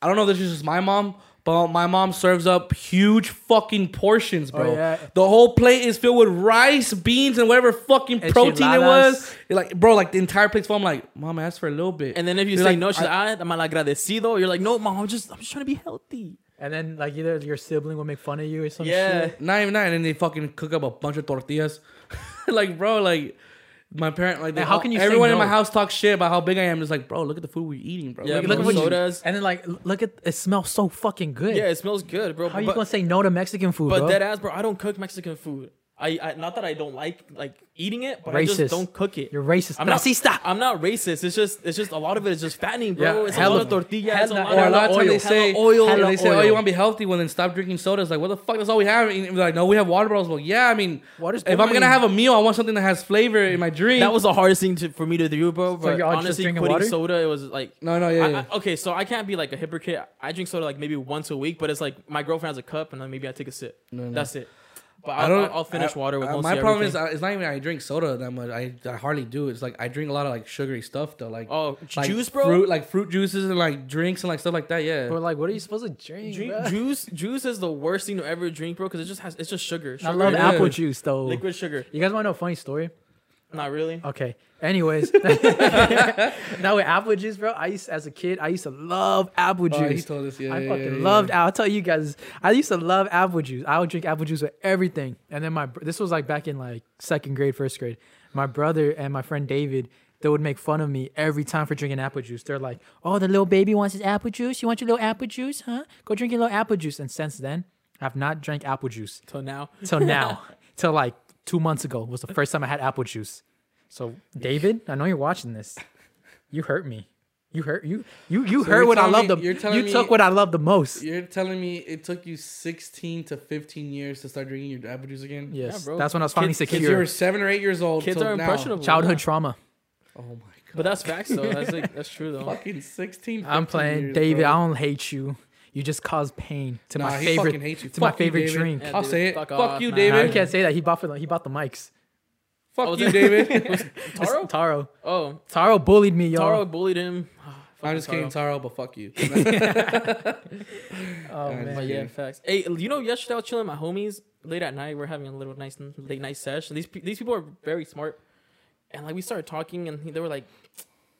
Speaker 2: I don't know. if This is just my mom, but my mom serves up huge fucking portions, bro.
Speaker 3: Oh,
Speaker 1: yeah.
Speaker 2: The whole plate is filled with rice, beans, and whatever fucking protein it
Speaker 1: Enchiladas.
Speaker 2: was. You're like, bro, like the entire plate's full. I'm like, mom, I asked for a little bit.
Speaker 3: And then if you
Speaker 2: They're
Speaker 3: say
Speaker 2: like,
Speaker 3: no, she's
Speaker 2: I-
Speaker 3: like, ah, I'm malagradecido. You're like, no, mom, I'm just, I'm just trying to be healthy.
Speaker 1: And then like either your sibling will make fun of you or some
Speaker 3: Yeah.
Speaker 1: shit.
Speaker 2: Not even that, and then they fucking cook up a bunch of tortillas. like, bro, like my parent, like, they
Speaker 1: how
Speaker 2: all-
Speaker 1: can you say
Speaker 2: Everyone in my
Speaker 1: no?
Speaker 2: house talks shit about how big I am. It's like, bro, look at the food we're eating, bro.
Speaker 3: Yeah,
Speaker 2: look, at
Speaker 1: Look
Speaker 2: the
Speaker 1: at
Speaker 3: More
Speaker 1: what
Speaker 2: food.
Speaker 1: you,
Speaker 3: sodas.
Speaker 1: and then like l- look at it smells so fucking good.
Speaker 3: Yeah, it smells good, bro.
Speaker 1: How are you
Speaker 3: but,
Speaker 1: gonna say no to Mexican food,
Speaker 3: but
Speaker 1: bro?
Speaker 3: dead ass, bro, I don't cook Mexican food. I, I not that I don't like like eating it, but I
Speaker 1: Racist.
Speaker 3: just don't cook it.
Speaker 1: You're racist.
Speaker 3: I'm not,
Speaker 1: Racista.
Speaker 3: I'm not racist. It's just it's just a lot of it is just fattening, bro.
Speaker 1: Yeah,
Speaker 3: it's
Speaker 1: hella-
Speaker 3: a lot of tortilla. It's a
Speaker 1: hella-
Speaker 3: lot
Speaker 2: Or a
Speaker 3: of
Speaker 2: lot of times
Speaker 1: oil.
Speaker 2: they say,
Speaker 1: Hella oil.
Speaker 2: or
Speaker 1: Hella
Speaker 2: they say, oh,
Speaker 1: oil.
Speaker 2: you want to be healthy, well then stop drinking sodas. Like, what the fuck? That's all we have. And we're like, no, we have water bottles. Well, yeah, I mean,
Speaker 1: Water's
Speaker 2: if I'm
Speaker 1: boring.
Speaker 2: gonna have a meal, I want something that has flavor in my drink.
Speaker 3: That was the hardest thing to, for me to do, bro. But
Speaker 1: you're all just
Speaker 3: honestly,
Speaker 1: drinking
Speaker 3: putting
Speaker 1: water?
Speaker 3: soda, it was like
Speaker 2: No, no, yeah,
Speaker 3: I-
Speaker 2: yeah.
Speaker 3: I- okay, so I can't be like a hypocrite. I drink soda like maybe once a week, but it's like my girlfriend has a cup, and then maybe I take a sip. That's it. But I'll, I will i will finish
Speaker 2: I-
Speaker 3: water with
Speaker 2: I-
Speaker 3: mostly
Speaker 2: my problem is
Speaker 3: everything.
Speaker 2: uh, it's not even I drink soda that much. I, I hardly do. It's like I drink a lot of like sugary stuff though, like
Speaker 3: Oh,
Speaker 2: like
Speaker 3: juice, bro?
Speaker 2: fruit, like fruit juices and like drinks and like stuff like that. Yeah,
Speaker 1: But like, what are you supposed to drink?
Speaker 3: Drink-
Speaker 1: bruh?
Speaker 3: juice. Juice is the worst thing to ever drink, bro, because it just has it's just sugar.
Speaker 1: I
Speaker 3: Sugar
Speaker 1: love
Speaker 3: is
Speaker 1: apple
Speaker 2: Yeah.
Speaker 1: juice though.
Speaker 3: liquid sugar.
Speaker 1: You guys want to know a funny story?
Speaker 3: Not really.
Speaker 2: Uh,
Speaker 1: Okay. Anyways, that with apple juice, bro. I used as a kid, I used to love apple juice.
Speaker 2: Oh, he told us, yeah,
Speaker 1: I
Speaker 2: yeah,
Speaker 1: fucking
Speaker 2: yeah, yeah.
Speaker 1: loved. I'll tell you guys, I used to love apple juice. I would drink apple juice with everything. And then my br- this was like back in like second grade, first grade. My brother and my friend David. They would make fun of me every time for drinking apple juice. They're like, "Oh, the little baby wants his apple juice. You want your little apple juice, huh? Go drink your little apple juice." And since then, I've not drank apple juice
Speaker 3: Till now.
Speaker 1: till now, till like two months ago was the first time I had apple juice. So David, I know you're watching this. You hurt me. You hurt you you you
Speaker 2: you're
Speaker 1: hurt what I
Speaker 2: telling
Speaker 1: love
Speaker 2: me-
Speaker 1: the
Speaker 2: you're telling
Speaker 1: you
Speaker 2: me-
Speaker 1: took what I love the most.
Speaker 2: You're telling me it took you 16 to 15 years to start drinking your apple juice again?
Speaker 1: yes,
Speaker 3: bro.
Speaker 1: that's when I was finally
Speaker 3: Kids-
Speaker 2: Kids,
Speaker 1: secure.
Speaker 2: you were seven or eight years old.
Speaker 3: Kids
Speaker 2: till
Speaker 3: are
Speaker 2: now.
Speaker 3: impressionable.
Speaker 1: Childhood trauma.
Speaker 2: Oh my god.
Speaker 3: But that's facts though. That's like that's true though.
Speaker 2: Fucking 16. 15
Speaker 1: I'm playing
Speaker 2: years,
Speaker 1: David.
Speaker 2: bro.
Speaker 1: I don't hate you. You just cause pain to
Speaker 2: Nah,
Speaker 1: my
Speaker 2: he
Speaker 1: favorite
Speaker 2: fucking hates you.
Speaker 1: to my
Speaker 2: Fuck you,
Speaker 1: favorite
Speaker 2: David.
Speaker 1: drink.
Speaker 3: Yeah,
Speaker 2: I'll
Speaker 3: dude,
Speaker 2: say it.
Speaker 3: fuck
Speaker 2: Fuck,
Speaker 3: off,
Speaker 2: you,
Speaker 3: man.
Speaker 1: Nah, you
Speaker 2: David.
Speaker 1: can't say that. He bought for the, he bought the mics.
Speaker 2: Fuck
Speaker 3: was
Speaker 2: you,
Speaker 3: it-
Speaker 2: David.
Speaker 3: Taro?
Speaker 1: Taro.
Speaker 3: Oh,
Speaker 1: Taro bullied
Speaker 2: Uh,
Speaker 1: me, y'all.
Speaker 3: Taro bullied him.
Speaker 2: I'm just
Speaker 3: Fucking
Speaker 2: kidding, Taro, but fuck you.
Speaker 1: oh
Speaker 2: Yeah,
Speaker 1: man.
Speaker 3: But yeah,
Speaker 2: Yeah.
Speaker 3: facts. Hey, you know, yesterday I was chilling with my homies late at night. We're having a little nice late night sesh. These pe- these people are very smart, and like we started talking, and they were like,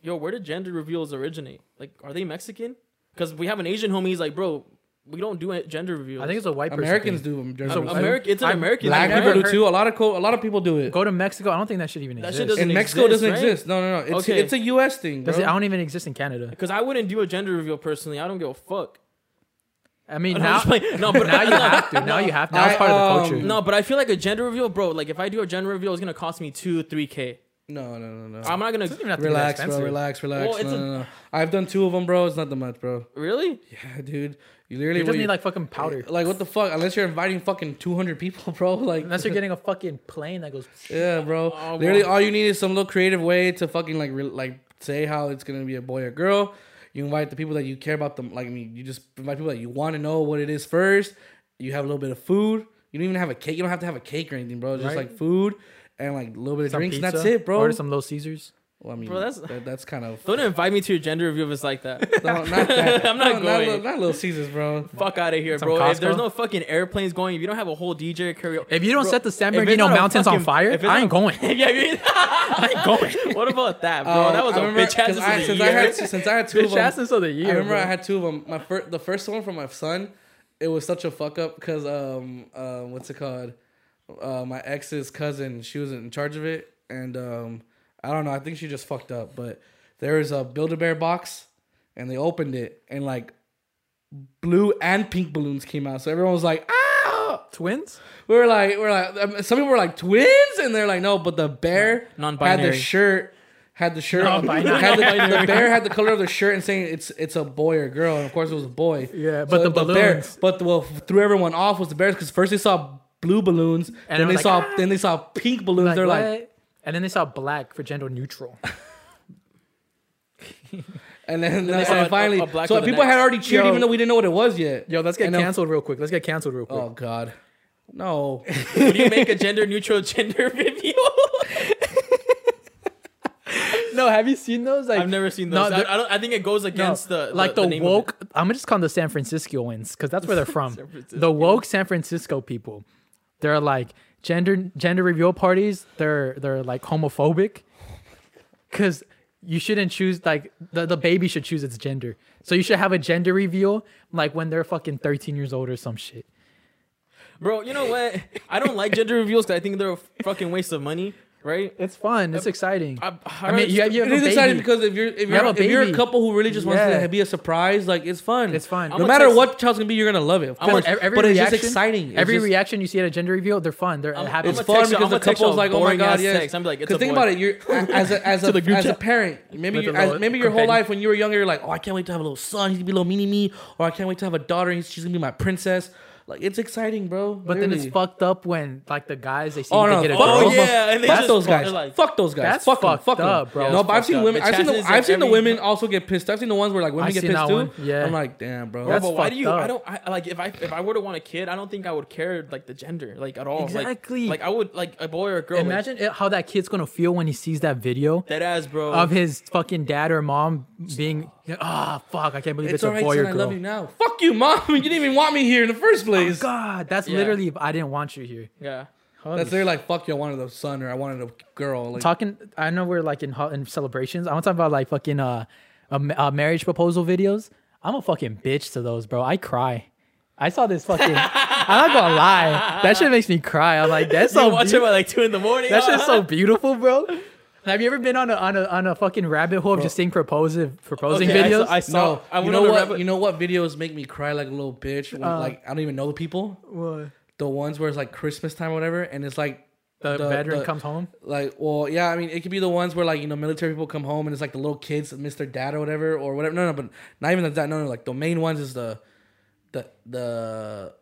Speaker 3: "Yo, where did gender reveals originate? Like, are they Mexican? Because we have an Asian homie. He's like, bro, we don't do a- gender reveals.
Speaker 1: I think it's a white person.
Speaker 2: Americans
Speaker 1: thing.
Speaker 2: do them. German
Speaker 1: So
Speaker 2: people.
Speaker 3: America. It's an
Speaker 1: I'm-
Speaker 3: American.
Speaker 1: I've
Speaker 2: Black
Speaker 3: thing.
Speaker 1: never
Speaker 2: people do
Speaker 1: heard-
Speaker 2: too. A lot of co- a lot of people do it.
Speaker 1: Go to Mexico. I don't think that should even
Speaker 3: That
Speaker 1: exist.
Speaker 3: shit doesn't
Speaker 2: and Mexico
Speaker 3: exist,
Speaker 2: doesn't
Speaker 3: right?
Speaker 2: exist. No, no, no. It's
Speaker 3: Okay.
Speaker 2: it's a U.S. thing, bro.
Speaker 1: Does it- I don't even exist in Canada.
Speaker 3: Because I wouldn't do a gender reveal personally. I don't give a fuck.
Speaker 1: I mean,
Speaker 3: I'm
Speaker 1: now,
Speaker 3: just like- no, but
Speaker 1: now you have to. Now you have to. Now it's
Speaker 2: I,
Speaker 1: part of the
Speaker 2: um,
Speaker 1: culture.
Speaker 3: No, but I feel like a gender reveal, bro. Like if I do a gender reveal, it's gonna cost me two, three k.
Speaker 2: no, no, no,
Speaker 3: I'm
Speaker 2: no.
Speaker 3: not gonna.
Speaker 1: It doesn't even have to be that
Speaker 2: Relax, bro.
Speaker 1: expensive.
Speaker 2: Relax, relax.
Speaker 3: Well, it's
Speaker 2: no,
Speaker 3: a-
Speaker 2: no, no. I've done two of them, bro. It's not the much, bro.
Speaker 3: Really?
Speaker 2: Yeah, dude. You literally
Speaker 1: You
Speaker 2: what
Speaker 1: just need like fucking powder.
Speaker 2: like what the fuck? Unless you're inviting fucking 200 people, bro. Like
Speaker 1: Unless you're getting a fucking plane that goes.
Speaker 2: yeah, bro.
Speaker 3: Oh,
Speaker 2: literally,
Speaker 3: well.
Speaker 2: all you need is some little creative way to fucking like re- like say how it's gonna be a boy or girl. You invite the people that you care about them. Like I mean, you just invite people that you want to know what it is first. You have a little bit of food. You don't even have a cake. You don't have to have a cake or anything, bro. Just
Speaker 1: Right.
Speaker 2: like food and like a little bit of
Speaker 1: Some
Speaker 2: drinks. and that's
Speaker 1: pizza,
Speaker 2: it, bro.
Speaker 1: Order some Little Caesars.
Speaker 2: Well, I mean,
Speaker 3: Bro, that's-
Speaker 2: that, that's kind of
Speaker 3: Don't invite me to your gender reveal if it's like that.
Speaker 2: no, not that.
Speaker 3: I'm not
Speaker 2: No,
Speaker 3: going.
Speaker 2: Not, Little Caesars, bro.
Speaker 3: Fuck out of here,
Speaker 1: Some
Speaker 3: bro. If there's
Speaker 1: Costco?
Speaker 3: no fucking airplanes going, if you don't have a whole DJ karaoke,
Speaker 1: If you don't
Speaker 3: Bro,
Speaker 1: set the San
Speaker 3: if it's
Speaker 1: Bernardino
Speaker 3: not a
Speaker 1: mountains on
Speaker 3: fucking-
Speaker 1: fire,
Speaker 3: if it's
Speaker 1: I ain't
Speaker 3: not-
Speaker 1: going.
Speaker 3: yeah, I mean,
Speaker 1: going.
Speaker 3: What about that, bro?
Speaker 2: Um,
Speaker 3: Oh, that was
Speaker 2: I
Speaker 3: a
Speaker 2: remember-
Speaker 3: bitch ass
Speaker 2: 'cause I-
Speaker 3: of the
Speaker 2: since
Speaker 3: year.
Speaker 2: I had since I had two of
Speaker 1: Bitch
Speaker 2: them.
Speaker 1: asses of the year.
Speaker 2: I remember
Speaker 1: bro.
Speaker 2: I had two of them. My first, the first one from my son, it was such a fuck up because um, um, what's it called? Uh, my ex's cousin, she was in charge of it, and um, I don't know. I think she just fucked up. But there was a Build a Bear box, and they opened it, and like blue and pink balloons came out. So everyone was like, ah.
Speaker 1: twins.
Speaker 2: We were like, we we're like, um, some people were like twins, and they're like, no, but the bear had
Speaker 3: Non-binary.
Speaker 2: the shirt, had the shirt, on,
Speaker 1: Non-binary.
Speaker 2: had the, the bear had the color of the shirt, and saying it's it's a boy or girl, and of course it was a boy.
Speaker 1: Yeah, but the
Speaker 2: bear,
Speaker 1: balloons.
Speaker 2: but what threw everyone off was the bears because first they saw blue balloons,
Speaker 1: And I
Speaker 2: then they
Speaker 1: was
Speaker 2: saw
Speaker 1: like, "Ah."
Speaker 2: then they saw pink balloons.
Speaker 1: Like,
Speaker 2: they're like,
Speaker 1: what? and then they saw black for gender neutral.
Speaker 2: and then, and
Speaker 3: saw
Speaker 2: then
Speaker 3: a-
Speaker 2: finally,
Speaker 3: a black
Speaker 2: so
Speaker 3: with an
Speaker 2: people had
Speaker 3: X.
Speaker 2: already cheered
Speaker 1: Yo.
Speaker 2: even though we didn't know what it was yet.
Speaker 1: Yo, let's get
Speaker 2: And then-
Speaker 1: canceled real quick. Let's get canceled real quick.
Speaker 2: Oh God, no.
Speaker 3: Would you make a gender neutral gender reveal?
Speaker 1: No, have you seen those? Like,
Speaker 3: I've never seen
Speaker 1: No,
Speaker 3: those. I,
Speaker 1: they're-
Speaker 3: I don't. I think it goes
Speaker 1: No,
Speaker 3: against the,
Speaker 1: like the,
Speaker 3: name of it.
Speaker 1: woke. I'm gonna just call them the San Franciscoans because that's where they're from. the
Speaker 3: Francisco.
Speaker 1: woke San Francisco people. They're like gender gender reveal parties. They're they're like homophobic because you shouldn't choose like the, the baby should choose its gender. So you should have a gender reveal like when they're fucking 13 years old or some shit.
Speaker 3: Bro, you know what? I don't like gender reveals because I think they're a fucking waste of money. right?
Speaker 1: It's fun. It's exciting.
Speaker 3: I,
Speaker 1: I mean, you have, you have
Speaker 2: It
Speaker 1: a
Speaker 2: is exciting
Speaker 1: baby.
Speaker 2: because if you're if
Speaker 1: You have a
Speaker 2: you're, if you're a
Speaker 1: baby.
Speaker 2: couple who really just wants
Speaker 1: Yeah.
Speaker 2: to be a surprise, like it's fun.
Speaker 1: It's fun. I'm
Speaker 2: No
Speaker 3: gonna
Speaker 2: matter
Speaker 3: text-
Speaker 2: what child's gonna be, you're gonna love it. Of
Speaker 3: I'm gonna-
Speaker 2: course,
Speaker 1: Ev- E, every
Speaker 2: but it's
Speaker 1: reaction,
Speaker 2: just exciting. It's
Speaker 1: every
Speaker 2: just-
Speaker 1: reaction you see at a gender reveal, they're fun. They're happy.
Speaker 2: It's
Speaker 3: I'ma
Speaker 2: fun
Speaker 3: text y'all-
Speaker 2: because the
Speaker 3: I'ma text y'all
Speaker 2: couple's like, "Oh my
Speaker 3: boring
Speaker 2: god,
Speaker 3: ass
Speaker 2: yes."
Speaker 3: text. I'm like, it's
Speaker 2: Because
Speaker 3: a
Speaker 2: think
Speaker 3: boy.
Speaker 2: about it, you're as a as
Speaker 3: the
Speaker 2: a,
Speaker 3: group
Speaker 2: as a
Speaker 3: chat.
Speaker 2: parent. Maybe
Speaker 1: With
Speaker 2: you,
Speaker 1: the
Speaker 2: as,
Speaker 1: little
Speaker 2: maybe your whole
Speaker 1: confetti.
Speaker 2: life when you were younger, you're like, "Oh, I can't wait to have a little son. He's gonna be little mini me," or "I can't wait to have a daughter. He's, she's gonna be my princess." Like it's exciting, bro.
Speaker 1: But then it's
Speaker 2: Literally.
Speaker 1: fucked up when like the guys they see
Speaker 2: Oh
Speaker 1: they
Speaker 2: no!
Speaker 1: get a
Speaker 2: fuck
Speaker 1: girl.
Speaker 2: those
Speaker 3: Oh,
Speaker 2: mother-
Speaker 3: yeah, and they
Speaker 2: fuck
Speaker 3: just
Speaker 2: those
Speaker 3: fuck-
Speaker 2: guys.
Speaker 3: they're like-
Speaker 2: fuck those guys.
Speaker 1: That's
Speaker 2: Fuck them.
Speaker 1: fucked
Speaker 2: Fuck them.
Speaker 1: up, bro.
Speaker 2: No, but I've
Speaker 3: Fucked
Speaker 2: seen
Speaker 3: up.
Speaker 2: women.
Speaker 3: The
Speaker 2: I've seen the,
Speaker 3: chances of
Speaker 2: I've seen the
Speaker 3: every-
Speaker 2: women also get pissed. I've seen the ones where like women
Speaker 1: I've
Speaker 2: get
Speaker 1: seen
Speaker 2: pissed
Speaker 1: that
Speaker 2: too.
Speaker 1: one. Yeah.
Speaker 2: I'm like, damn, bro.
Speaker 1: That's
Speaker 3: Bro, but why
Speaker 1: fucked
Speaker 3: do you?
Speaker 1: up.
Speaker 3: I don't I, like if I if I were to want a kid, I don't think I would care like the gender like at all. Like-
Speaker 1: Exactly.
Speaker 3: Like, I would like a boy or a girl. like,
Speaker 1: Imagine it, how that kid's gonna feel when he sees that video
Speaker 3: that ass, bro.
Speaker 1: of his fucking dad or mom being ah fuck I can't believe
Speaker 2: it's
Speaker 1: it's, a
Speaker 2: alright,
Speaker 1: boy
Speaker 2: son.
Speaker 1: or
Speaker 2: I
Speaker 1: girl.
Speaker 2: love you now. Fuck you, mom. You didn't even want me here in the first place.
Speaker 1: God, that's
Speaker 3: Yeah.
Speaker 1: literally I didn't want you here.
Speaker 3: yeah.
Speaker 1: Holy
Speaker 2: That's they're like, fuck you. I wanted a son or I wanted a girl. Like,
Speaker 1: talking i know we're like in ho- in celebrations i'm talking about like fucking uh, uh, ma- uh marriage proposal videos i'm a fucking bitch to those bro i cry i saw this fucking i'm not gonna lie that shit makes me cry i'm like that's
Speaker 3: So
Speaker 1: so
Speaker 3: watch
Speaker 1: beau-
Speaker 3: him at like two in the morning.
Speaker 1: that
Speaker 3: huh?
Speaker 1: shit's so beautiful bro have you ever been on a on a on a fucking rabbit hole of just seeing proposive proposing
Speaker 3: Okay, I
Speaker 1: videos?
Speaker 3: saw- I saw-
Speaker 2: no,
Speaker 3: I
Speaker 2: you
Speaker 3: went
Speaker 2: know
Speaker 3: on a
Speaker 2: what?
Speaker 3: rabbit-
Speaker 2: You know what videos make me cry like a little bitch? When, like I don't even know the people.
Speaker 1: What?
Speaker 2: The ones where it's like Christmas time or whatever, and it's like
Speaker 1: the, veteran
Speaker 2: the-
Speaker 1: comes home.
Speaker 2: like well yeah i mean it could be the ones where like you know military people come home and it's like the little kids that miss their dad or whatever or whatever no no but not even that no no like the main ones is the the the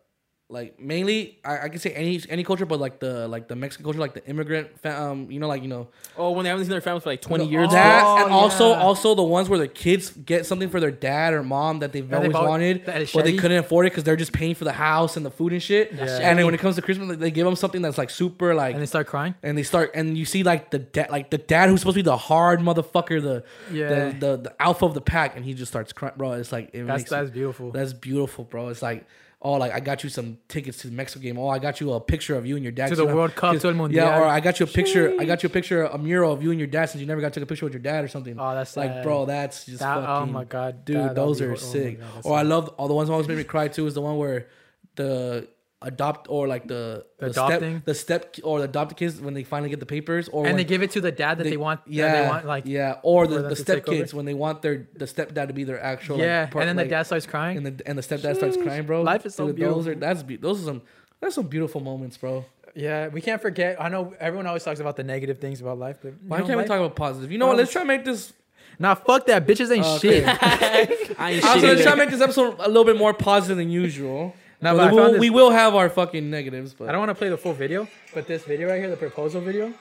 Speaker 2: like mainly i, I could say any any culture but like the like the mexican culture like the immigrant fa- um you know like you know
Speaker 3: Oh, when they haven't seen their family for like twenty years.
Speaker 2: that
Speaker 1: Oh,
Speaker 2: and also
Speaker 1: yeah.
Speaker 2: also the ones where the kids get something for their dad or mom that they've
Speaker 1: they
Speaker 2: always
Speaker 1: bought
Speaker 2: wanted
Speaker 1: the El
Speaker 2: but they
Speaker 1: Chevy?
Speaker 2: couldn't afford it because they're just paying for the house and the food and shit and then when it comes to christmas they- they give them something that's like super like
Speaker 1: And they start crying.
Speaker 2: and they start and you see like the dad like the dad who's supposed to be the hard motherfucker the
Speaker 1: Yeah.
Speaker 2: the, the the alpha of the pack and he just starts crying bro it's like it
Speaker 1: That's-
Speaker 2: makes me-
Speaker 1: that's beautiful.
Speaker 2: that's beautiful bro it's like oh like I got you some tickets to the Mexico game oh I got you a picture of you and your dad
Speaker 1: To the World Cup, to el
Speaker 2: yeah
Speaker 1: Mundial.
Speaker 2: or I got you a picture I got you a picture a mural of you and your dad since you never got to take a picture with your dad or something
Speaker 1: Oh, that's
Speaker 2: like
Speaker 1: sad.
Speaker 2: bro that's just
Speaker 1: That- oh
Speaker 2: fucking-
Speaker 1: my God,
Speaker 2: dude
Speaker 1: that- that'll
Speaker 2: those
Speaker 1: be
Speaker 2: are
Speaker 1: hor- oh my
Speaker 2: sick
Speaker 1: God, that's
Speaker 2: or I love all the ones that always made me cry too is the one where the adopt or like the
Speaker 1: The
Speaker 2: step
Speaker 1: adopting?
Speaker 2: the step or the adopted kids when they finally get the papers or
Speaker 1: And
Speaker 2: when
Speaker 1: they give it to the dad that they, want. Yeah, they want like yeah,
Speaker 2: yeah or the,
Speaker 1: for
Speaker 2: the
Speaker 1: them to
Speaker 2: step
Speaker 1: take over.
Speaker 2: kids when they want their the stepdad to be their actual like, part-
Speaker 1: and then
Speaker 2: like,
Speaker 1: the dad starts crying.
Speaker 2: and the and the stepdad starts crying bro
Speaker 1: Life is so
Speaker 2: those are
Speaker 1: beautiful.
Speaker 2: that's be- those are some that's some beautiful moments bro
Speaker 1: Yeah, we can't forget. I know everyone always talks about the negative things about life, but
Speaker 2: why can't we talk about positive you know what let's try to make this
Speaker 1: Nah, fuck that. Bitches ain't
Speaker 2: Oh, Okay.
Speaker 1: shit.
Speaker 3: I ain't
Speaker 2: I was gonna
Speaker 3: shit.
Speaker 2: try to make this episode a little bit more positive than usual
Speaker 1: No, but I
Speaker 2: But we, will,
Speaker 1: found this-
Speaker 2: we will have our fucking negatives but
Speaker 1: I don't want to play the full video, but this video right here, the proposal video.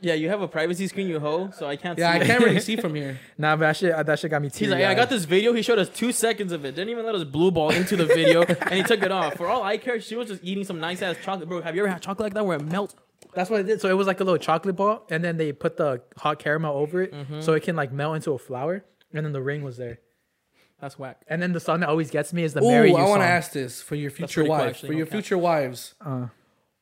Speaker 3: Yeah, you have a privacy screen, you hoe. So I can't.
Speaker 2: yeah
Speaker 3: see
Speaker 2: I
Speaker 3: it.
Speaker 2: can't really see from here
Speaker 1: Nah, but that shit, that shit got me
Speaker 3: He's
Speaker 1: teary.
Speaker 3: like, yeah, I got this video. He showed us two seconds of it. Didn't even let us blue ball into the video, and he took it off. For all I care, she was just eating some nice ass chocolate, bro. Have you ever had chocolate like that where it melts?
Speaker 1: That's what it did. So it was like a little chocolate ball, and then they put the hot caramel over it, so it can like melt into a flower. And then the ring was there.
Speaker 3: That's whack.
Speaker 1: And then the song that always gets me is the
Speaker 2: Ooh,
Speaker 1: "Marry You"
Speaker 2: I
Speaker 1: song.
Speaker 2: want to ask this for your future
Speaker 3: pretty cool,
Speaker 2: wives.
Speaker 3: actually,
Speaker 2: for
Speaker 3: no
Speaker 2: your
Speaker 3: cap.
Speaker 2: future wives,
Speaker 1: Uh.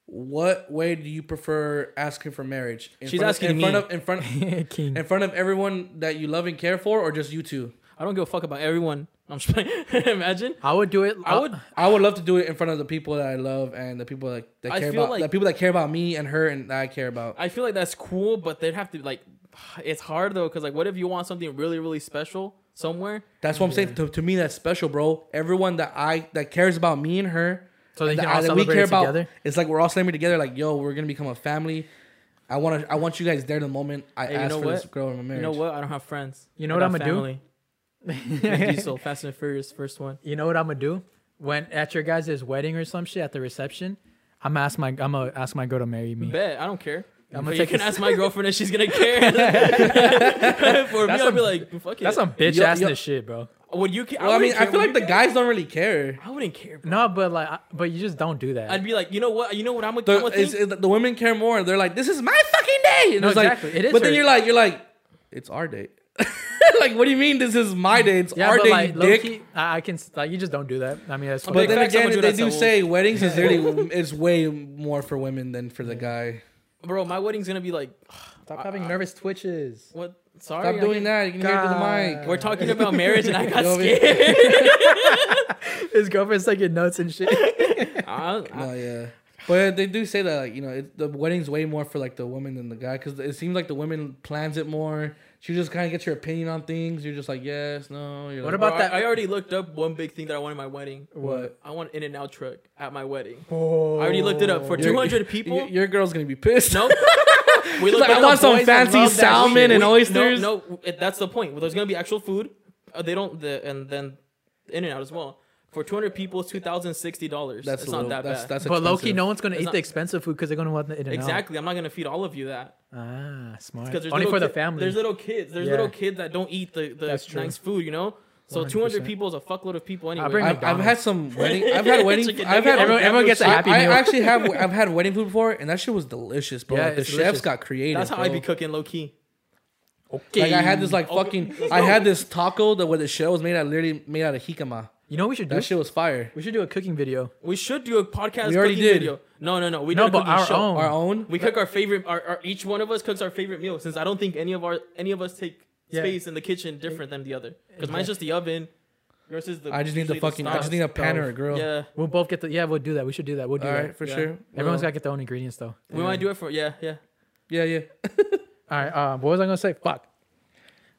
Speaker 2: what way do you prefer asking for marriage? In
Speaker 3: She's
Speaker 2: front
Speaker 3: asking
Speaker 2: of, in
Speaker 3: me.
Speaker 2: front of in front
Speaker 1: King.
Speaker 2: in front of everyone that you love and care for, or just you two.
Speaker 3: I don't give a fuck about everyone. I'm just playing. Imagine.
Speaker 1: I would do it. uh,
Speaker 3: I would.
Speaker 2: I would love to do it in front of the people that I love and the people that, that
Speaker 3: I
Speaker 2: care
Speaker 3: feel
Speaker 2: about
Speaker 3: like-
Speaker 2: the people that care about me and her and that I care about.
Speaker 3: I feel like that's cool, but they'd have to like. It's hard though, because like, what if you want something really, really special somewhere?
Speaker 2: That's what I'm saying. To, to me, that's special, bro. Everyone that I that cares about me and her,
Speaker 1: So they
Speaker 2: that,
Speaker 1: can all
Speaker 2: I- that
Speaker 1: celebrate it together?
Speaker 2: It's like we're all celebrating together. Like, yo, we're gonna become a family. I want to. I want you guys there the moment I
Speaker 3: Hey, you
Speaker 2: ask
Speaker 3: know
Speaker 2: for this
Speaker 3: what?
Speaker 2: girl in my marriage.
Speaker 3: You know what? I don't have friends.
Speaker 1: You know
Speaker 3: I
Speaker 1: what
Speaker 3: got
Speaker 1: I'ma do?
Speaker 3: family. Vin Diesel, Fast and Furious, first one.
Speaker 1: you know what I'm gonna do? When at your guys' wedding or some shit at the reception, I'm gonna ask my I'm gonna ask my girl to marry me.
Speaker 3: Bet I don't care.
Speaker 1: I'm
Speaker 3: But
Speaker 1: gonna
Speaker 3: you
Speaker 1: take
Speaker 3: can
Speaker 1: a-
Speaker 3: ask my girlfriend if she's gonna care. For me, I'll
Speaker 1: some-
Speaker 3: be like, fuck it.
Speaker 1: That's some bitch
Speaker 2: Yo- yo-
Speaker 1: assness shit, bro.
Speaker 3: Would you? Ca-
Speaker 2: Well, I mean,
Speaker 3: wouldn't
Speaker 2: I
Speaker 3: care.
Speaker 2: feel
Speaker 3: Would
Speaker 2: like
Speaker 3: you
Speaker 2: the
Speaker 3: care?
Speaker 2: guys don't really care.
Speaker 3: I wouldn't care. Bro.
Speaker 1: No, but like, I- but you just don't do that.
Speaker 3: I'd be like, you know what? You know what? I'm gonna.
Speaker 2: The,
Speaker 3: I'm gonna
Speaker 2: it's-
Speaker 3: think?
Speaker 2: it- the women care more. They're like, "This is my fucking day." And
Speaker 1: No,
Speaker 2: it's like-
Speaker 1: exactly. It is
Speaker 2: But then
Speaker 1: her-
Speaker 2: you're like, you're like, it's our day. like, what do you mean? This is my day. It's
Speaker 1: yeah,
Speaker 2: our
Speaker 1: but
Speaker 2: day,
Speaker 1: like,
Speaker 2: you
Speaker 1: low
Speaker 2: dick.
Speaker 1: key, I, I can s- like you just don't do that. I mean, that's
Speaker 3: But
Speaker 2: but
Speaker 1: fine.
Speaker 2: then
Speaker 3: fact, someone
Speaker 2: again,
Speaker 3: do
Speaker 2: they
Speaker 3: that
Speaker 2: do
Speaker 3: to
Speaker 2: say weddings is really it's way more for women than for the guy.
Speaker 3: bro, my wedding's gonna be like,
Speaker 1: stop having nervous twitches.
Speaker 3: what? Sorry,
Speaker 2: Stop
Speaker 3: I
Speaker 2: doing
Speaker 3: mean,
Speaker 2: that. You can hear it through the mic.
Speaker 3: We're talking about marriage, and I got
Speaker 2: You know what I mean?
Speaker 3: scared.
Speaker 1: His girlfriend's taking notes and shit.
Speaker 3: I, I,
Speaker 2: Oh yeah. But they do say that like you know it, the wedding's way more for like the woman than the guy because it seems like the women plans it more. She just kind of gets your opinion on things. You're just like yes, no. You're
Speaker 1: What
Speaker 2: like,
Speaker 1: about
Speaker 3: Bro, I-
Speaker 1: that?
Speaker 3: I, already looked up one big thing that I want in my wedding.
Speaker 2: What?
Speaker 3: I want an in and out truck at my wedding. I already looked it up for
Speaker 2: Your-
Speaker 3: 200 people.
Speaker 2: Your, your girl's gonna be pissed.
Speaker 3: no. We
Speaker 2: like,
Speaker 3: up
Speaker 2: "I
Speaker 3: the
Speaker 2: want some
Speaker 3: boys that
Speaker 2: fancy
Speaker 3: love that
Speaker 2: salmon
Speaker 3: shit."
Speaker 2: and
Speaker 3: We-
Speaker 2: oysters.
Speaker 3: No, no, it- that's the point. Well, there's gonna be actual food. Uh, they don't the and then in and out as well. For 200 people, it's two thousand sixty dollars.
Speaker 2: that's
Speaker 3: That's
Speaker 2: a
Speaker 3: not
Speaker 2: little-
Speaker 3: that
Speaker 2: that's,
Speaker 3: bad.
Speaker 2: That's
Speaker 1: But low key,
Speaker 2: expensive.
Speaker 1: no one's gonna
Speaker 3: It's
Speaker 1: eat
Speaker 3: not-
Speaker 1: the expensive food because they're gonna want the in and
Speaker 3: exactly. I'm not gonna feed all of you that.
Speaker 1: Ah, smart.
Speaker 3: because there's
Speaker 1: Only
Speaker 3: little
Speaker 1: for the
Speaker 3: ki-
Speaker 1: family.
Speaker 3: There's little kids. There's
Speaker 1: Yeah.
Speaker 3: little kids that don't eat the, the
Speaker 1: That's true.
Speaker 3: nice food, you know. So 200
Speaker 1: 100%.
Speaker 3: people is a fuckload of people anyway.
Speaker 1: bring-
Speaker 2: I've, I've had some wedding. I've had wedding.
Speaker 3: Chicken
Speaker 2: I've
Speaker 3: nugget.
Speaker 2: had
Speaker 1: Everyone- everyone gets a
Speaker 2: I-
Speaker 1: happy
Speaker 2: I,
Speaker 1: meal.
Speaker 2: actually have. I've had wedding food before, and that shit was delicious, bro.
Speaker 1: Yeah,
Speaker 2: Like, the
Speaker 1: it's
Speaker 2: chefs
Speaker 1: delicious.
Speaker 2: got creative.
Speaker 3: That's how
Speaker 2: bro.
Speaker 3: I be cooking low key. Okay.
Speaker 2: Like I had this like
Speaker 3: Okay,
Speaker 2: fucking.
Speaker 3: let's
Speaker 2: I
Speaker 3: go.
Speaker 2: had this taco that where the shell was made out literally made out of jicama.
Speaker 1: you know what we should do?
Speaker 3: Hmm?
Speaker 2: That shit was fire.
Speaker 1: we should do a cooking video.
Speaker 3: We should do a podcast.
Speaker 2: We already
Speaker 3: cooking
Speaker 2: did.
Speaker 3: Video. No, no, no. We
Speaker 1: No,
Speaker 3: did a
Speaker 1: but
Speaker 3: cooking
Speaker 1: our
Speaker 3: show.
Speaker 1: own.
Speaker 2: Our own.
Speaker 3: Hmm. We cook our favorite. Our, our each one of us cooks our favorite meal. Since I don't think any of our any of us take
Speaker 1: Yeah.
Speaker 3: space in the kitchen different than the other. Because mine's just the oven. Yours is the.
Speaker 2: I just need the
Speaker 3: usually
Speaker 2: fucking. I
Speaker 3: stove.
Speaker 2: just need a pan or a grill.
Speaker 3: Yeah.
Speaker 1: We'll both get the. Yeah, we'll do that. We should do that. We'll do
Speaker 2: All
Speaker 1: that.
Speaker 2: right, for
Speaker 3: Yeah.
Speaker 2: sure.
Speaker 1: Everyone's
Speaker 2: Well,
Speaker 1: got to get their own ingredients though.
Speaker 3: We might do it for yeah yeah.
Speaker 2: Yeah, yeah.
Speaker 1: All right. Um, what was I gonna say? Fuck.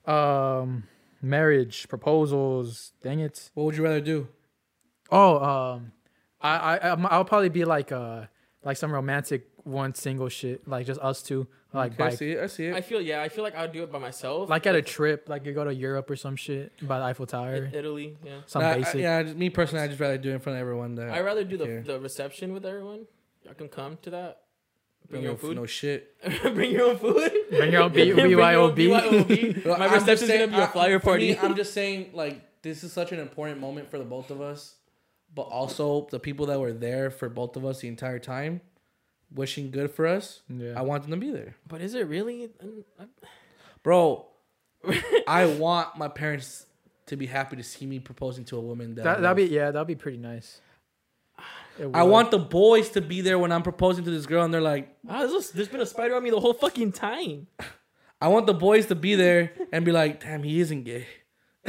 Speaker 1: Um, marriage proposals. Dang it.
Speaker 2: What would you rather do?
Speaker 1: Oh, um, I, I, I'm- I'll probably be like, uh, like some romantic one single shit, like just us two, like
Speaker 2: Okay, I
Speaker 1: bike,
Speaker 2: see it. I see
Speaker 3: I
Speaker 2: it.
Speaker 3: feel yeah. I feel like I'd do it by myself.
Speaker 1: like at a trip, like you go to Europe or some shit by the Eiffel Tower,
Speaker 3: Italy. Yeah.
Speaker 1: some
Speaker 2: Nah, I-
Speaker 1: basic.
Speaker 2: yeah, I just- me personally, I just rather do it in front of everyone. That
Speaker 3: I'd rather do the,
Speaker 2: care.
Speaker 3: the reception with everyone. Y'all can come to that. Bring
Speaker 2: no,
Speaker 3: your own food.
Speaker 2: No shit.
Speaker 3: Bring your own food.
Speaker 1: Bring your own B-
Speaker 3: Bring your own
Speaker 1: BYOB.
Speaker 3: BYOB.
Speaker 2: Well,
Speaker 3: My
Speaker 2: I'm
Speaker 3: reception's
Speaker 2: just
Speaker 3: gonna
Speaker 2: saying-
Speaker 3: be a
Speaker 2: I-
Speaker 3: flyer
Speaker 2: for me,
Speaker 3: party.
Speaker 2: I'm just saying, like, this is such an important moment for the both of us, but also the people that were there for both of us the entire time, wishing good for us.
Speaker 1: Yeah.
Speaker 2: I want them to be there,
Speaker 3: But is it really? I'm- I'm-
Speaker 2: bro. I want my parents to be happy to see me proposing to a woman. That,
Speaker 1: that,
Speaker 2: I
Speaker 1: that'd
Speaker 2: love.
Speaker 1: be yeah, that'd be pretty nice. It
Speaker 2: I
Speaker 1: would.
Speaker 2: want the boys to be there when I'm proposing to this girl, and they're like,
Speaker 3: Ah, there's just- there's been a spider on me the whole fucking time.
Speaker 2: I want the boys to be there and be like, damn, he isn't gay.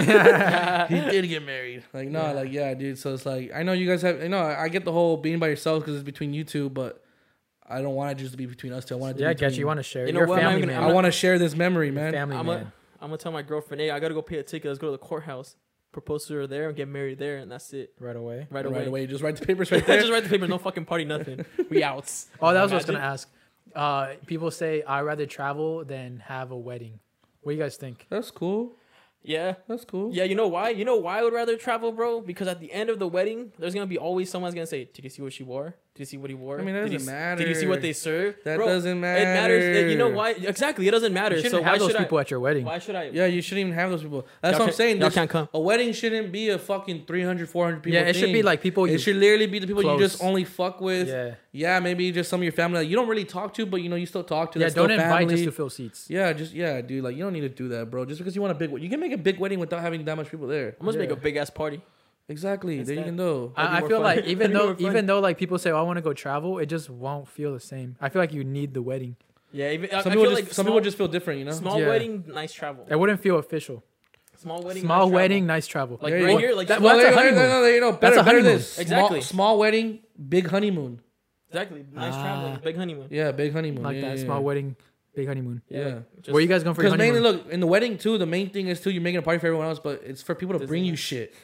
Speaker 2: he did get married. Like, no, like, yeah, dude. So it's like, I know you guys have, you know, I get the whole being by yourself because it's between you two, but I don't want it just to be between us two. I want it to
Speaker 1: Yeah, I
Speaker 2: be
Speaker 1: get
Speaker 2: between-
Speaker 1: you. You want to share?
Speaker 3: You know
Speaker 1: You're a
Speaker 3: what, I'm
Speaker 1: family
Speaker 3: gonna-
Speaker 1: man.
Speaker 2: I want to share this memory, man.
Speaker 1: family
Speaker 3: I'm
Speaker 1: man.
Speaker 3: gonna I'm gonna tell my girlfriend, hey, I gotta go pay a ticket. Let's go to the courthouse, propose to her there, and get married there, and that's it.
Speaker 1: Right away.
Speaker 3: Right,
Speaker 2: Right
Speaker 3: away.
Speaker 2: away, just write the papers right
Speaker 3: I
Speaker 2: there.
Speaker 3: just read the paper. No fucking party, nothing. We outs.
Speaker 1: Oh, that was what I was gonna
Speaker 3: Imagine.
Speaker 1: ask. Uh, people say I'd rather travel than have a wedding. What do you guys think?
Speaker 2: That's cool.
Speaker 3: Yeah.
Speaker 2: That's cool.
Speaker 3: Yeah, you know why? You know why I would rather travel, bro? Because at the end of the wedding, there's gonna be always someone's gonna say, "Did you see what she wore? Did you see what he wore?
Speaker 2: I mean, that
Speaker 3: did you
Speaker 2: doesn't
Speaker 3: s- Did you see
Speaker 2: matter.
Speaker 3: what they served?
Speaker 2: That
Speaker 3: Bro,
Speaker 2: doesn't
Speaker 3: It matters. It- you know
Speaker 2: matter.
Speaker 3: why? Exactly, it doesn't matter.
Speaker 1: You shouldn't
Speaker 3: so why
Speaker 1: have those
Speaker 3: should
Speaker 1: people
Speaker 3: I?
Speaker 1: at your wedding.
Speaker 3: Why should I?
Speaker 2: Yeah, you shouldn't even have those people. That's
Speaker 3: Y'all
Speaker 2: what I'm
Speaker 3: can't-
Speaker 2: saying.
Speaker 3: y'all
Speaker 2: This-
Speaker 3: can't come.
Speaker 2: A wedding shouldn't be a fucking 300, 400 people.
Speaker 1: Yeah, it should
Speaker 2: thing.
Speaker 1: be like people
Speaker 2: It
Speaker 1: you-
Speaker 2: should literally be the people you just
Speaker 1: close.
Speaker 2: only fuck with.
Speaker 1: Yeah.
Speaker 2: Yeah, maybe just some of your family that you don't really talk to, but you know you still talk to.
Speaker 1: yeah,
Speaker 2: That's
Speaker 1: don't
Speaker 2: still
Speaker 1: invite just
Speaker 2: family.
Speaker 1: to fill seats.
Speaker 2: Yeah, just yeah, dude. Like you don't need to do that, bro. Just because you want a big, wed- you can make a big wedding without having that much people there.
Speaker 3: I must make
Speaker 1: Yeah.
Speaker 3: a big ass party.
Speaker 2: Exactly. There you
Speaker 3: that-
Speaker 2: can go.
Speaker 3: That'd be
Speaker 1: I, I
Speaker 3: more
Speaker 1: feel
Speaker 3: fun.
Speaker 1: like
Speaker 3: That'd be
Speaker 1: even though
Speaker 3: more fun.
Speaker 1: even though like people say oh, I want to go travel, it just won't feel the same. I feel like you need the wedding.
Speaker 3: Yeah, even I,
Speaker 2: Some
Speaker 3: I
Speaker 2: people
Speaker 3: feel
Speaker 2: just
Speaker 3: like
Speaker 2: some
Speaker 3: small,
Speaker 2: people just feel different, you know.
Speaker 3: small
Speaker 1: Yeah.
Speaker 3: wedding, nice travel.
Speaker 1: It wouldn't feel official.
Speaker 3: Small wedding, nice
Speaker 1: Small
Speaker 3: travel.
Speaker 1: wedding, nice travel.
Speaker 3: Like
Speaker 2: There you
Speaker 3: right
Speaker 2: go.
Speaker 3: here, like
Speaker 1: That-
Speaker 3: small-
Speaker 1: well, that's a
Speaker 2: there, there,
Speaker 1: honeymoon.
Speaker 2: there, there, you know, better,
Speaker 1: That's a
Speaker 2: better
Speaker 1: honeymoon.
Speaker 2: this.
Speaker 3: Exactly.
Speaker 2: Small, small wedding, big honeymoon.
Speaker 3: exactly nice travel, big honeymoon.
Speaker 2: Yeah, big honeymoon.
Speaker 1: Like
Speaker 2: yeah,
Speaker 1: that
Speaker 2: yeah,
Speaker 1: small wedding, big honeymoon.
Speaker 2: Yeah.
Speaker 3: Just-
Speaker 1: Where you guys going for your
Speaker 2: Because mainly,
Speaker 1: honeymoon?
Speaker 2: look, in the wedding too, the main thing is too you're making a party for everyone else, but it's for people to bring you shit.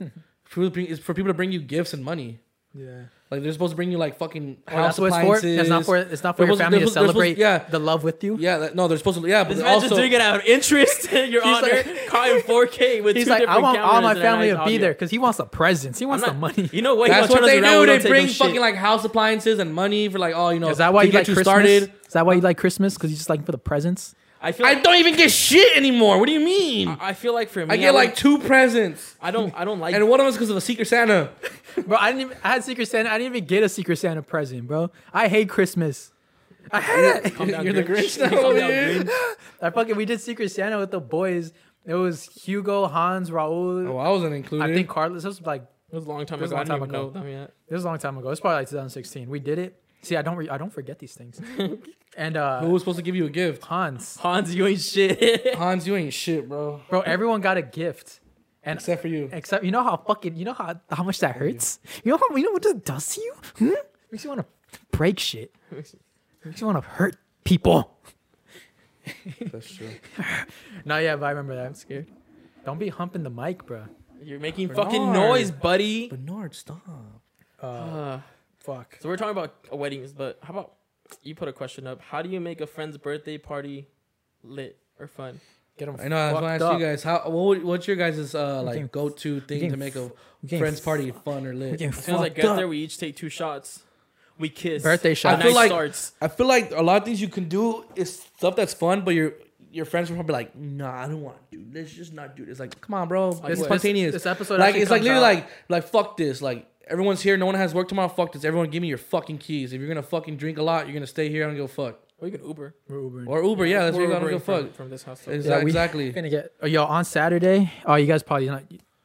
Speaker 2: for, people to bring, it's for people to bring you gifts and money.
Speaker 1: yeah.
Speaker 2: Like they're supposed to bring you like fucking
Speaker 1: Oh,
Speaker 2: house
Speaker 1: that's what it's for.
Speaker 2: appliances.
Speaker 1: It's not for. It's not for
Speaker 2: They're
Speaker 1: your
Speaker 2: supposed-
Speaker 1: family
Speaker 2: they're
Speaker 1: to
Speaker 2: supposed- they're
Speaker 1: celebrate
Speaker 2: supposed- yeah.
Speaker 1: the love with you.
Speaker 2: Yeah, that, no, they're supposed to. Yeah, but
Speaker 3: This
Speaker 2: they're
Speaker 3: man's
Speaker 2: also
Speaker 3: just doing it out of interest, Your Honor.
Speaker 1: like-
Speaker 3: caught in 4K with
Speaker 1: He's
Speaker 3: two
Speaker 1: like, I
Speaker 3: different
Speaker 1: want all
Speaker 3: cameras
Speaker 1: my
Speaker 3: and a
Speaker 1: family
Speaker 3: nice
Speaker 1: to be
Speaker 3: audio."
Speaker 1: there because he wants the presents. He wants
Speaker 3: I'm
Speaker 1: the
Speaker 3: not-
Speaker 1: money.
Speaker 3: You know what? He
Speaker 2: That's
Speaker 3: gonna
Speaker 2: what
Speaker 3: turn us
Speaker 2: they
Speaker 3: around,
Speaker 2: do.
Speaker 3: we
Speaker 2: They
Speaker 3: don't take no
Speaker 2: bring
Speaker 3: shit.
Speaker 2: fucking like house appliances and money for like, oh, you know,
Speaker 1: Is that why
Speaker 2: to
Speaker 1: you
Speaker 2: get
Speaker 1: like
Speaker 2: you
Speaker 1: Christmas?
Speaker 2: started.
Speaker 1: Is that why you like Christmas? Because you're just looking for the presents.
Speaker 3: I feel
Speaker 2: I
Speaker 3: like,
Speaker 2: don't even get shit anymore. What do you mean? I,
Speaker 3: I feel like for me,
Speaker 2: get
Speaker 3: would-
Speaker 2: like two presents,
Speaker 3: I don't I don't like
Speaker 2: and one of us because of the Secret Santa.
Speaker 1: Bro, I didn't. Even, I had Secret Santa. I didn't even get a Secret Santa present, bro. I hate Christmas. I hate it.
Speaker 3: Calm down,
Speaker 2: You're the
Speaker 3: Grinch.
Speaker 2: Grinch now,
Speaker 3: Calm down,
Speaker 2: man.
Speaker 3: Grinch.
Speaker 1: I fucking. We did Secret Santa with the boys. It was Hugo, Hans, Raul.
Speaker 2: Oh, I wasn't included.
Speaker 1: I think Carlos. This was like
Speaker 3: It was a long time
Speaker 1: This
Speaker 3: ago.
Speaker 1: is a
Speaker 3: I
Speaker 1: long
Speaker 3: don't even
Speaker 1: time
Speaker 3: know
Speaker 1: ago.
Speaker 3: them yet.
Speaker 1: this was a long time ago. It's probably like 2016. We did it. See, I don't. Re- I don't forget these things. and
Speaker 2: who
Speaker 1: uh
Speaker 2: was supposed to give you a gift?
Speaker 1: Hans,
Speaker 3: Hans, you ain't shit.
Speaker 2: Hans, you ain't shit, bro.
Speaker 1: bro. Everyone got a gift. And
Speaker 2: Except for you.
Speaker 1: Except you know how fucking you know how how much that hurts. You know how you know what that does to you. Hmm? Makes you want to break shit. I just want to hurt people.
Speaker 2: That's true.
Speaker 1: No, yeah, but I remember that.
Speaker 3: scared.
Speaker 1: Don't be humping the mic, bro.
Speaker 3: You're making
Speaker 2: Bernard.
Speaker 3: fucking noise, buddy.
Speaker 2: Bernard, stop.
Speaker 1: Uh,
Speaker 3: Uh,
Speaker 1: fuck.
Speaker 3: so we're talking about weddings, but how about you put a question up? How do you make a friend's birthday party lit or fun?
Speaker 1: Get them.
Speaker 2: I know. I was gonna ask you guys how. What, would- what's your guys' uh,
Speaker 1: getting
Speaker 2: like go to thing to
Speaker 1: getting
Speaker 2: make a
Speaker 1: getting
Speaker 2: friends
Speaker 1: f-
Speaker 2: party fun or lit?
Speaker 3: As soon as I get there, we each take two shots. We kiss.
Speaker 1: Birthday
Speaker 3: The
Speaker 1: shots.
Speaker 2: I
Speaker 1: I
Speaker 3: night
Speaker 2: feel like
Speaker 3: starts.
Speaker 2: I feel like a lot of things you can do is stuff that's fun, but your your friends will probably like, nah, I don't want to do. Let's just not do this. Like, come on, bro.
Speaker 3: Like
Speaker 2: it's
Speaker 3: what?
Speaker 2: spontaneous.
Speaker 1: This- this episode
Speaker 2: like
Speaker 1: actually
Speaker 2: it's like
Speaker 1: comes
Speaker 2: literally
Speaker 1: out-
Speaker 2: like like fuck this. Like everyone's here. No one has work tomorrow. Fuck this. Everyone, give me your fucking keys. If you're gonna fucking drink a lot, you're gonna stay here and go fuck
Speaker 3: Or you can Uber.
Speaker 2: or Uber. Yeah, that's
Speaker 3: We're
Speaker 2: where you're gonna go
Speaker 3: Ubering from,
Speaker 2: fuck.
Speaker 3: from this house.
Speaker 2: Exa-
Speaker 1: Yeah, we-
Speaker 2: exactly.
Speaker 1: Gonna get. Oh, yo, on Saturday. Oh, you guys probably not.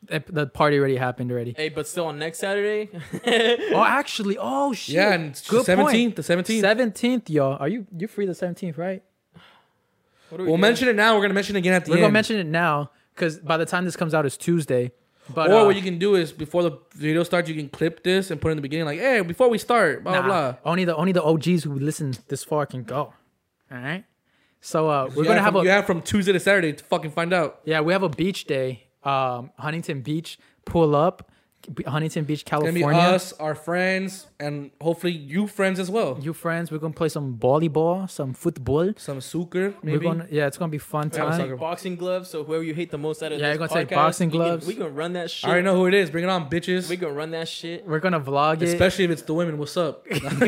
Speaker 1: eh, The party already happened already.
Speaker 3: Hey, but still on next Saturday.
Speaker 1: Oh, actually. Oh shit.
Speaker 2: Yeah, and it's
Speaker 1: Good point.
Speaker 2: 17th, the 17th.
Speaker 1: 17th, y'all. Are you you free the 17th, right?
Speaker 3: What are we
Speaker 2: We'll
Speaker 3: doing?
Speaker 2: mention it now. We're gonna mention it again at the
Speaker 1: We're
Speaker 2: end.
Speaker 1: gonna mention it now because by the time this comes out, it's Tuesday. But
Speaker 2: or
Speaker 1: uh,
Speaker 2: what you can do is before the video starts, you can clip this and put it in the beginning, like, "Hey, before we start, blah
Speaker 1: nah,
Speaker 2: blah."
Speaker 1: Only the only the OGs who listen this far can go. All right. So uh, we're
Speaker 2: You
Speaker 1: gonna
Speaker 2: have
Speaker 1: have
Speaker 2: from,
Speaker 1: a
Speaker 2: you have from Tuesday to Saturday to fucking find out.
Speaker 1: Yeah, we have a beach day. Um, Huntington Beach, pull up, B- Huntington Beach,
Speaker 2: It's gonna be
Speaker 1: California.
Speaker 2: us, our friends, and hopefully you friends as well.
Speaker 1: You friends, we're gonna play some volleyball, some football.
Speaker 2: Some sucker,
Speaker 1: We're
Speaker 2: maybe.
Speaker 1: gonna yeah, it's gonna be fun
Speaker 3: I was like,
Speaker 1: time.
Speaker 3: boxing gloves. So whoever you hate the most out of
Speaker 1: Yeah,
Speaker 3: this
Speaker 1: you're gonna take
Speaker 3: podcast,
Speaker 1: boxing
Speaker 3: we can-
Speaker 1: gloves.
Speaker 3: We can run that shit.
Speaker 2: I already know who it is. Bring it on, bitches.
Speaker 3: We can run that shit.
Speaker 1: We're gonna vlog it.
Speaker 2: Especially if it's the women. What's up?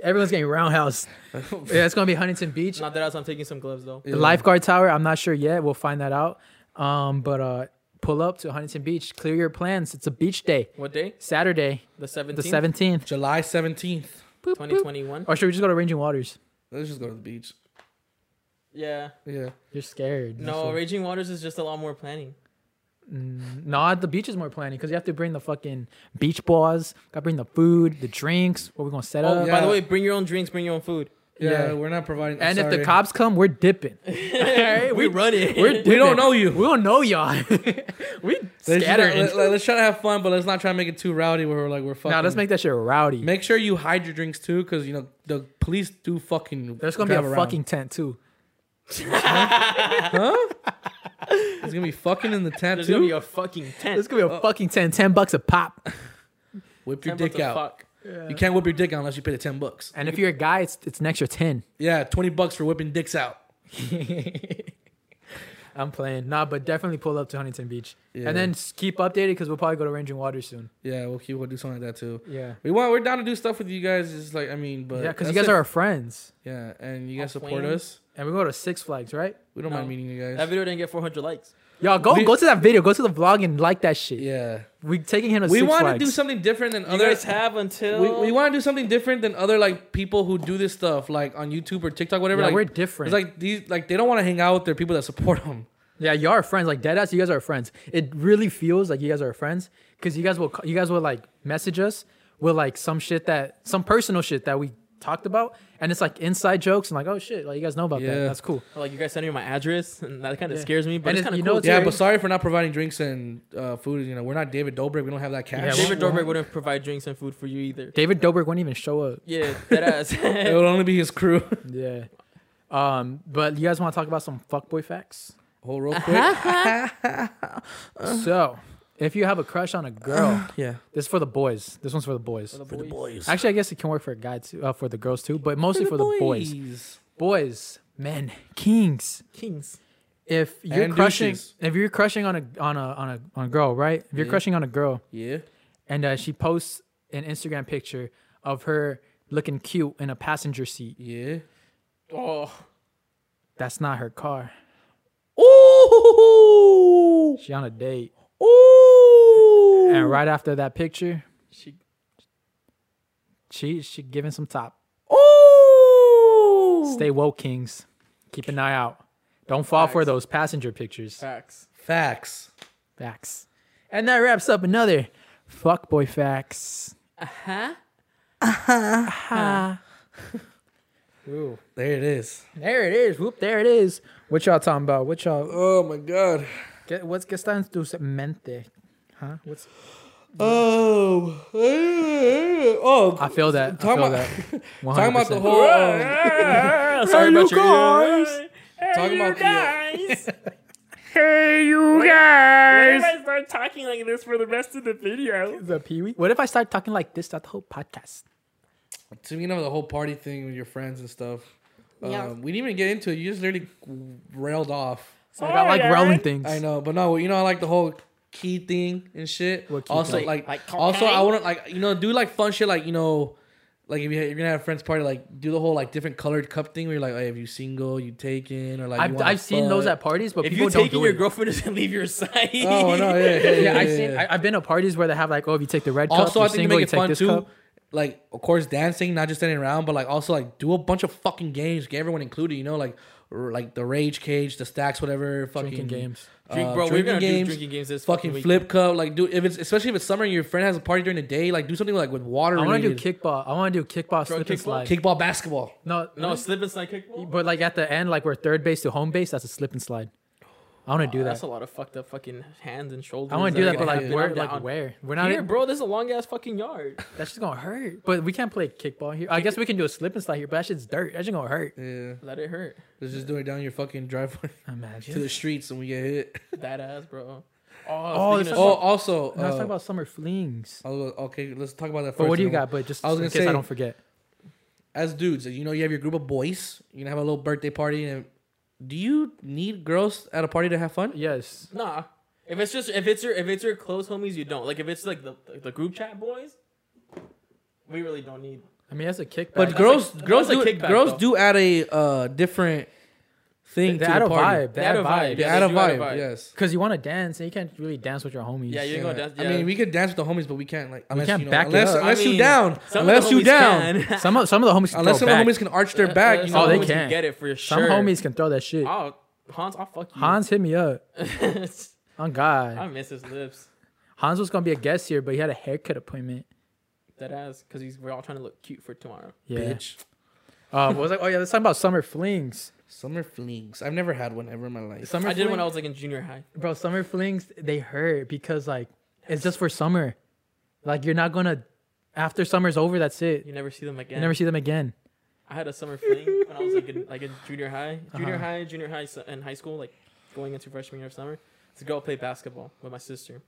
Speaker 1: Everyone's getting roundhouse. yeah, it's gonna be Huntington Beach.
Speaker 3: Not that ass, I'm taking some gloves though.
Speaker 1: The lifeguard tower, I'm not sure yet. We'll find that out. Um, but uh, pull up to Huntington Beach. Clear your plans. It's a beach day.
Speaker 3: What day?
Speaker 1: Saturday,
Speaker 3: The 17th.
Speaker 1: the 17th.
Speaker 2: July seventeenth.
Speaker 1: Boop, boop.
Speaker 3: 2021.
Speaker 1: Or should we just go to Ranging Waters?
Speaker 2: Let's just go to the beach.
Speaker 3: Yeah.
Speaker 2: Yeah.
Speaker 1: You're scared.
Speaker 3: No, Raging Waters is just a lot more planning.
Speaker 1: Nah, the beach is more planning because you have to bring the fucking beach balls. Got to bring the food, the drinks. What we're gonna set
Speaker 3: Oh,
Speaker 1: up.
Speaker 2: yeah.
Speaker 3: by the way, bring your own drinks, bring your own food.
Speaker 2: yeah,
Speaker 1: Yeah.
Speaker 2: We're not providing. I'm
Speaker 1: And if the
Speaker 2: sorry.
Speaker 1: cops come, we're dipping.
Speaker 3: we run it.
Speaker 1: We're
Speaker 2: we don't
Speaker 1: dipping.
Speaker 2: know you.
Speaker 1: We don't know y'all. we
Speaker 2: Let's, just not-
Speaker 1: scattering.
Speaker 2: let, us try to have fun, but let's not try to make it too rowdy where we're like we're fucking.
Speaker 1: Now let's make that shit rowdy.
Speaker 2: Make sure you hide your drinks too, because you know the police do fucking.
Speaker 1: There's gonna be a
Speaker 2: drive around.
Speaker 1: fucking tent too.
Speaker 2: Oh. There's gonna be fucking in the tent
Speaker 3: There's gonna be
Speaker 2: too.
Speaker 3: a fucking tent.
Speaker 1: There's gonna be a fucking tent. Ten bucks a pop.
Speaker 2: Whip your
Speaker 3: Tent, what
Speaker 2: dick
Speaker 3: the
Speaker 2: out.
Speaker 3: fuck?
Speaker 2: You can't whip your dick out unless you pay the ten bucks.
Speaker 1: And if you're a guy, it's it's an extra ten.
Speaker 2: Yeah, twenty bucks for whipping dicks out.
Speaker 1: I'm playing. Nah, but definitely pull up to Huntington Beach.
Speaker 2: Yeah.
Speaker 1: And then s- keep updated because we'll probably go to Ranging Waters soon.
Speaker 2: Yeah, we'll keep. We'll do something like that too.
Speaker 1: Yeah.
Speaker 2: we want. We're down to do stuff with you guys. It's like I mean, but
Speaker 1: Yeah, because you
Speaker 2: that's
Speaker 1: guys
Speaker 2: it.
Speaker 1: are our friends.
Speaker 2: Yeah, and you guys
Speaker 3: Our
Speaker 2: support
Speaker 3: friends.
Speaker 2: us.
Speaker 1: And we go to Six Flags, right?
Speaker 2: We don't
Speaker 3: No.
Speaker 2: mind meeting you guys.
Speaker 3: That video didn't get 400 likes.
Speaker 1: Y'all go
Speaker 2: We-
Speaker 1: go to that video, go to the vlog and like that shit.
Speaker 2: yeah,
Speaker 1: We taking him to
Speaker 2: we
Speaker 1: Six
Speaker 2: want to
Speaker 1: Flags.
Speaker 2: do something different than
Speaker 3: You
Speaker 2: other.
Speaker 3: guys have until
Speaker 2: We, we want to do something different than other like people who do this stuff like on YouTube or TikTok, whatever.
Speaker 1: Yeah,
Speaker 2: like,
Speaker 1: we're different.
Speaker 2: It's like these like they don't want to hang out with their people that support them.
Speaker 1: Yeah, y'all are friends. Like deadass, you guys are friends. It really feels like you guys are friends because you guys will you guys will like message us with like some shit that some personal shit that we talked about, and it's like inside jokes and like oh shit, like you guys know about that.
Speaker 2: Yeah.
Speaker 1: That's cool.
Speaker 3: like you guys sending me my address, and that kind of
Speaker 1: Yeah.
Speaker 3: scares me. But
Speaker 1: And
Speaker 3: it's
Speaker 1: it-
Speaker 3: kind
Speaker 1: you
Speaker 3: of
Speaker 1: know
Speaker 3: cool.
Speaker 1: what's
Speaker 2: Yeah,
Speaker 1: Sorry.
Speaker 2: but sorry for not providing drinks and uh, food. You know, we're not David Dobrik. We don't have that cash.
Speaker 1: Yeah,
Speaker 3: David
Speaker 1: well-
Speaker 3: Dobrik wouldn't provide drinks and food for you either.
Speaker 1: David Dobrik wouldn't even show up.
Speaker 3: Yeah, that ass.
Speaker 2: it would only be his crew.
Speaker 1: Yeah. Um, but you guys want to talk about some fuckboy facts?
Speaker 2: Hold real quick.
Speaker 1: So, if you have a crush on a girl,
Speaker 2: Yeah.
Speaker 1: this is for the boys. This one's for the boys.
Speaker 3: For the
Speaker 2: boys.
Speaker 1: Actually, I guess it can work for a guy too, uh, for the girls too, but mostly for the, boys. Boys, men, kings.
Speaker 3: Kings.
Speaker 1: If you're
Speaker 2: And
Speaker 1: crushing,
Speaker 2: douches.
Speaker 1: if you're crushing on a on a on a on a girl, right? If you're crushing on a girl
Speaker 2: Yeah.
Speaker 1: and uh, she posts an Instagram picture of her looking cute in a passenger seat,
Speaker 2: Yeah.
Speaker 3: Oh,
Speaker 1: that's not her car.
Speaker 2: Ooh.
Speaker 1: She on a date,
Speaker 2: Ooh.
Speaker 1: and right after that picture,
Speaker 3: she.
Speaker 1: she she giving some top.
Speaker 2: Ooh.
Speaker 1: Stay woke, kings. Keep an eye out. Don't fall for those passenger pictures.
Speaker 3: Facts.
Speaker 2: Facts.
Speaker 1: Facts. And that wraps up another fuckboy facts.
Speaker 3: Huh?
Speaker 1: Ooh.
Speaker 2: There it is.
Speaker 1: There it is. Whoop, there it is. What y'all talking about? What y'all
Speaker 2: Oh my god.
Speaker 1: get what's que está en tu mente? Huh? What's
Speaker 2: Oh. the oh,
Speaker 1: I feel that. I feel that.
Speaker 2: Talking about the
Speaker 1: 100%.
Speaker 2: whole. um,
Speaker 3: Sorry
Speaker 1: you
Speaker 3: about your
Speaker 1: guys.
Speaker 3: ear.
Speaker 2: Talking about the, uh,
Speaker 3: hey, you guys. What if I start talking like this for the rest of the video?
Speaker 1: the Pee Wee. What if I start talking like this? That whole podcast.
Speaker 2: to me, you know, the whole party thing with your friends and stuff.
Speaker 5: Yeah.
Speaker 2: Um, we didn't even get into it. You just literally railed off.
Speaker 1: I got like
Speaker 3: Alright.
Speaker 1: growling things.
Speaker 2: I know, but no, you know, I like the whole key thing and shit.
Speaker 1: What key
Speaker 2: also,
Speaker 1: thing?
Speaker 2: like,
Speaker 5: Like
Speaker 2: also, I
Speaker 5: cocaine?
Speaker 2: want to like, you know, do like fun shit, like you know, like if you- you're gonna have a friends party, like do the whole like different colored cup thing, where you're like, hey, if you single, you taken, or like, you
Speaker 1: I've,
Speaker 2: wanna
Speaker 1: I've seen those
Speaker 2: fuck.
Speaker 1: at parties, but
Speaker 3: If
Speaker 1: people
Speaker 3: you
Speaker 1: don't
Speaker 3: taking
Speaker 1: do
Speaker 3: your
Speaker 1: it.
Speaker 3: girlfriend doesn't leave your side.
Speaker 2: Oh no, yeah, yeah,
Speaker 1: yeah,
Speaker 2: yeah,
Speaker 1: I've
Speaker 2: yeah,
Speaker 1: seen.
Speaker 2: yeah.
Speaker 1: I, I've been to parties where they have like, oh, if you take the red cup,
Speaker 2: also,
Speaker 1: you're
Speaker 2: I think
Speaker 1: single,
Speaker 2: to
Speaker 1: you
Speaker 2: make it
Speaker 1: take
Speaker 2: fun
Speaker 1: this
Speaker 2: too,
Speaker 1: cup.
Speaker 2: like of course dancing, not just standing around, but like also like do a bunch of fucking games, get everyone included. You know, like r- like the rage cage, the stacks, whatever, fucking uh,
Speaker 1: Drinking games.
Speaker 3: Drink- bro, we're
Speaker 2: drinking
Speaker 3: gonna do drinking games this fucking
Speaker 2: fucking flip cup. Like, do if it's especially if it's summer and your friend has a party during the day, like do something like with water.
Speaker 1: I want to do
Speaker 2: related.
Speaker 1: kickball. I want to do kickball slip and
Speaker 3: kickball?
Speaker 1: slide.
Speaker 2: kickball basketball.
Speaker 1: no,
Speaker 3: No,
Speaker 1: no,
Speaker 3: slip and slide kickball.
Speaker 1: but like at the end, like we're third base to home base. That's a slip and slide. I want to do
Speaker 3: That's a
Speaker 1: that.
Speaker 3: lot of fucked up fucking hands and shoulders.
Speaker 1: I want to do that,
Speaker 3: are
Speaker 1: but
Speaker 3: gonna
Speaker 1: like
Speaker 3: happen.
Speaker 1: where?
Speaker 3: I'm
Speaker 1: Like
Speaker 3: down.
Speaker 1: where? We're not.
Speaker 3: Here,
Speaker 1: in-
Speaker 3: bro, this is a long ass fucking yard.
Speaker 1: That's just gonna hurt. But we can't play kickball here. I guess we can do a slip and slide here, but that shit's dirt. That's just gonna hurt.
Speaker 2: Yeah,
Speaker 3: Let it hurt.
Speaker 2: let's just do it down your fucking driveway to
Speaker 1: Imagine.
Speaker 2: the streets and we get hit.
Speaker 3: That ass, bro. Oh,
Speaker 1: Oh,
Speaker 3: speaking
Speaker 1: this
Speaker 3: of-
Speaker 1: is-
Speaker 2: Oh, also,
Speaker 1: No, let's
Speaker 2: uh,
Speaker 1: talk about summer flings.
Speaker 2: I was- okay, let's talk about that first.
Speaker 1: But what do you
Speaker 2: and then
Speaker 1: got? But just
Speaker 2: I was
Speaker 1: in
Speaker 2: gonna
Speaker 1: case
Speaker 2: say-
Speaker 1: I don't forget.
Speaker 2: as dudes, you know, you have your group of boys, you're gonna have a little birthday party, and do you need girls at a party to have fun?
Speaker 1: Yes.
Speaker 3: Nah. If it's just if it's your if it's your close homies, you don't. Like if it's like the the group chat boys, we really don't need.
Speaker 1: I mean, that's a kickback.
Speaker 2: But girls,
Speaker 3: like-
Speaker 2: girls
Speaker 3: that's
Speaker 2: do
Speaker 3: like kickback,
Speaker 2: girls
Speaker 3: though.
Speaker 2: do add a uh, different thing
Speaker 1: they
Speaker 2: to
Speaker 1: add
Speaker 2: the
Speaker 1: a
Speaker 2: party.
Speaker 1: vibe. They add a vibe.
Speaker 2: They
Speaker 3: Yeah,
Speaker 2: add a
Speaker 3: they do add a
Speaker 2: vibe.
Speaker 3: vibe.
Speaker 2: Yes.
Speaker 1: Because you want to dance and you can't really dance with your homies.
Speaker 3: Yeah, you're
Speaker 2: Yeah.
Speaker 3: gonna dance. Yeah.
Speaker 2: I mean, we could dance with the homies, but we can't like unless
Speaker 1: can't
Speaker 2: you know,
Speaker 1: back it
Speaker 2: unless,
Speaker 1: up.
Speaker 2: unless
Speaker 3: I
Speaker 2: you
Speaker 3: mean,
Speaker 2: down,
Speaker 3: some of the
Speaker 2: unless you
Speaker 3: homies
Speaker 2: down,
Speaker 3: can.
Speaker 1: some of some of the homies can
Speaker 2: unless
Speaker 1: throw
Speaker 2: some of the
Speaker 1: back.
Speaker 2: homies can arch their back.
Speaker 3: Uh,
Speaker 2: You
Speaker 3: some
Speaker 1: Oh,
Speaker 2: know,
Speaker 1: they
Speaker 3: homies
Speaker 1: can.
Speaker 3: get it for
Speaker 1: Some
Speaker 3: sure.
Speaker 1: homies can throw that shit.
Speaker 3: Oh, Hans, I'll fuck you.
Speaker 1: Hans hit me up. On
Speaker 3: I
Speaker 1: God,
Speaker 3: miss his lips.
Speaker 1: Hans was gonna be a guest here, but he had a haircut appointment.
Speaker 3: That ass, because he's we're all trying to look cute for tomorrow.
Speaker 1: Yeah.
Speaker 2: bitch.
Speaker 1: Uh, what was like, oh yeah, let's talk about summer flings.
Speaker 2: Summer flings. I've never had one ever in my life.
Speaker 1: Summer
Speaker 3: I did when
Speaker 1: fling-
Speaker 3: I was like in junior high.
Speaker 1: bro. Summer flings they hurt because like it's just for summer. Like you're not gonna after summer's over. That's it.
Speaker 3: You never see them again.
Speaker 1: You never see them again.
Speaker 3: I had a summer fling when I was like in, like in junior high, junior
Speaker 2: Uh-huh.
Speaker 3: high, junior high, so- and high school, like going into freshman year of summer. This girl played basketball with my sister.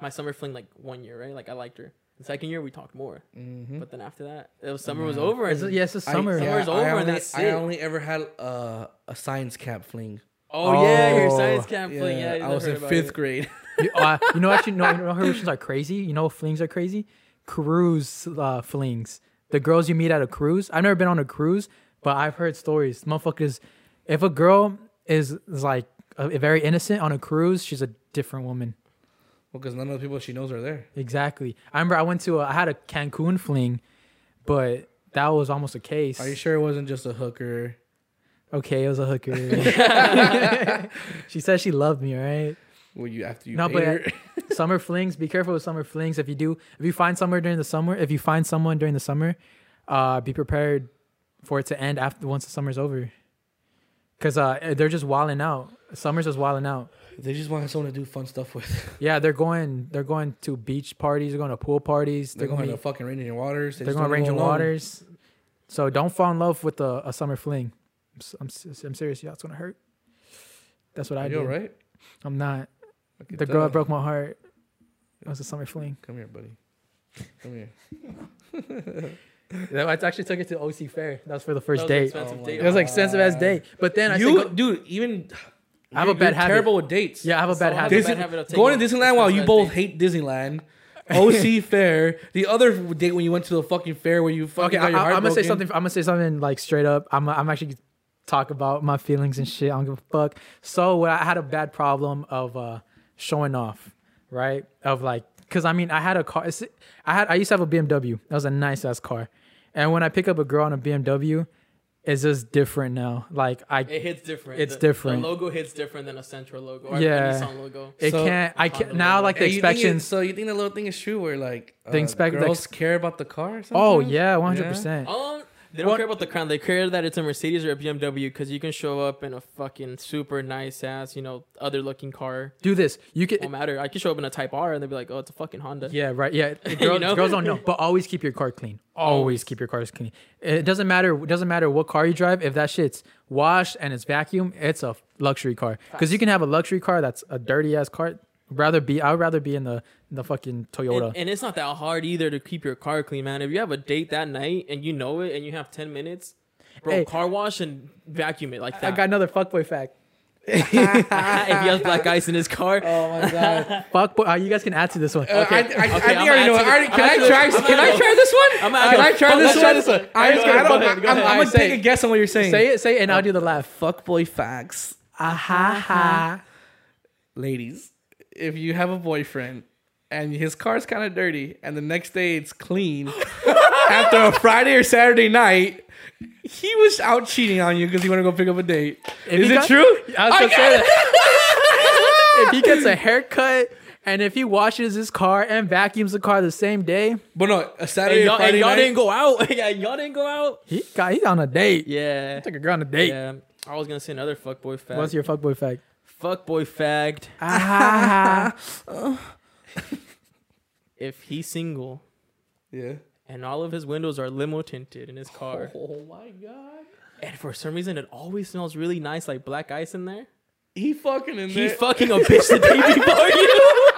Speaker 3: My summer fling, like one year, right? Like I liked her. The second year we talked more,
Speaker 2: Mm-hmm.
Speaker 3: but then after that, it was summer was over. And,
Speaker 1: It's, yeah, it's just
Speaker 2: I-
Speaker 1: summer.
Speaker 2: yeah,
Speaker 3: Summer's
Speaker 2: I
Speaker 3: over and
Speaker 2: only-
Speaker 3: that's
Speaker 2: I
Speaker 3: it.
Speaker 2: only ever had uh, a science cap fling.
Speaker 3: Oh, yeah, your
Speaker 1: Oh.
Speaker 3: science camp fling. Yeah,
Speaker 2: I was in fifth grade.
Speaker 1: you, uh, you know, actually, no, you know, her wishes are crazy. You know, what flings are crazy. Cruise uh, flings. The girls you meet at a cruise. I've never been on a cruise, but I've heard stories. Motherfuckers, if a girl is, is like uh, very innocent on a cruise, she's a different woman.
Speaker 2: Well, because none of the people she knows are there.
Speaker 1: Exactly. I remember I went to a, I had a Cancun fling, but that was almost a case.
Speaker 2: Are you sure it wasn't just a hooker?
Speaker 1: okay, it was a hooker. she said she loved me, right?
Speaker 2: Well, you after you
Speaker 1: No,
Speaker 2: no,
Speaker 1: but summer flings. Be careful with summer flings. If you do, if you find somewhere during the summer, if you find someone during the summer, uh, be prepared for it to end after once the summer's over. Cause uh, they're just wilding out. Summer's just wilding out.
Speaker 2: they just want someone to do fun stuff with.
Speaker 1: Yeah, they're going. They're going to beach parties. They're going to pool parties.
Speaker 2: They're
Speaker 1: They're,
Speaker 2: going
Speaker 1: going.
Speaker 2: to fucking Ranger Waters. They
Speaker 1: they're
Speaker 2: just
Speaker 1: going to
Speaker 2: don't
Speaker 1: Ranger
Speaker 2: go alone.
Speaker 1: Waters. So don't fall in love with a, a summer fling. I'm s- I'm, s- I'm serious. Yeah, it's gonna hurt. That's what I
Speaker 2: Are
Speaker 1: do.
Speaker 2: you all right?
Speaker 1: I'm not.
Speaker 2: I can
Speaker 1: The girl
Speaker 2: tell.
Speaker 1: that broke my heart. It was a summer fling.
Speaker 2: Come here, buddy. Come here.
Speaker 1: Yeah, I actually took it to OC Fair. That was for the first
Speaker 3: That was an
Speaker 1: date.
Speaker 3: expensive
Speaker 2: Oh my
Speaker 3: date.
Speaker 1: It was like expensive as day. But then I
Speaker 2: you,
Speaker 1: said, go-
Speaker 2: dude, even
Speaker 1: I have a
Speaker 2: you're-
Speaker 1: bad
Speaker 2: you're
Speaker 1: habit.
Speaker 2: Terrible with dates.
Speaker 1: yeah, I have a bad
Speaker 3: So I have
Speaker 1: habit.
Speaker 3: a bad habit of
Speaker 2: going to
Speaker 3: taking
Speaker 2: Disneyland while you
Speaker 3: expensive
Speaker 2: both
Speaker 3: dates.
Speaker 2: hate Disneyland. OC fair. The other date when you went to the fucking fair where you
Speaker 1: okay,
Speaker 2: fucking
Speaker 1: I,
Speaker 2: got your heart
Speaker 1: am gonna say
Speaker 2: broken.
Speaker 1: something. I'm gonna say something like straight up. I'm I'm actually gonna talk about my feelings and shit. I don't give a fuck. So what I had a bad problem of uh showing off, right? Of like, cause I mean, I had a car. it's- I had I used to have a BMW. That was a nice ass car. And when I pick up a girl on a BMW, it's just different now. Like I,
Speaker 3: It hits different.
Speaker 1: It's
Speaker 3: The-
Speaker 1: different.
Speaker 3: The logo hits different than a Central logo or yeah.
Speaker 1: Yeah.
Speaker 3: a Nissan logo.
Speaker 1: it
Speaker 2: So-
Speaker 1: can't. I can't now. Like the
Speaker 2: Hey, you think it-
Speaker 1: expections.
Speaker 2: so you think the little thing is true where like uh,
Speaker 1: The expect- the
Speaker 2: girls
Speaker 1: ex-
Speaker 2: care about the car?
Speaker 1: Oh
Speaker 2: sometimes? Oh,
Speaker 1: yeah, one hundred percent.
Speaker 3: Um, They don't care about the crown. They care that it's a Mercedes or a BMW because you can show up in a fucking super nice ass, you know, other looking car.
Speaker 1: Do this. You
Speaker 3: Won't
Speaker 1: can.
Speaker 3: matter. I could show up in a Type R and they'd be like, oh, it's a fucking Honda.
Speaker 1: Yeah, right. Yeah, girls,
Speaker 3: know?
Speaker 1: girls don't know, but always keep your car clean. Always keep your cars clean. It doesn't matter. It doesn't matter what car you drive. If that shit's washed and it's vacuum, it's a luxury car. Because you can have a luxury car that's a dirty ass car. Rather be, I would rather be in the the fucking Toyota.
Speaker 3: And, and it's not that hard either to keep your car clean, man. If you have a date that night and you know it and you have 10 minutes, bro,
Speaker 1: Hey.
Speaker 3: car wash and vacuum it like
Speaker 1: I
Speaker 3: that.
Speaker 1: got another fuckboy fact.
Speaker 3: if he has black ice in his car.
Speaker 2: Oh my god.
Speaker 1: Fuckboy, uh, you guys can add to this one.
Speaker 2: Uh, I, I, I
Speaker 3: okay,
Speaker 2: think I
Speaker 3: I'm
Speaker 2: already
Speaker 3: asking-
Speaker 2: know. it. I already,
Speaker 3: I'm
Speaker 2: can I
Speaker 3: asking-
Speaker 2: try?
Speaker 3: I'm
Speaker 2: Can I
Speaker 3: asking-
Speaker 2: try this one?
Speaker 3: I'm
Speaker 2: Can I
Speaker 3: asking-
Speaker 2: try
Speaker 3: let's
Speaker 2: this
Speaker 3: try
Speaker 2: one?
Speaker 3: this one.
Speaker 2: I,
Speaker 3: Let's go.
Speaker 2: I
Speaker 3: Go
Speaker 2: don't.
Speaker 3: ahead, go
Speaker 2: I'm,
Speaker 3: ahead.
Speaker 2: I'm gonna
Speaker 1: Say
Speaker 2: take
Speaker 1: it.
Speaker 2: a guess on what you're saying.
Speaker 1: Say it, say it, and I'll do the laugh.
Speaker 2: Fuckboy facts.
Speaker 1: Aha ha.
Speaker 2: ladies, if you have a boyfriend and his car's kind of dirty and the next day it's clean, after a Friday or Saturday night, he was out cheating on you because he wanted to go pick up a date. Is
Speaker 1: he
Speaker 2: it
Speaker 1: got-
Speaker 2: true?
Speaker 1: I was gonna say that. if he gets a haircut and if he washes his car and vacuums the car the same day,
Speaker 2: But no, a Saturday
Speaker 3: and
Speaker 2: and
Speaker 3: y'all, and
Speaker 2: Friday
Speaker 3: y'all
Speaker 2: night.
Speaker 3: didn't go out. Oh, yeah, y'all didn't go out.
Speaker 1: he got he's on a date.
Speaker 3: Yeah.
Speaker 1: Took a girl on a date.
Speaker 3: Yeah. I was going to say another fuckboy fact.
Speaker 1: What's your fuckboy fact?
Speaker 3: fuckboy fact?
Speaker 2: Ah.
Speaker 1: Aha ha.
Speaker 3: If he's single
Speaker 2: yeah.
Speaker 3: and all of his windows are limo tinted in his car,
Speaker 2: Oh my god.
Speaker 3: and for some reason it always smells really nice, like black ice in there.
Speaker 2: He fucking in there.
Speaker 3: He's fucking a bitch the day before you.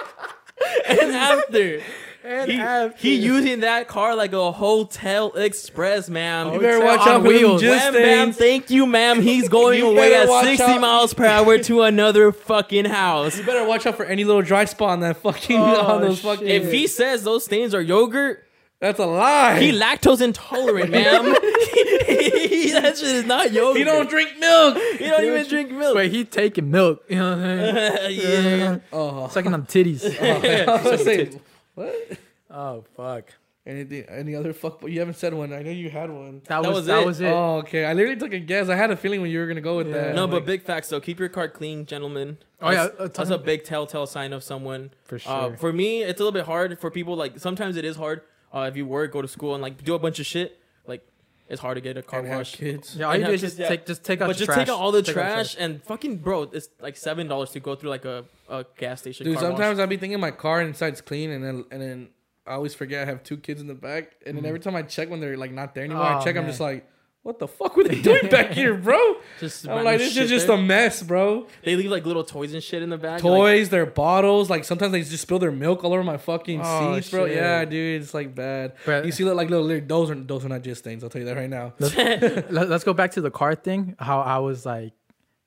Speaker 3: and after. And he,
Speaker 1: after.
Speaker 3: he using that car like a hotel express, ma'am.
Speaker 2: you better
Speaker 1: Hotel
Speaker 2: watch out
Speaker 1: on
Speaker 2: for them
Speaker 1: wheels.
Speaker 2: jizz
Speaker 3: Wham, bam,
Speaker 2: stains.
Speaker 3: thank you, ma'am. He's going
Speaker 2: You
Speaker 3: away
Speaker 2: better
Speaker 3: at
Speaker 2: watch
Speaker 3: 60
Speaker 2: out.
Speaker 3: miles per hour to another fucking house.
Speaker 2: You better watch out for any little dry spot on that fucking on those fucking.
Speaker 3: If he says those stains are yogurt,
Speaker 2: that's a lie.
Speaker 3: he lactose intolerant, ma'am. that shit is not yogurt.
Speaker 2: he don't drink milk.
Speaker 3: He don't even drink milk.
Speaker 1: Wait, he taking milk. You know what I'm saying?
Speaker 3: yeah.
Speaker 2: Oh,
Speaker 1: Sucking them titties.
Speaker 2: I was saying, what?
Speaker 1: oh fuck.
Speaker 2: Anything? Any other fuck? But you haven't said one. I know you had one.
Speaker 1: That,
Speaker 3: That
Speaker 1: was,
Speaker 3: was
Speaker 1: that
Speaker 3: it.
Speaker 1: was it.
Speaker 2: Oh, okay. I literally took a guess. I had a feeling when you were gonna go with that.
Speaker 3: No,
Speaker 2: I'm
Speaker 3: but
Speaker 2: like,
Speaker 3: big facts though. Keep your car clean, gentlemen.
Speaker 1: Oh, yeah, uh,
Speaker 3: that's, that's a
Speaker 1: talking-
Speaker 3: big telltale sign of someone.
Speaker 1: For
Speaker 3: Uh,
Speaker 1: sure.
Speaker 3: for me, it's a little bit hard for people. Like sometimes it is hard. Uh, if you work, go to school, and like do a bunch of shit, like it's hard to get a car
Speaker 2: And have
Speaker 3: wash.
Speaker 2: kids.
Speaker 1: yeah, all
Speaker 3: And
Speaker 1: you do
Speaker 3: have
Speaker 1: is just
Speaker 3: kids, yeah.
Speaker 1: take just take out
Speaker 3: But just
Speaker 1: the trash.
Speaker 3: take out all the
Speaker 1: Take out
Speaker 3: trash and fucking bro, it's like seven dollars to go through like a, a gas station.
Speaker 2: dude,
Speaker 3: car
Speaker 2: sometimes
Speaker 3: wash.
Speaker 2: I'll be thinking my car inside's clean, and then and then I always forget I have two kids in the back, and then every time I check when they're like not there anymore, I
Speaker 1: Oh,
Speaker 2: check.
Speaker 1: man.
Speaker 2: I'm just like, what the fuck were they doing back here, bro?
Speaker 3: Just
Speaker 2: I'm
Speaker 3: random
Speaker 2: like, this
Speaker 3: shit
Speaker 2: is just
Speaker 3: there.
Speaker 2: a mess, bro.
Speaker 3: they leave like little toys and shit in the back. You're like,
Speaker 2: Toys, their bottles, like sometimes they just spill their milk all over my fucking
Speaker 1: Oh,
Speaker 2: seats, bro.
Speaker 1: shit.
Speaker 2: Yeah, dude, it's like bad.
Speaker 1: Bro.
Speaker 2: You see, look, like little, little those are those are not just things. I'll tell you that right now.
Speaker 1: Let, let's go back to the car thing. How I was like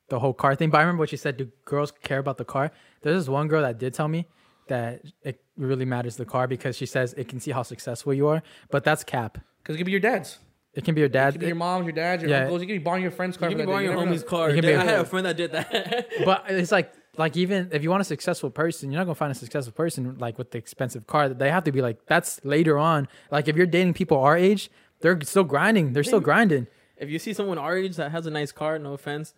Speaker 1: the whole car thing. But I remember what you said. Do girls care about the car? There's this one girl that did tell me that it really matters the car because she says it can see how successful you are. But that's cap.
Speaker 2: Because it could be your dad's,
Speaker 1: It can be your
Speaker 2: it
Speaker 1: dad.
Speaker 2: could be your mom's, your dad's, your
Speaker 1: Yeah.
Speaker 2: uncle's. You could be borrowing your friend's car.
Speaker 3: you
Speaker 2: for
Speaker 3: can
Speaker 2: that
Speaker 3: borrow
Speaker 2: day.
Speaker 3: your
Speaker 2: You never know.
Speaker 3: homie's car.
Speaker 1: It can be
Speaker 3: Dude,
Speaker 1: a
Speaker 3: I had a
Speaker 1: hood.
Speaker 3: friend that did that.
Speaker 1: but it's like like even if you want a successful person, you're not gonna find a successful person like with the expensive car. They have to be like that's later on. Like if you're dating people our age, they're still grinding. They're still grinding.
Speaker 3: if you see someone our age that has a nice car, no offense,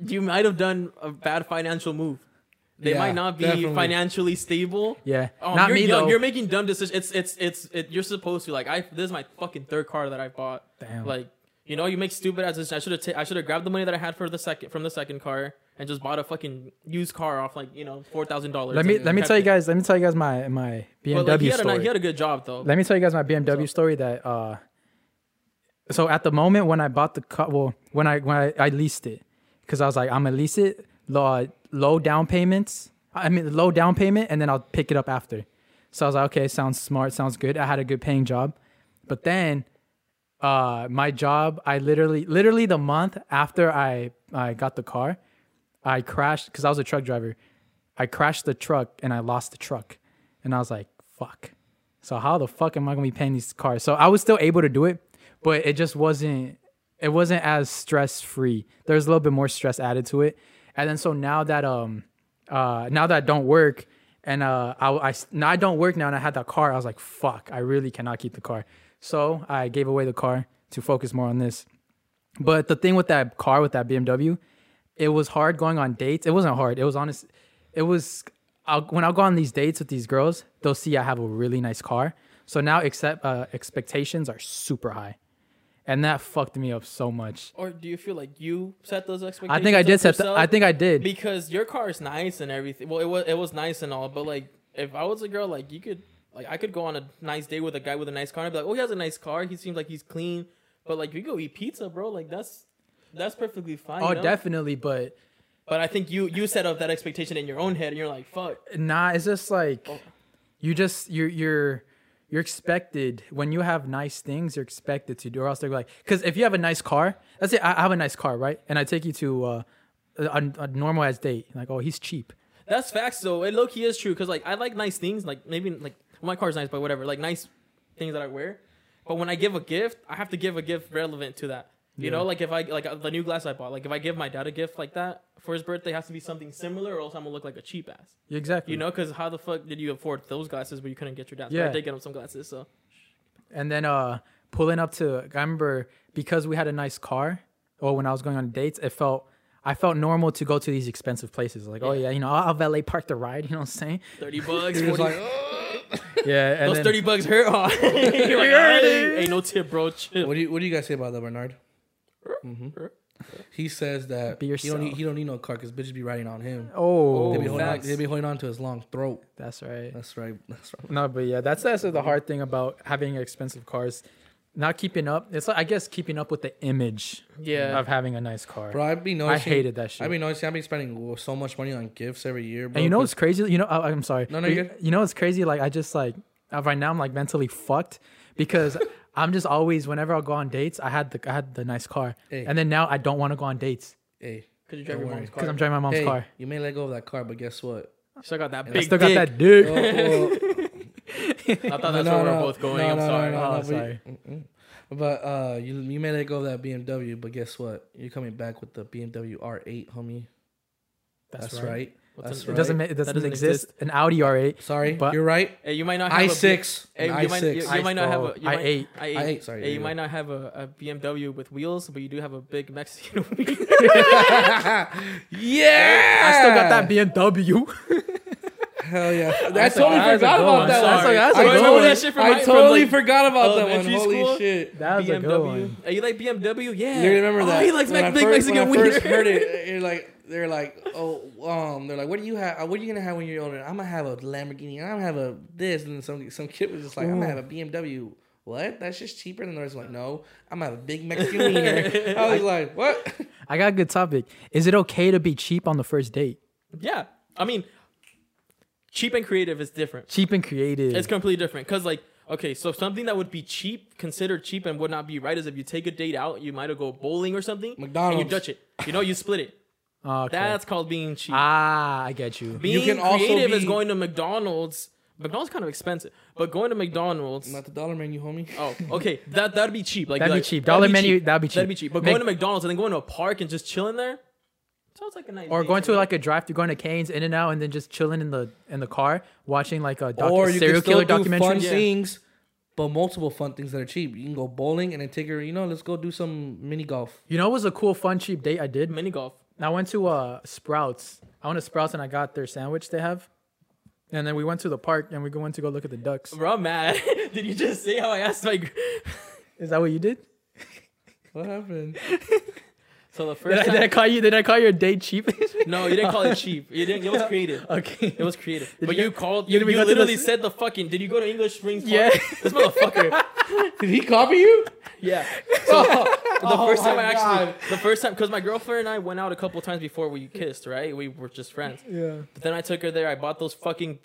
Speaker 3: you might have done a bad financial move. They
Speaker 2: Yeah,
Speaker 3: might not be
Speaker 2: definitely.
Speaker 3: financially stable.
Speaker 1: Yeah.
Speaker 3: Oh,
Speaker 1: Not
Speaker 3: you're
Speaker 1: me,
Speaker 3: young,
Speaker 1: though.
Speaker 3: You're making dumb decisions. It's it's it's it, you're supposed to like. I this is my fucking third car that I bought.
Speaker 1: Damn.
Speaker 3: Like you know, you make stupid as I should have ta- I should have grabbed the money that I had for the second from the second car and just bought a fucking used car off like you know four thousand dollars.
Speaker 1: Let me let me tell you guys. Let me tell you guys my my BMW
Speaker 3: he, had a,
Speaker 1: story.
Speaker 3: ni- he had a good job though.
Speaker 1: Let me tell you guys my BMW story that uh so at the moment when I bought the car well when I when I, I leased it cuz I was like I'm going to lease it low, low down payments I mean low down payment and then I'll pick it up after. So I was like okay sounds smart sounds good. I had a good paying job. But then uh my job I literally literally the month after I I got the car I crashed cuz I was a truck driver. I crashed the truck and I lost the truck. And I was like fuck. So how the fuck am I gonna be paying these cars? So I was still able to do it, but it just wasn't it wasn't as stress free. There's a little bit more stress added to it. And then so now that um uh now that I don't work and uh I, I s- now I don't work now and I had that car, I was like, fuck, I really cannot keep the car. So I gave away the car to focus more on this. But the thing with that car with that BMW, it was hard going on dates. It wasn't hard. It was honest. It was I'll, when I'll go on these dates with these girls, they'll see I have a really nice car. So now, except uh, expectations are super high. and that fucked me up so much.
Speaker 3: Or do you feel like you set those
Speaker 1: I
Speaker 3: expectations?
Speaker 1: think I
Speaker 3: up
Speaker 1: did set. The,
Speaker 3: yourself?
Speaker 1: I think I did.
Speaker 3: because your car is nice and everything. Well, it was it was nice and all, but like if I was a girl, like you could like I could go on a nice day with a guy with a nice car and be like, oh, he has a nice car. He seems like he's clean, but like we go eat pizza, bro. Like that's that's perfectly fine.
Speaker 1: Oh,
Speaker 3: you know?
Speaker 1: definitely, but
Speaker 3: But I think you you set up that expectation in your own head, and you're like, fuck.
Speaker 1: nah. It's just like you just you're you're you're expected when you have nice things. You're expected to do, or else they're like, because if you have a nice car, let's say I I have a nice car, right, and I take you to uh, a, a normal as date, like oh he's cheap.
Speaker 3: That's facts though. It low key is true because like I like nice things. Like maybe like my car's nice, but whatever. Like nice things that I wear. But when I give a gift, I have to give a gift relevant to that. You know, like if I like uh, the new glass I bought. Like if I give my dad a gift like that for his birthday, it has to be something similar, or else I'm gonna look like a cheap ass.
Speaker 1: Exactly.
Speaker 2: Mm.
Speaker 3: You know, because how the fuck did you afford those glasses, but you couldn't get your dad's? Yeah,
Speaker 1: Yeah.
Speaker 3: I did get him some glasses. So
Speaker 1: and then uh pulling up to i remember because we had a nice car or when i was going on dates it felt i felt normal to go to these expensive places like oh
Speaker 3: Yeah.
Speaker 1: yeah you know i'll I'll valet park the ride you know what i'm saying
Speaker 3: thirty bucks.
Speaker 2: He was
Speaker 3: 40,
Speaker 2: like, "Oh."
Speaker 1: yeah and
Speaker 3: those
Speaker 1: then-
Speaker 3: thirty bucks hurt. Oh, hey, ain't no tip, bro. Chill.
Speaker 2: what do you What do you guys say about that, Bernard? Mm-hmm. He says that
Speaker 1: Be
Speaker 2: he don't need,
Speaker 1: yourself.
Speaker 2: he don't need no car because bitches be riding on him.
Speaker 1: oh
Speaker 2: they be holding on,
Speaker 3: facts.
Speaker 2: they be holding on to his long throat.
Speaker 1: that's right
Speaker 2: That's right. That's right.
Speaker 1: no but yeah that's that's the hard thing about having expensive cars not keeping up it's like i guess keeping up with the image
Speaker 3: Yeah.
Speaker 1: of having a nice car
Speaker 2: Bro, I'd be noticing.
Speaker 1: hated that shit.
Speaker 2: I'd be noticing. I'd be spending so much money on gifts every year. Bro,
Speaker 1: And you know
Speaker 2: 'cause-
Speaker 1: what's crazy? You know, I, I'm sorry.
Speaker 2: No, no,
Speaker 1: But
Speaker 2: you're
Speaker 1: you,
Speaker 2: good.
Speaker 1: you know what's crazy? Like I just like uh, right now I'm like mentally fucked because I'm just always whenever I go on dates, I had the I had the nice car,
Speaker 2: Hey.
Speaker 1: and then now I don't want to go on dates
Speaker 2: hey,
Speaker 3: Could you drive
Speaker 2: Don't
Speaker 3: your
Speaker 2: worry.
Speaker 3: mom's
Speaker 1: because
Speaker 3: car?
Speaker 1: I'm driving my mom's
Speaker 2: hey,
Speaker 1: car.
Speaker 2: you may let go of that car, but guess what?
Speaker 3: Still got that
Speaker 1: I
Speaker 3: big
Speaker 1: still
Speaker 3: dick.
Speaker 1: got that dick.
Speaker 2: Oh, oh,
Speaker 3: I thought that's where we're both going.
Speaker 2: no,
Speaker 3: I'm
Speaker 2: no, no,
Speaker 3: sorry.
Speaker 2: no,
Speaker 1: Oh,
Speaker 2: no, but you-
Speaker 1: sorry.
Speaker 2: mm-mm. But uh, you you may let go of that BMW, but guess what? You're coming back with the BMW R8, homie.
Speaker 1: That's,
Speaker 2: That's
Speaker 1: right.
Speaker 2: right.
Speaker 3: What's
Speaker 2: That's
Speaker 3: an-
Speaker 1: It
Speaker 2: right.
Speaker 1: doesn't ma- it doesn't,
Speaker 3: doesn't
Speaker 1: exist. An Audi R8.
Speaker 2: Sorry,
Speaker 1: But-
Speaker 2: you're right.
Speaker 3: Hey, you might not have a
Speaker 2: i6.
Speaker 3: B- Hey,
Speaker 2: An
Speaker 3: you might, you,
Speaker 2: i6.
Speaker 3: you might not have
Speaker 1: Oh,
Speaker 3: a. You
Speaker 1: I
Speaker 3: might,
Speaker 1: eight.
Speaker 3: I eight.
Speaker 2: I eight, sorry,
Speaker 3: Hey,
Speaker 2: there
Speaker 3: you
Speaker 2: you
Speaker 3: might
Speaker 2: go.
Speaker 3: not have a, a BMW with wheels, but you do have a big Mexican wheel.
Speaker 2: yeah,
Speaker 1: I still got that BMW.
Speaker 2: Hell yeah! I
Speaker 1: sorry.
Speaker 2: totally
Speaker 1: That's a good
Speaker 2: forgot about
Speaker 1: one.
Speaker 2: that
Speaker 1: Sorry.
Speaker 2: one.
Speaker 1: That's a
Speaker 2: I
Speaker 1: good
Speaker 2: totally-
Speaker 1: one.
Speaker 3: That shit from my-
Speaker 2: I
Speaker 3: from,
Speaker 2: totally
Speaker 3: like,
Speaker 2: forgot about that one.
Speaker 3: elementary
Speaker 2: Holy
Speaker 3: Oh, school.
Speaker 2: shit!
Speaker 1: that was a good one.
Speaker 3: Hey, you like BMW? Yeah.
Speaker 2: You remember
Speaker 3: oh,
Speaker 2: that?
Speaker 3: He likes
Speaker 2: When I
Speaker 3: Mex- big
Speaker 2: first-
Speaker 3: Mexican
Speaker 2: When I first
Speaker 3: wiener.
Speaker 2: heard it, you're like, they're like, oh, um, they're like, what do you have? What are you gonna have when you're older? I'm gonna have a Lamborghini. I'm gonna have a this, and then some some kid was just like, I'm gonna have a BMW. What? That's just cheaper than others. Like, no, I'm gonna have a big Mexican wiener. I was like, what?
Speaker 1: I got a good topic. Is it okay to be cheap on the first date?
Speaker 3: Yeah. I mean, cheap and creative is different.
Speaker 1: Cheap and creative.
Speaker 3: It's completely different. Cause like, okay, so something that would be cheap, considered cheap, and would not be right is if you take a date out, you might go bowling or something. And
Speaker 2: McDonald's.
Speaker 3: you Dutch it. You know, you split it.
Speaker 1: okay.
Speaker 3: That's called being cheap.
Speaker 1: ah, I get you.
Speaker 3: Being
Speaker 2: can also
Speaker 3: creative is
Speaker 2: be-
Speaker 3: going to McDonald's. McDonald's kind of expensive, but going to McDonald's.
Speaker 2: Not the dollar menu, homie.
Speaker 3: Oh, okay. That that'd be cheap. Like
Speaker 1: That'd be
Speaker 3: like,
Speaker 1: cheap. Dollar menu, that'd be
Speaker 3: That'd be
Speaker 1: cheap.
Speaker 3: cheap. But
Speaker 1: Make-
Speaker 3: going to McDonald's and then going to a park and just chilling there sounds like a nice.
Speaker 1: or
Speaker 3: day
Speaker 1: going to
Speaker 3: me.
Speaker 1: like a drive through going to Canes in and out and then just chilling in the in the car watching like a docu-
Speaker 2: or you
Speaker 1: serial
Speaker 2: can still
Speaker 1: killer
Speaker 2: do fun
Speaker 1: documentary
Speaker 2: things, but multiple fun things that are cheap. You can go bowling and then take her. You know, let's go do some mini golf.
Speaker 1: you know what was a cool fun cheap date I did
Speaker 3: mini golf.
Speaker 1: I went to uh Sprouts I went to Sprouts and I got their sandwich they have and then we went to the park and we go- went to go look at the ducks
Speaker 3: Bro, I'm mad. Did you just say how I asked my? gr-
Speaker 1: is that what you did
Speaker 2: What happened?
Speaker 3: So the
Speaker 1: did
Speaker 3: first
Speaker 1: I, did I
Speaker 3: time.
Speaker 1: call you did I call your date cheap
Speaker 3: No, you didn't call it cheap. You didn't. It was creative.
Speaker 1: okay
Speaker 3: It was creative.
Speaker 1: Did
Speaker 3: but
Speaker 1: you
Speaker 3: you
Speaker 1: go-
Speaker 3: called.
Speaker 1: you-
Speaker 3: You,
Speaker 1: we
Speaker 3: you
Speaker 1: got to the
Speaker 3: literally
Speaker 1: s-
Speaker 3: said the fucking. Did you go to English Springs? Park?
Speaker 1: yeah
Speaker 3: This motherfucker.
Speaker 2: Did he copy you?
Speaker 3: Yeah.
Speaker 1: Oh
Speaker 3: So the first time I actually, the first time, because my girlfriend and I went out a couple times before we kissed, right? We were just friends.
Speaker 1: yeah
Speaker 3: But then I took her there. I bought those fucking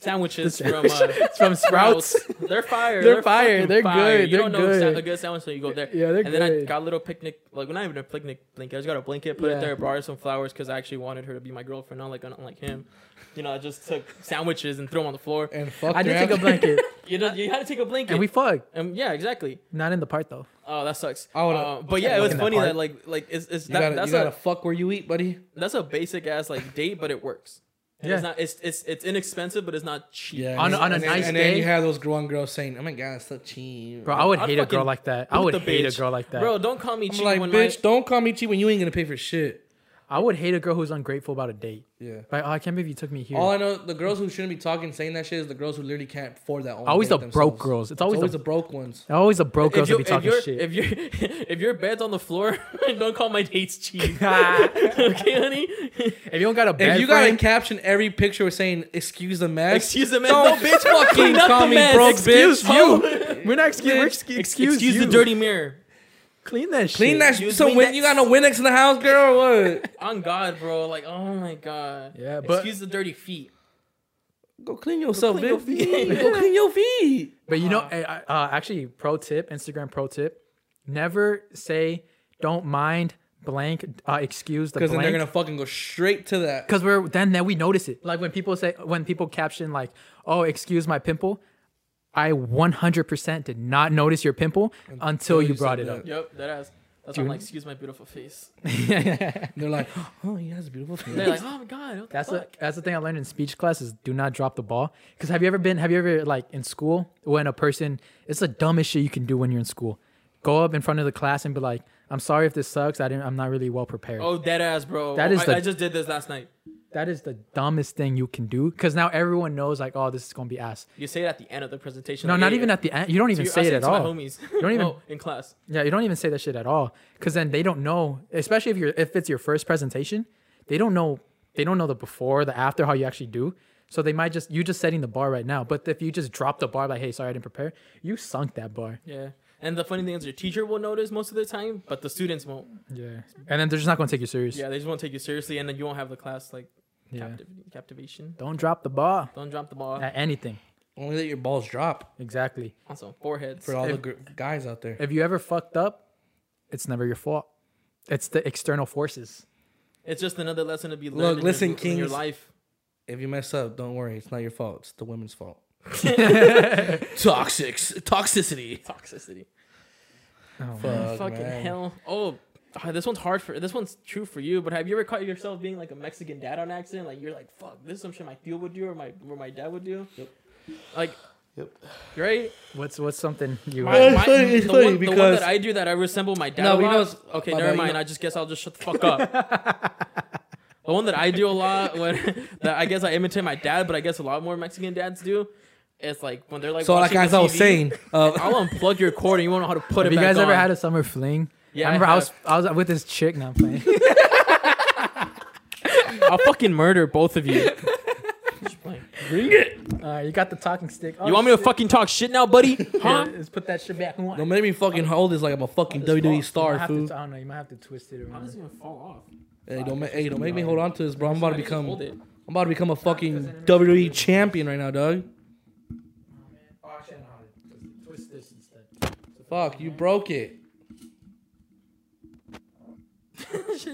Speaker 3: sandwiches
Speaker 1: sandwich.
Speaker 3: from uh,
Speaker 1: it's from Sprouts
Speaker 3: They're fire.
Speaker 1: They're fire,
Speaker 3: fucking
Speaker 1: they're good,
Speaker 3: You
Speaker 1: they're
Speaker 3: don't know a sa-
Speaker 1: good.
Speaker 3: a good sandwich, so you go there.
Speaker 1: Yeah, they're
Speaker 3: And then I
Speaker 1: good.
Speaker 3: got a little picnic, like not even a picnic blanket. I just got a blanket, put
Speaker 1: Yeah.
Speaker 3: it there, brought her some flowers because I actually wanted her to be my girlfriend, not like unlike him. You know, I just took sandwiches and threw them on the floor.
Speaker 2: And fuck.
Speaker 1: I did
Speaker 2: her
Speaker 1: take a
Speaker 2: after-
Speaker 1: blanket
Speaker 3: You know, you had to take a blanket.
Speaker 1: and we fucked
Speaker 3: And yeah, exactly.
Speaker 1: not in the park though
Speaker 3: Oh, that sucks.
Speaker 2: I would've-
Speaker 3: Uh, but yeah, it was
Speaker 1: in that
Speaker 3: funny that,
Speaker 1: park.
Speaker 3: like like it's, it's
Speaker 2: You
Speaker 3: that,
Speaker 2: gotta,
Speaker 3: that's
Speaker 2: you gotta
Speaker 3: a
Speaker 2: fuck where you eat, buddy.
Speaker 3: that's a basic ass like date, but it works. And
Speaker 1: Yeah.
Speaker 3: It's not it's it's it's inexpensive, but it's not cheap.
Speaker 1: On-
Speaker 2: and
Speaker 1: on a
Speaker 2: then-
Speaker 1: nice
Speaker 2: and
Speaker 1: day?
Speaker 2: then you have those one girls saying, "Oh my god, it's so cheap."
Speaker 1: bro I would
Speaker 3: I'd
Speaker 1: hate a girl
Speaker 3: fucking
Speaker 1: like that I
Speaker 3: Boot
Speaker 1: would
Speaker 3: the
Speaker 1: hate a
Speaker 3: bitch.
Speaker 1: girl like that
Speaker 3: Bro, don't call me
Speaker 2: I'm
Speaker 3: cheap
Speaker 2: like,
Speaker 3: when
Speaker 2: bitch,
Speaker 3: my
Speaker 2: don't call me cheap when you ain't gonna pay for shit.
Speaker 1: I would hate a girl who's ungrateful about a date.
Speaker 2: Yeah.
Speaker 1: Like, oh, I can't believe you took me here.
Speaker 2: All I know, the girls who shouldn't be talking, saying that shit, is the girls who literally can't afford that. Own
Speaker 1: Always
Speaker 2: date
Speaker 1: the broke
Speaker 2: themselves.
Speaker 1: girls. It's
Speaker 2: It's
Speaker 1: always,
Speaker 2: always
Speaker 1: the,
Speaker 2: the broke ones.
Speaker 1: always the broke
Speaker 3: If,
Speaker 1: girls
Speaker 3: you,
Speaker 1: that be
Speaker 3: if,
Speaker 1: talking
Speaker 3: your,
Speaker 1: shit.
Speaker 3: if, your, if your bed's on the floor, don't call my dates cheap. okay, honey?
Speaker 1: If you don't got a
Speaker 2: If
Speaker 1: bed
Speaker 2: you gotta
Speaker 1: frame,
Speaker 2: caption every picture with saying "excuse the mess,"
Speaker 3: Excuse the mess.
Speaker 2: Don't
Speaker 3: No,
Speaker 2: bitch fucking
Speaker 3: clean up
Speaker 2: call
Speaker 3: the
Speaker 2: me
Speaker 3: mess.
Speaker 2: broke,
Speaker 3: Excuse
Speaker 2: bitch.
Speaker 3: you.
Speaker 1: we're not excuse. We're excu- excuse
Speaker 3: Excuse, the
Speaker 1: you.
Speaker 3: dirty mirror.
Speaker 1: Clean that shit.
Speaker 2: Clean that.
Speaker 3: You
Speaker 2: You, so
Speaker 3: clean
Speaker 2: win,
Speaker 3: that-
Speaker 2: you got no Winx in the house, girl. or What?
Speaker 3: On God, bro. Like, oh my God.
Speaker 1: Yeah, but-
Speaker 3: Excuse the dirty feet.
Speaker 2: Go clean yourself,
Speaker 3: clean your
Speaker 2: bitch.
Speaker 3: feet.
Speaker 2: Go clean your feet.
Speaker 1: But you know, uh, uh, actually, pro tip, Instagram pro tip: never say "don't mind blank." Uh, excuse the
Speaker 2: Because then they're
Speaker 1: blank.
Speaker 2: gonna fucking go straight to that.
Speaker 1: Because we're then then we notice it. Like when people say when people caption like, "Oh, excuse my pimple," I 100% did not notice your pimple until, you,
Speaker 2: you
Speaker 1: brought
Speaker 2: said
Speaker 1: it up.
Speaker 3: Yep, that ass. That's why I'm like, excuse my beautiful face.
Speaker 2: They're like, oh, he has a beautiful face.
Speaker 3: They're like, oh my God. What the
Speaker 1: That's the
Speaker 3: fuck?
Speaker 1: that's the thing I learned in speech class is do not drop the ball. Because have you ever been have you ever like in school when a person it's the dumbest shit you can do when you're in school. Go up in front of the class and be like, I'm sorry if this sucks. I didn't I'm not really well prepared.
Speaker 3: Oh, dead ass, bro.
Speaker 1: That is
Speaker 3: I,
Speaker 1: the-
Speaker 3: I just did this last night.
Speaker 1: That is the dumbest thing you can do. Cause now everyone knows like, oh, this is gonna be ass.
Speaker 3: You say it at the end of the presentation.
Speaker 1: No,
Speaker 3: like,
Speaker 1: not
Speaker 3: yeah,
Speaker 1: even
Speaker 3: yeah.
Speaker 1: at the end. You don't even
Speaker 3: You- I
Speaker 1: say it
Speaker 3: said
Speaker 1: at
Speaker 3: to my
Speaker 1: all.
Speaker 3: homies. Oh,
Speaker 1: You don't even
Speaker 3: No, in class.
Speaker 1: Yeah, you don't even say that shit at all, because then they don't know. Especially if you're if it's your first presentation, they don't know. They don't know the before, the after, how you actually do. So they might just you just setting the bar right now. But if you just drop the bar, like, hey, sorry, I didn't prepare, you sunk that bar.
Speaker 3: Yeah. And the funny thing is, your teacher will notice most of the time, but the students won't.
Speaker 1: Yeah, and then they're just not going to take you serious.
Speaker 3: Yeah, they just won't take you seriously, and then you won't have the class like
Speaker 1: Yeah.
Speaker 3: captiv- captivation.
Speaker 1: Don't drop the bar
Speaker 3: Don't drop the ball
Speaker 1: at anything.
Speaker 2: Only let your balls drop
Speaker 1: Exactly.
Speaker 3: on some foreheads.
Speaker 2: for all the gr- guys out there.
Speaker 1: If you ever fucked up, it's never your fault. It's the external forces.
Speaker 3: It's just another lesson to be learned.
Speaker 2: Look,
Speaker 3: in your-
Speaker 2: listen,
Speaker 3: in your
Speaker 2: kings.
Speaker 3: life.
Speaker 2: If you mess up, don't worry. It's not your fault. It's the women's fault. Toxics. Toxicity.
Speaker 3: Toxicity.
Speaker 2: Fuck,
Speaker 3: Oh, Fucking
Speaker 2: man.
Speaker 3: hell. Oh, ah, this one's hard for. This one's true for you. But have you ever caught yourself being like a Mexican dad on accident? Like you're like, fuck, this is some shit my tío would do or my or my dad would do. Yep. Like. Yep. Right.
Speaker 1: What's what's something you?
Speaker 3: My,
Speaker 2: it's
Speaker 3: my,
Speaker 2: funny- it's
Speaker 3: the,
Speaker 2: funny
Speaker 3: one, the one
Speaker 2: because-
Speaker 3: that I do that I resemble my dad.
Speaker 2: No,
Speaker 3: a
Speaker 2: but you
Speaker 3: lot-
Speaker 2: know it's-
Speaker 3: okay,
Speaker 2: my
Speaker 3: never
Speaker 2: bad, you
Speaker 3: mind.
Speaker 2: know-
Speaker 3: I just guess I'll just shut the fuck up. the one that I do a lot when that I guess I imitate my dad, but I guess a lot more Mexican dads do. It's like when they're like.
Speaker 2: So, like
Speaker 3: watching
Speaker 2: as
Speaker 3: the
Speaker 2: I was
Speaker 3: TV,
Speaker 2: saying, uh,
Speaker 3: I'll unplug your cord and you won't know how to put
Speaker 1: Have
Speaker 3: it.
Speaker 1: you
Speaker 3: back
Speaker 1: guys ever
Speaker 3: on.
Speaker 1: had a summer fling?
Speaker 3: Yeah,
Speaker 1: I
Speaker 3: I
Speaker 1: remember I,
Speaker 3: have.
Speaker 1: was I was with this chick. Now I'm playing.
Speaker 3: I'll fucking murder both of you. Bring it.
Speaker 1: Uh, you got the talking stick. Oh,
Speaker 3: You want me to fucking talk shit now, buddy? Huh?
Speaker 1: Let's put that shit back.
Speaker 2: don't make me fucking hold this like I'm a fucking WWE star, fool.
Speaker 1: I don't know. You might have to twist it around.
Speaker 2: Hey, don't make hey, don't make me hold on to this, bro. I'm about to become
Speaker 3: Hold it.
Speaker 2: I'm about to become a fucking WWE champion right now, dog.
Speaker 1: oh, Twist this instead.
Speaker 2: Fuck, you broke it.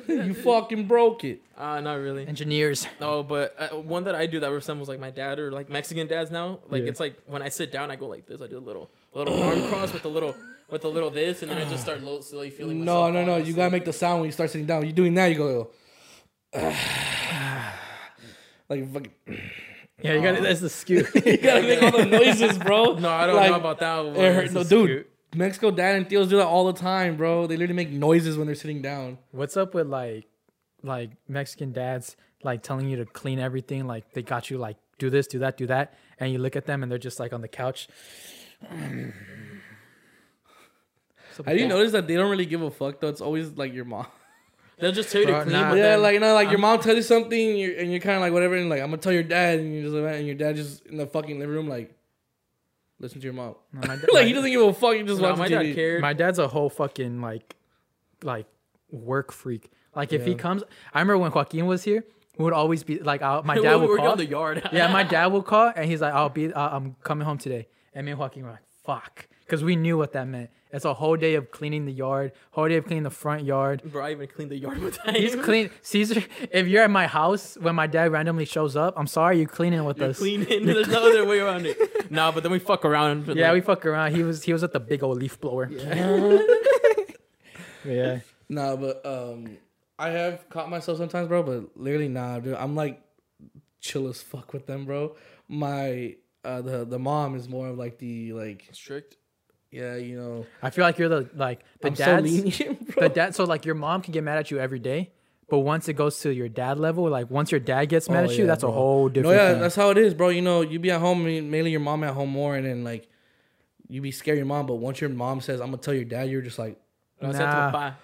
Speaker 2: you fucking broke it.
Speaker 3: Uh, not really.
Speaker 1: Engineers.
Speaker 3: No, but uh, one that I do that resembles like my dad or like Mexican dads now. Like
Speaker 1: Yeah.
Speaker 3: it's like when I sit down, I go like this. I do a little little arm cross with a little with a little this, and then I just start low, slowly feeling.
Speaker 2: No,
Speaker 3: myself
Speaker 2: no, no.
Speaker 3: falling
Speaker 2: You gotta make the sound when you start sitting down. You're doing that. You go like fucking.
Speaker 1: Yeah, you got it. That's the skew.
Speaker 2: You gotta make all the noises, bro.
Speaker 3: asleep. No, I don't
Speaker 2: Like,
Speaker 3: know about that. One.
Speaker 2: It hurt.
Speaker 3: This
Speaker 2: No,
Speaker 3: is
Speaker 2: dude.
Speaker 3: cute.
Speaker 2: Mexico dad and Theos do that all the time, bro. They literally make noises when they're sitting down.
Speaker 1: What's up with like, like Mexican dads like telling you to clean everything? Like they got you like do this, do that, do that, and you look at them and they're just like on the couch.
Speaker 2: Have you noticed that they don't really give a fuck though? It's always like your mom.
Speaker 3: They'll just tell you
Speaker 1: Bro,
Speaker 3: to clean.
Speaker 1: nah.
Speaker 3: but
Speaker 2: Yeah,
Speaker 3: then-
Speaker 2: like no, like your mom tells you something, and you're, and you're kind of like whatever, and like I'm gonna tell your dad, and you just like, and your dad just in the fucking living room like, listen to your mom.
Speaker 1: No, my, dad,
Speaker 2: like he
Speaker 1: my,
Speaker 2: doesn't give a fuck. He just
Speaker 3: no,
Speaker 2: watches
Speaker 3: my
Speaker 2: TV.
Speaker 3: dad cared.
Speaker 1: my dad's a whole fucking like, like work freak. Like if he
Speaker 2: Yeah.
Speaker 1: comes, I remember when Joaquin was here, we would always be like, I, my
Speaker 3: When
Speaker 1: dad
Speaker 3: we
Speaker 1: would
Speaker 3: were
Speaker 1: call.
Speaker 3: on the yard.
Speaker 1: yeah, my dad will call and he's like, "I'll be, uh, I'm coming home today." And me and Joaquin were like, "Fuck," because we knew what that meant. It's a whole day of cleaning the yard, whole day of cleaning the front yard.
Speaker 3: Bro, I even cleaned the yard with time.
Speaker 1: He's clean, Caesar. If you're at my house when my dad randomly shows up, I'm sorry, you're cleaning with
Speaker 3: You're
Speaker 1: us.
Speaker 3: cleaning. There's no other way around it. Nah, but then we fuck around. with,
Speaker 1: Yeah, we
Speaker 3: like,
Speaker 1: fuck around. He was he was at the big old leaf blower. Yeah. yeah.
Speaker 2: Nah, but um, I have caught myself sometimes, bro. But literally, nah, dude. I'm like chill as fuck with them, bro. My uh, the the mom is more of like the like
Speaker 3: strict.
Speaker 2: yeah, you know.
Speaker 1: I feel like you're the like the
Speaker 2: I'm so
Speaker 1: dads.
Speaker 2: lenient, bro.
Speaker 1: the dad. So like your mom can get mad at you every day, But once it goes to your dad level, like once your dad gets mad
Speaker 2: Oh,
Speaker 1: at you,
Speaker 2: yeah,
Speaker 1: that's a
Speaker 2: bro.
Speaker 1: whole
Speaker 2: No,
Speaker 1: different.
Speaker 2: yeah,
Speaker 1: thing.
Speaker 2: that's how it is, bro. You know, you be at home, ma- mainly your mom at home more, and then like you be scared of your mom. But once your mom says, "I'm gonna tell your dad," you're just like,
Speaker 3: That's
Speaker 1: Nah.
Speaker 3: what I-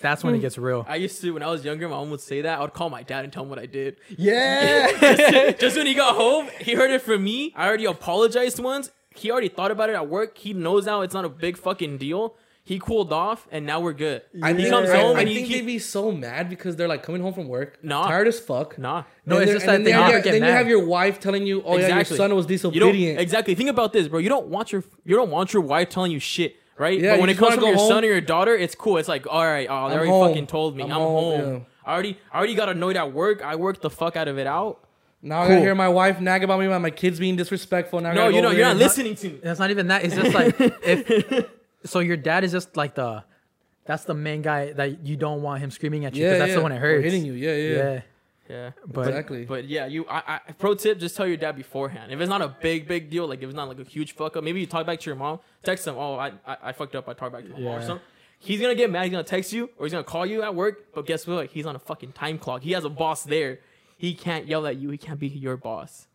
Speaker 1: that's when it gets real.
Speaker 3: I used to when I was younger, my mom would say that. I would call my dad and tell him what I did.
Speaker 1: Yeah.
Speaker 3: Just when he got home, he heard it from me. I already apologized once. He already thought about it at work. He knows now it's not a big fucking deal. He cooled off, and now we're good.
Speaker 2: I
Speaker 3: he
Speaker 2: think-
Speaker 3: comes
Speaker 2: I,
Speaker 3: home
Speaker 2: I
Speaker 3: and
Speaker 2: think
Speaker 3: he
Speaker 2: they'd
Speaker 3: keep,
Speaker 2: be so mad because they're like coming home from work,
Speaker 3: Nah.
Speaker 2: tired as fuck.
Speaker 3: nah.
Speaker 1: No,
Speaker 2: Then
Speaker 1: it's
Speaker 2: they're-
Speaker 1: just
Speaker 2: and
Speaker 1: that
Speaker 2: then
Speaker 1: they
Speaker 2: you have
Speaker 1: never
Speaker 2: your-
Speaker 1: get
Speaker 2: Then you
Speaker 1: mad.
Speaker 2: have your wife telling you, "Oh yeah, your son was
Speaker 3: You don't-
Speaker 2: disobedient."
Speaker 3: exactly. Think about this, bro. You don't want your you don't want your wife telling you shit, right?
Speaker 2: Yeah,
Speaker 3: but when
Speaker 2: you
Speaker 3: it
Speaker 2: just
Speaker 3: comes
Speaker 2: wanna
Speaker 3: from your
Speaker 2: go
Speaker 3: son
Speaker 2: home.
Speaker 3: or your daughter, it's cool. It's like, all right, oh, they
Speaker 2: I'm
Speaker 3: already
Speaker 2: home.
Speaker 3: fucking told me. I'm,
Speaker 2: I'm
Speaker 3: home.
Speaker 2: home,
Speaker 3: I already I already got annoyed at work. I worked the fuck out of it out.
Speaker 2: Now I gotta
Speaker 1: Cool.
Speaker 2: hear my wife nag about me about my kids being disrespectful. Now I
Speaker 3: No,
Speaker 2: gotta
Speaker 3: you
Speaker 2: go
Speaker 3: know
Speaker 2: over
Speaker 3: you're
Speaker 2: there
Speaker 3: not
Speaker 2: and-
Speaker 3: listening to me.
Speaker 1: That's not even that. It's just like if. So your dad is just like the, that's the main guy that you don't want him screaming at you because
Speaker 2: Yeah,
Speaker 1: that's
Speaker 2: yeah.
Speaker 1: the one it
Speaker 2: Or
Speaker 1: hurts.
Speaker 2: hitting you. Yeah, yeah,
Speaker 1: Yeah.
Speaker 2: yeah.
Speaker 3: Yeah,
Speaker 1: But
Speaker 2: exactly.
Speaker 3: But yeah, you. I, I pro tip: just tell your dad beforehand. If it's not a big big deal, like if it's not like a huge fuck up, maybe you talk back to your mom. Text him. Oh, I I, I fucked up. I talked back to my mom or
Speaker 1: Yeah.
Speaker 3: something. He's gonna get mad. He's gonna text you or he's gonna call you at work. But guess what? Like, he's on a fucking time clock. He has a boss there. He can't yell at you. He can't be your boss.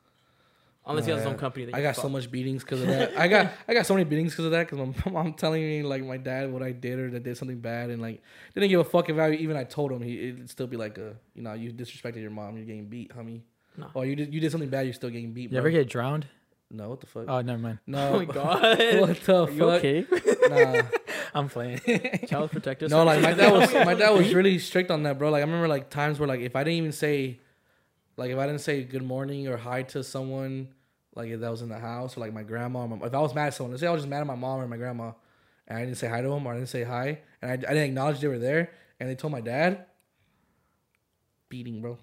Speaker 3: Unless he has his own company. that
Speaker 2: I
Speaker 3: you
Speaker 2: got so
Speaker 3: fuck.
Speaker 2: much beatings because of that. I got I got so many beatings because of that because my mom telling me like my dad what I did or that did something bad and like didn't give a fuck if I even I told him he it'd still be like a you know you disrespected your mom you're getting beat homie
Speaker 3: No.
Speaker 2: or you did you did something bad you're still getting beat
Speaker 1: You
Speaker 2: bro.
Speaker 1: ever get drowned?
Speaker 2: no what the fuck
Speaker 1: Oh, never mind.
Speaker 2: no
Speaker 3: Oh my god.
Speaker 2: what the
Speaker 3: Are
Speaker 2: fuck
Speaker 3: you okay?
Speaker 2: nah
Speaker 1: I'm playing.
Speaker 3: Child protectors.
Speaker 2: No, like my dad was my dad was really strict on that, bro. Like I remember like times where like if I didn't even say like if I didn't say good morning or hi to someone like if that was in the house or like my grandma or my, if I was mad at someone, let's say I was just mad at my mom or my grandma and I didn't say hi to them or I didn't say hi and I, I didn't acknowledge they were there and they told my dad beating, bro.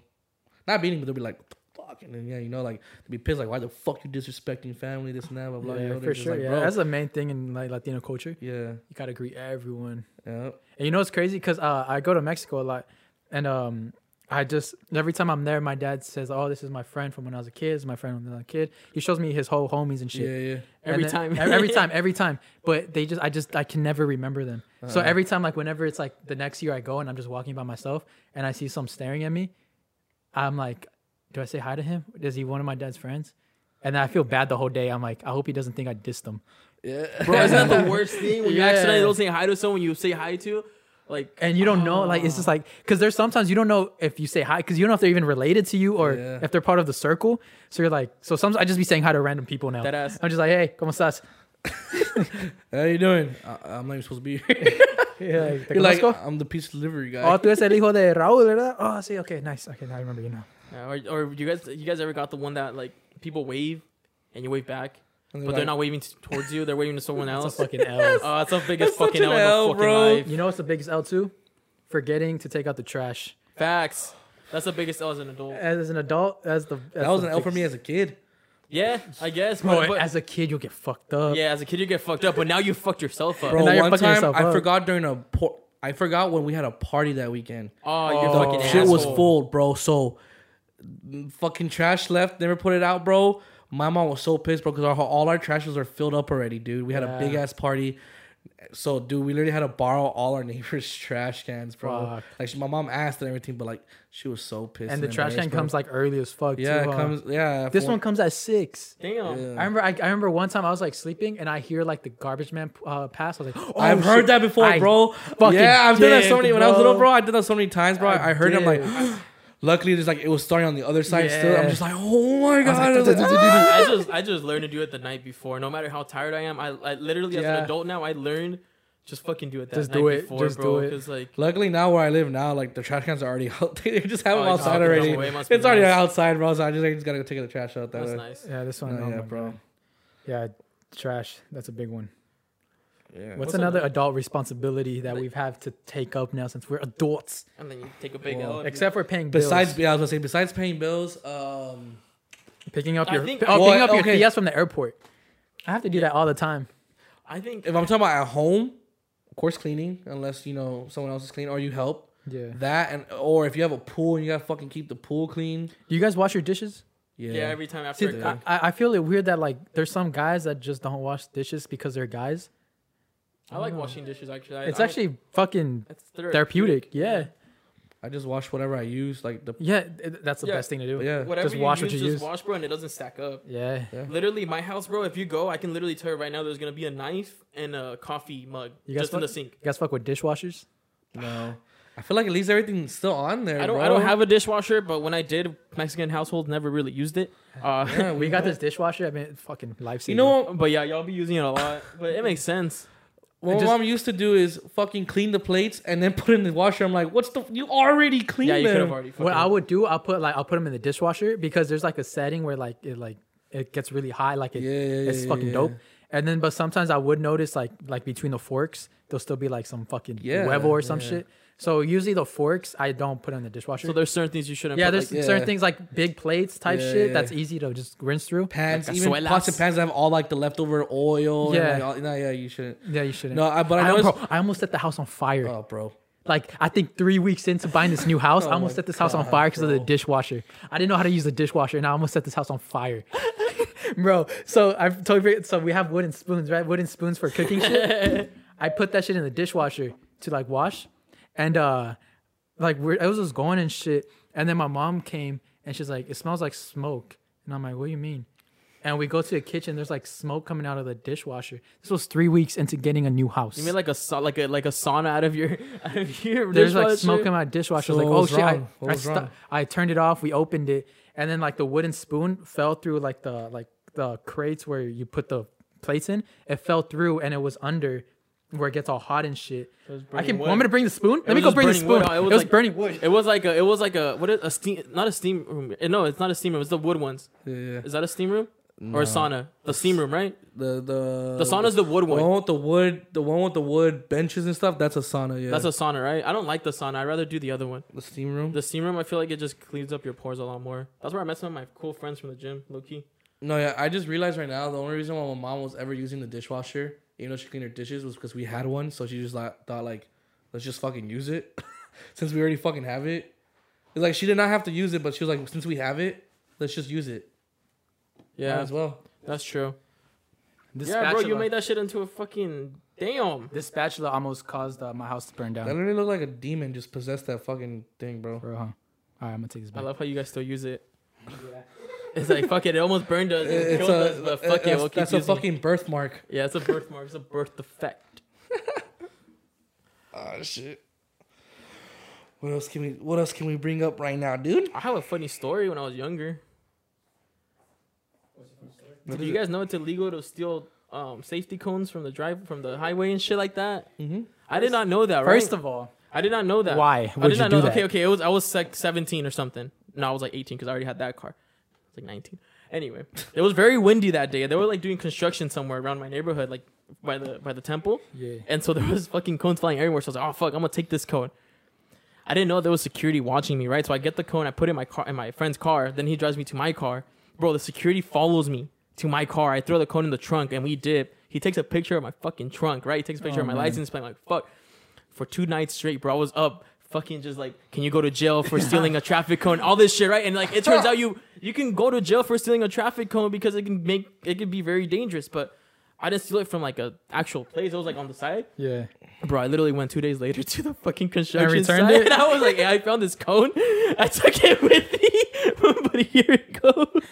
Speaker 2: Not beating, but they'll be like fuck and then yeah, you know, like they'd be pissed like why the fuck you disrespecting family, this and that, blah blah you
Speaker 1: yeah,
Speaker 2: know,
Speaker 1: for
Speaker 2: they're just
Speaker 1: sure.
Speaker 2: like,
Speaker 1: yeah,
Speaker 2: bro,
Speaker 1: that's the main thing in like Latino culture.
Speaker 2: yeah.
Speaker 1: You gotta greet everyone.
Speaker 2: Yeah.
Speaker 1: And you know it's crazy because uh, I go to Mexico a lot, and um, I just every time I'm there, my dad says, "Oh, this is my friend from when I was a kid. This is my friend when I was a kid." He shows me his whole homies and shit.
Speaker 2: Yeah, yeah.
Speaker 1: And
Speaker 3: Every
Speaker 1: then-
Speaker 3: time.
Speaker 1: ev- every time, every time. But they just, I just, I can never remember them. So every time, like whenever it's like the next year, I go and I'm just walking by myself and I see some staring at me. I'm like, do I say hi to him? Is he one of my dad's friends? And then I feel bad the whole day. I'm like, I hope he doesn't think I dissed him.
Speaker 3: Bro, isn't that the worst thing when you
Speaker 1: Yeah.
Speaker 3: accidentally don't say hi to someone you say hi to? Like
Speaker 1: And you don't know, like it's just like because there's sometimes you don't know if you say hi because you don't know if they're even related to you or
Speaker 2: Yeah.
Speaker 1: if they're part of the circle. So you're like, so sometimes I just be saying hi to random people now.
Speaker 3: That ass.
Speaker 1: I'm just like, hey, cómo estás?
Speaker 2: How you doing? I, I'm not even supposed to be here.
Speaker 1: Yeah, like, "Te
Speaker 2: You're like,
Speaker 1: conozco?"
Speaker 2: I'm the pizza delivery guy.
Speaker 1: oh, tú eres el hijo de Raúl, ¿verdad? Oh, sí, okay, nice. Okay, now I remember you now.
Speaker 3: Yeah, or, or you guys, you guys ever got the one that like people wave and you wave back,
Speaker 2: And
Speaker 3: but
Speaker 2: they're
Speaker 3: they're
Speaker 2: like-
Speaker 3: not waving t- towards you; they're waving to someone
Speaker 1: That's
Speaker 3: else.
Speaker 1: a fucking L.
Speaker 3: Oh, it's the biggest
Speaker 2: That's
Speaker 3: fucking
Speaker 2: such
Speaker 3: L
Speaker 2: an
Speaker 3: in
Speaker 2: L,
Speaker 3: the fucking
Speaker 2: bro.
Speaker 3: life.
Speaker 1: You know what's the biggest L too? Forgetting to take out the trash.
Speaker 3: Facts. That's the biggest L as an adult.
Speaker 1: As an adult, as the that's
Speaker 2: that was
Speaker 1: the
Speaker 2: an L for me
Speaker 1: biggest-
Speaker 2: as a kid.
Speaker 3: Yeah, I guess.
Speaker 1: bro.
Speaker 3: But, but-
Speaker 1: as a kid, you'll get fucked up.
Speaker 3: yeah, as a kid you get fucked up, but now you fucked yourself up.
Speaker 2: Bro,
Speaker 1: now you're
Speaker 2: one
Speaker 1: fucking
Speaker 2: time
Speaker 1: yourself
Speaker 2: I
Speaker 1: up.
Speaker 2: forgot during a por- I forgot when we had a party that weekend.
Speaker 3: oh, you're
Speaker 1: Oh.
Speaker 3: fucking
Speaker 2: Shit was
Speaker 3: asshole.
Speaker 2: full, bro. So mm, fucking trash left. Never put it out, bro. My mom was so pissed, bro, because our, all our trashes are filled up already, dude. We had
Speaker 1: Yeah.
Speaker 2: a big ass party. So, dude, we literally had to borrow all our neighbors' trash cans, bro.
Speaker 1: Fuck.
Speaker 2: Like, she, my mom asked and everything, but like, she was so pissed.
Speaker 1: And the trash can
Speaker 2: embarrassed, bro.
Speaker 1: comes like early as fuck.
Speaker 2: Yeah,
Speaker 1: too,
Speaker 2: it
Speaker 1: huh?
Speaker 2: comes. Yeah,
Speaker 1: This
Speaker 2: for-
Speaker 1: one comes at six.
Speaker 3: Damn.
Speaker 2: Yeah.
Speaker 1: I remember. I, I remember one time I was like sleeping and I hear like the garbage man uh, pass. I was like, oh,
Speaker 2: I've
Speaker 1: shit.
Speaker 2: heard that before,
Speaker 1: I
Speaker 2: bro.
Speaker 1: fucking
Speaker 2: yeah, I've done that so
Speaker 1: did,
Speaker 2: many when I was little,
Speaker 1: bro.
Speaker 2: bro. I did that so many times, bro. I,
Speaker 1: I
Speaker 2: heard it. I'm like,
Speaker 1: did.
Speaker 2: luckily, there's like it was starting on the other side still. I'm
Speaker 1: Yeah.
Speaker 2: just like, oh my god. I was like, "Ah."
Speaker 3: I just I just learned to do it the night before. No matter how tired I am, I, I literally as an
Speaker 1: Yeah.
Speaker 3: adult now I learned just fucking do it that
Speaker 1: Just
Speaker 3: night
Speaker 1: do it,
Speaker 3: before,
Speaker 1: just do
Speaker 3: bro.
Speaker 1: it.
Speaker 3: Because like
Speaker 2: Luckily, now where I live now, like the trash cans are already out. they just have
Speaker 3: Oh,
Speaker 2: them
Speaker 3: it's out
Speaker 2: outside
Speaker 3: the
Speaker 2: already.
Speaker 3: way, must be
Speaker 2: It's already
Speaker 3: nice.
Speaker 2: outside, bro. So I just, I just gotta go take the trash out. That
Speaker 3: that's
Speaker 2: way.
Speaker 3: nice.
Speaker 1: Yeah, this one.
Speaker 2: No,
Speaker 1: oh
Speaker 2: yeah,
Speaker 1: my
Speaker 2: bro.
Speaker 1: God. Yeah, trash. That's a big one.
Speaker 2: Yeah.
Speaker 1: What's,
Speaker 3: What's
Speaker 1: another
Speaker 3: another-
Speaker 1: adult responsibility that we've had to take up now since we're adults?
Speaker 3: And then you take a big
Speaker 2: Well,
Speaker 3: L. if you-
Speaker 1: Except for paying bills.
Speaker 2: Besides, yeah, I was gonna say besides paying bills, um,
Speaker 1: Picking up
Speaker 3: I
Speaker 1: your
Speaker 3: think-
Speaker 1: oh,
Speaker 2: Well,
Speaker 1: picking up
Speaker 2: okay.
Speaker 1: your PS from the airport. I have to do that all the time.
Speaker 3: I think
Speaker 2: if I'm talking about at home, of course cleaning, unless you know someone else is clean or you help.
Speaker 1: Yeah.
Speaker 2: That and or if you have a pool and you gotta fucking keep the pool clean.
Speaker 1: Do you guys wash your dishes?
Speaker 2: Yeah.
Speaker 3: Yeah, every time after
Speaker 1: See,
Speaker 3: a
Speaker 1: I,
Speaker 3: cut.
Speaker 1: I I feel it weird that like there's some guys that just don't wash dishes because they're guys.
Speaker 3: I like washing dishes actually. I,
Speaker 1: It's
Speaker 3: I-
Speaker 1: actually fucking
Speaker 3: it's therapeutic.
Speaker 1: therapeutic. Yeah.
Speaker 2: I just wash whatever I use, like the
Speaker 1: Yeah, th- that's the
Speaker 3: Yeah.
Speaker 1: best thing to do.
Speaker 2: yeah.
Speaker 3: Whatever
Speaker 1: Just
Speaker 3: you
Speaker 1: wash
Speaker 3: use,
Speaker 1: what you
Speaker 3: just
Speaker 1: use.
Speaker 3: wash, bro, and it doesn't stack up.
Speaker 1: Yeah.
Speaker 2: Yeah.
Speaker 3: Literally, my house, bro. If you go, I can literally tell you right now, there's gonna be a knife and a coffee mug
Speaker 1: You guys
Speaker 3: just in the
Speaker 1: fuck-
Speaker 3: sink.
Speaker 1: You guys fuck with dishwashers?
Speaker 2: No, I feel like at least everything's still on there.
Speaker 3: I don't,
Speaker 2: Bro.
Speaker 3: I don't have a dishwasher, but when I did, Mexican household never really used it. Uh,
Speaker 1: We got this dishwasher. I mean, it's fucking lifesaver.
Speaker 2: You know what?
Speaker 3: but yeah, y'all be using it a lot. But it makes sense.
Speaker 2: What
Speaker 1: just-
Speaker 2: my mom used to do is fucking clean the plates and then put it in the washer. I'm like, what's the? You already cleaned
Speaker 3: Yeah, you could
Speaker 2: them.
Speaker 3: have already. fucking-
Speaker 1: What I would do, I'll put like I'll put them in the dishwasher because there's like a setting where like it like it gets really high, like it,
Speaker 2: Yeah, yeah,
Speaker 1: it's
Speaker 2: yeah,
Speaker 1: fucking
Speaker 2: yeah.
Speaker 1: dope. And then, but sometimes I would notice like like between the forks, there'll still be like some fucking
Speaker 2: Yeah,
Speaker 1: huevo or some
Speaker 2: yeah.
Speaker 1: shit. So usually the forks I don't put in the dishwasher.
Speaker 3: So there's certain things you shouldn't.
Speaker 1: yeah,
Speaker 3: put,
Speaker 1: there's
Speaker 3: like,
Speaker 2: yeah.
Speaker 1: certain things like big plates type
Speaker 2: Yeah,
Speaker 1: shit
Speaker 2: yeah.
Speaker 1: that's easy to just rinse through.
Speaker 2: Pans,
Speaker 3: Like
Speaker 2: even pots
Speaker 3: cazuelas.
Speaker 2: and pans that have all like the leftover oil. Yeah,
Speaker 1: Yeah.
Speaker 2: and, like, all, no, yeah, you shouldn't.
Speaker 1: Yeah, you shouldn't.
Speaker 2: No, I- but I
Speaker 1: al-
Speaker 2: noticed-
Speaker 1: bro, I almost set the house on fire.
Speaker 2: Oh, bro.
Speaker 1: Like I think three weeks into buying this new house, I almost
Speaker 2: Oh my
Speaker 1: set this house on
Speaker 2: God,
Speaker 1: fire because of the
Speaker 2: bro.
Speaker 1: dishwasher. I didn't know how to use the dishwasher, and I almost set this house on fire, bro. So I've totally forget- so we have wooden spoons, right? Wooden spoons for cooking shit. I put that shit in the dishwasher to like wash, and uh, like we're, I was just going and shit, and then my mom came and she's like, "It smells like smoke," and I'm like, "What do you mean?" And we go to the kitchen. There's like smoke coming out of the dishwasher. This was three weeks into getting a new house.
Speaker 3: You made like a sa- like a like a sauna out of your out of your.
Speaker 1: There's like
Speaker 3: dishwasher.
Speaker 1: smoke in my dishwasher.
Speaker 2: So
Speaker 1: I
Speaker 2: what was
Speaker 1: was like, oh shit!
Speaker 2: wrong?
Speaker 1: I,
Speaker 2: What
Speaker 1: I,
Speaker 2: was
Speaker 1: stu-
Speaker 2: wrong?
Speaker 1: I turned it off. We opened it, and then like the wooden spoon fell through like the like the crates where you put the plates in. It fell through, and it was under where it gets all hot and shit.
Speaker 3: was
Speaker 1: I
Speaker 3: burning
Speaker 1: can.
Speaker 3: wood.
Speaker 1: Want me to bring the spoon?
Speaker 3: It
Speaker 1: Let me
Speaker 3: was
Speaker 1: go
Speaker 3: just
Speaker 1: bring the
Speaker 3: burning
Speaker 1: spoon.
Speaker 3: wood.
Speaker 1: It was,
Speaker 3: like-
Speaker 1: burning wood.
Speaker 3: It was like a it was like a what is a steam not a steam room. Eh, No, it's not a steam room. It's the wood ones.
Speaker 2: Yeah, yeah.
Speaker 3: Is that a steam room or a sauna? The steam room, right?
Speaker 2: The the
Speaker 3: The sauna's the wood
Speaker 2: the
Speaker 3: one.
Speaker 2: one with the wood. The one with the wood benches and stuff. That's a sauna. Yeah,
Speaker 3: That's a sauna, right? I don't like the sauna. I'd rather do the other one.
Speaker 2: the steam room.
Speaker 3: The steam room, I feel like it just cleans up your pores a lot more. That's where I met some of my cool friends from the gym, low key.
Speaker 2: No, yeah, I just realized right now the only reason why my mom was ever using the dishwasher, even though she cleaned her dishes, was because we had one. So she just like, thought like, let's just fucking use it, since we already fucking have it. It's like she did not have to use it, but she was like, since we have it, let's just use it. Yeah,
Speaker 3: Yeah,
Speaker 2: as well.
Speaker 3: that's true.
Speaker 1: This
Speaker 3: Yeah, bro, you made that shit into a fucking damn.
Speaker 1: This spatula almost caused uh, my house to burn
Speaker 2: That
Speaker 1: down.
Speaker 2: literally looked like a demon just possessed that fucking thing, bro.
Speaker 1: Bro, huh? All right, I'm gonna take this
Speaker 3: I
Speaker 1: back.
Speaker 3: love how you guys still use it. It's like fuck it, it almost burned us. It
Speaker 2: It's
Speaker 3: killed us,
Speaker 2: a
Speaker 3: but fuck it,
Speaker 2: that's,
Speaker 3: we'll keep
Speaker 2: that's a
Speaker 3: using it.
Speaker 2: fucking birthmark.
Speaker 3: Yeah, it's a birthmark. It's a birth defect.
Speaker 2: Oh shit. What else can we What else can we bring up right now, dude?
Speaker 3: I have a funny story when I was younger. Do you guys know it's illegal to steal um, safety cones from the drive from the highway and shit like that? Mm-hmm. I did not know that.
Speaker 1: First
Speaker 3: right?
Speaker 1: of all,
Speaker 3: I did not know that.
Speaker 1: Why
Speaker 3: I
Speaker 1: would
Speaker 3: did
Speaker 1: you
Speaker 3: not
Speaker 1: do
Speaker 3: know.
Speaker 1: that?
Speaker 3: Okay, okay. It was I was like 17 or something. No, I was like 18 because I already had that car. I was like 19. Anyway, it was very windy that day. They were like doing construction somewhere around my neighborhood, like by the by the temple.
Speaker 1: Yeah.
Speaker 3: And so there was fucking cones flying everywhere. So I was like, oh fuck, I'm gonna take this cone. I didn't know there was security watching me, right? So I get the cone, I put it in my car in my friend's car, then he drives me to my car. Bro, the security follows me to my car. I throw the cone in the trunk and we dip. He takes a picture of my fucking trunk, right? He takes a picture of
Speaker 1: Oh,
Speaker 3: my license plate. I'm like, fuck. For two nights straight, bro, I was up fucking just like, can you go to jail for stealing a traffic cone? All this shit, right? And like it turns out you you can go to jail for stealing a traffic cone because it can make it can be very dangerous. But I didn't steal it from like a actual place. It was like on the side.
Speaker 1: yeah.
Speaker 3: Bro, I literally went two days later to the fucking construction
Speaker 1: returned
Speaker 3: site,
Speaker 1: it?
Speaker 3: and I was like, "Hey, I found this cone. I took it with me, but here it goes."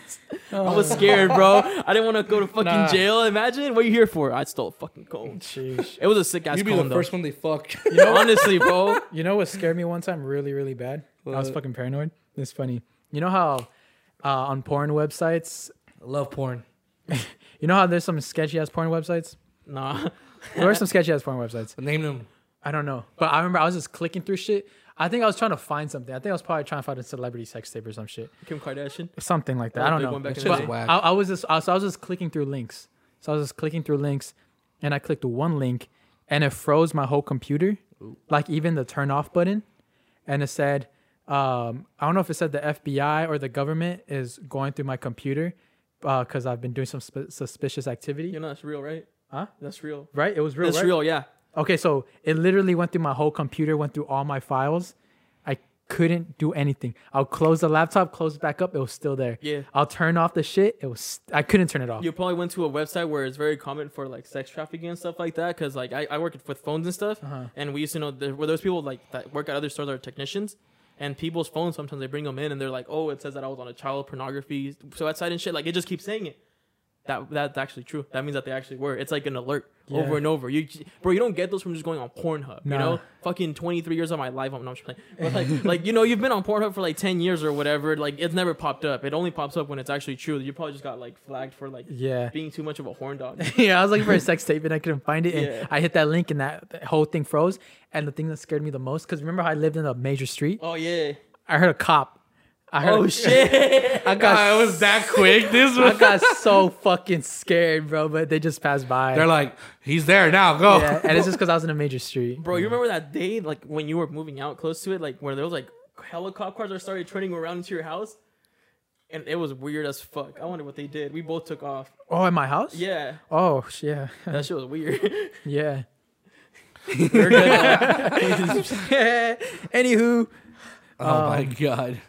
Speaker 3: I was scared, bro. I didn't want to go to fucking
Speaker 1: Nah.
Speaker 3: jail. Imagine what you here for. I stole a fucking cone. It was a sick ass
Speaker 2: You'd be the
Speaker 3: cone though.
Speaker 2: first one they fuck.
Speaker 3: Honestly, bro.
Speaker 1: You know what scared me one time really, really bad? I was
Speaker 2: What?
Speaker 1: fucking paranoid. It's funny. You know how uh, on porn websites,
Speaker 2: Love porn.
Speaker 1: you know how there's some sketchy ass porn websites?
Speaker 3: Nah.
Speaker 1: There are some sketchy ass porn websites.
Speaker 2: Name them.
Speaker 1: I don't know. But I remember I was just clicking through shit. I think I was trying to find something. I think I was probably trying to find a celebrity sex tape or some shit.
Speaker 3: Kim Kardashian.
Speaker 1: Something like that.
Speaker 3: That
Speaker 1: I
Speaker 3: was a big one
Speaker 1: don't
Speaker 3: Oh,
Speaker 1: know.
Speaker 3: back in
Speaker 1: But
Speaker 3: the day.
Speaker 2: Whack.
Speaker 1: I, I was just I, so I was just clicking through links. So I was just clicking through links and I clicked one link and it froze my whole computer. Like even the turn off button. And it said, um, I don't know if it said the FBI or the government is going through my computer because I've been doing some sp- suspicious activity.
Speaker 3: You know that's real, right?
Speaker 1: Huh?
Speaker 3: That's real.
Speaker 1: Right? It was real.
Speaker 3: That's
Speaker 1: right?
Speaker 3: real. Yeah.
Speaker 1: Okay, so it literally went through my whole computer, went through all my files. I couldn't do anything. I'll close the laptop, close it back up. It was still there.
Speaker 3: Yeah.
Speaker 1: I'll turn off the shit. It was. I couldn't turn it off.
Speaker 3: You probably went to a website where it's very common for like sex trafficking and stuff like that. Cause
Speaker 1: Uh-huh.
Speaker 3: like I, I work with phones and stuff, and we used to know there, where there's people like that work at other stores that are technicians, And people's phones sometimes they bring them in and they're like, oh, it says that I was on a child pornography so website and shit. Like it just keeps saying it. That that's actually true. That means that they actually were. It's like an alert
Speaker 1: Yeah.
Speaker 3: over and over. You j- bro, you don't get those from just going on Pornhub.
Speaker 1: Nah.
Speaker 3: You know, fucking twenty three years of my life. I'm not just playing. But like, like you know, you've been on Pornhub for like ten years or whatever. Like it's never popped up. It only pops up when it's actually true. You probably just got like flagged for like
Speaker 1: Yeah.
Speaker 3: being too much of a horn dog.
Speaker 1: yeah, I was looking for a sex tape and I couldn't find it. And
Speaker 3: Yeah.
Speaker 1: I hit that link and that, that whole thing froze. And the thing that scared me the most, because remember how I lived in a major street?
Speaker 3: oh yeah.
Speaker 1: I heard a cop. I heard
Speaker 3: Oh shit.
Speaker 1: I got
Speaker 2: it was that quick. This
Speaker 1: I
Speaker 2: was.
Speaker 1: got so fucking scared, bro. But they just passed by.
Speaker 2: They're like, he's there now. Go.
Speaker 1: yeah, and it's just because I was in a major street.
Speaker 3: Bro, you remember that day, like when you were moving out close to it, like where there was like helicopter cars that started turning around into your house, and it was weird as fuck. I wonder what they did. We both took off.
Speaker 1: Oh, in my house?
Speaker 3: Yeah,
Speaker 1: Oh, sh- yeah.
Speaker 3: that shit was weird.
Speaker 1: yeah.
Speaker 3: We're good.
Speaker 1: Anywho,
Speaker 2: oh my god.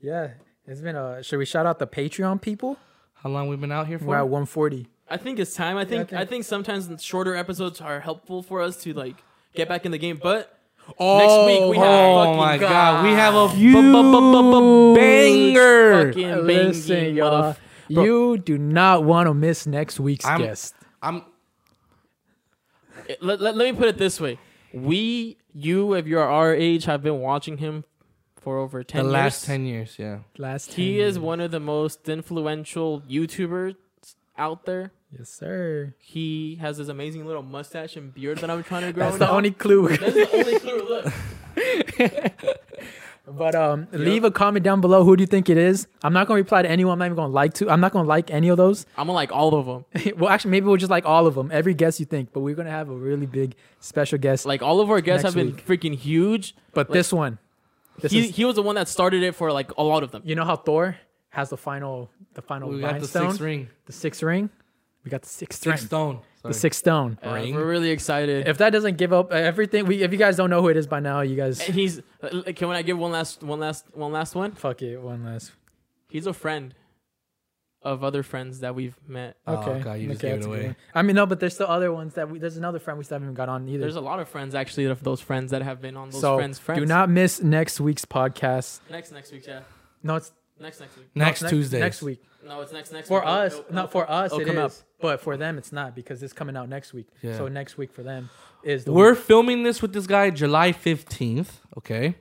Speaker 1: yeah, it's been a. Should we shout out the Patreon people?
Speaker 2: How long we been out here for?
Speaker 1: We're at 140.
Speaker 3: I think it's time. I think
Speaker 1: think-
Speaker 3: I think sometimes shorter episodes are helpful for us to like get back in the game. But
Speaker 1: Oh,
Speaker 3: next week we have
Speaker 2: oh
Speaker 3: fucking
Speaker 2: my god. we
Speaker 3: God.
Speaker 2: have a
Speaker 3: Bu- bu- bu- bu- bu-
Speaker 2: huge
Speaker 3: banger.
Speaker 2: fucking-
Speaker 3: Fucking
Speaker 1: Listen,
Speaker 3: banging
Speaker 1: y'all.
Speaker 3: motherf-
Speaker 1: You do not want to miss next week's
Speaker 2: I'm-
Speaker 1: guest.
Speaker 2: I'm
Speaker 3: let, let, let me put it this way: we, you, if you're our age, have been watching him for over ten.
Speaker 2: the
Speaker 3: years.
Speaker 2: last ten years. Yeah.
Speaker 1: Last
Speaker 3: He
Speaker 1: 10
Speaker 3: is one of the most influential YouTubers out there.
Speaker 1: Yes, sir.
Speaker 3: He has this amazing little mustache and beard that I'm trying to grow.
Speaker 1: That's the
Speaker 3: now.
Speaker 1: only clue.
Speaker 3: That's the only clue. Look.
Speaker 1: But um, leave a comment down below. Who do you think it is? I'm not gonna reply to anyone. I'm not even gonna like to. I'm not gonna like any of those.
Speaker 3: I'm gonna like all of them.
Speaker 1: well, actually, maybe we'll just like all of them. Every guest you think. But we're gonna have a really big special guest.
Speaker 3: Like all of our guests
Speaker 1: Next
Speaker 3: have been freaking huge.
Speaker 1: but this one, this
Speaker 3: he,
Speaker 1: is.
Speaker 3: he was the one that started it for like a lot of them.
Speaker 1: You know how Thor has the final, the final
Speaker 2: We got the
Speaker 1: rhinestone?
Speaker 2: sixth ring.
Speaker 1: The sixth ring. We got the sixth, ring.
Speaker 2: Sixth stone.
Speaker 1: The sixth stone.
Speaker 3: Uh,
Speaker 2: Ring.
Speaker 3: we're really excited.
Speaker 1: If that doesn't give up uh, everything, we if you guys don't know who it is by now, you guys
Speaker 3: And he's uh, can I give one last one last one last one?
Speaker 1: fuck it. One last.
Speaker 3: He's a friend of other friends that we've met.
Speaker 2: Oh, God, you just gave it
Speaker 1: that's a good
Speaker 2: away.
Speaker 1: one. I mean, no, but there's still other ones that we, there's another friend we still haven't even got on either.
Speaker 3: There's a lot of friends actually of those friends that have been on those
Speaker 1: so
Speaker 3: friends friends.
Speaker 1: do not miss next week's podcast.
Speaker 3: next next week, yeah.
Speaker 1: No, it's
Speaker 3: Next next week.
Speaker 2: Next
Speaker 1: ne-
Speaker 2: Tuesday.
Speaker 1: Next week
Speaker 3: No, it's next next
Speaker 1: for
Speaker 3: week.
Speaker 1: us,
Speaker 3: It'll-
Speaker 1: not for us.
Speaker 2: Oh,
Speaker 3: it'll
Speaker 1: it
Speaker 3: come
Speaker 1: is, but for them, it's not because it's coming out next week.
Speaker 2: Yeah.
Speaker 1: So next week for them is the
Speaker 2: We're
Speaker 1: week.
Speaker 2: filming this with this guy July 15th. Okay.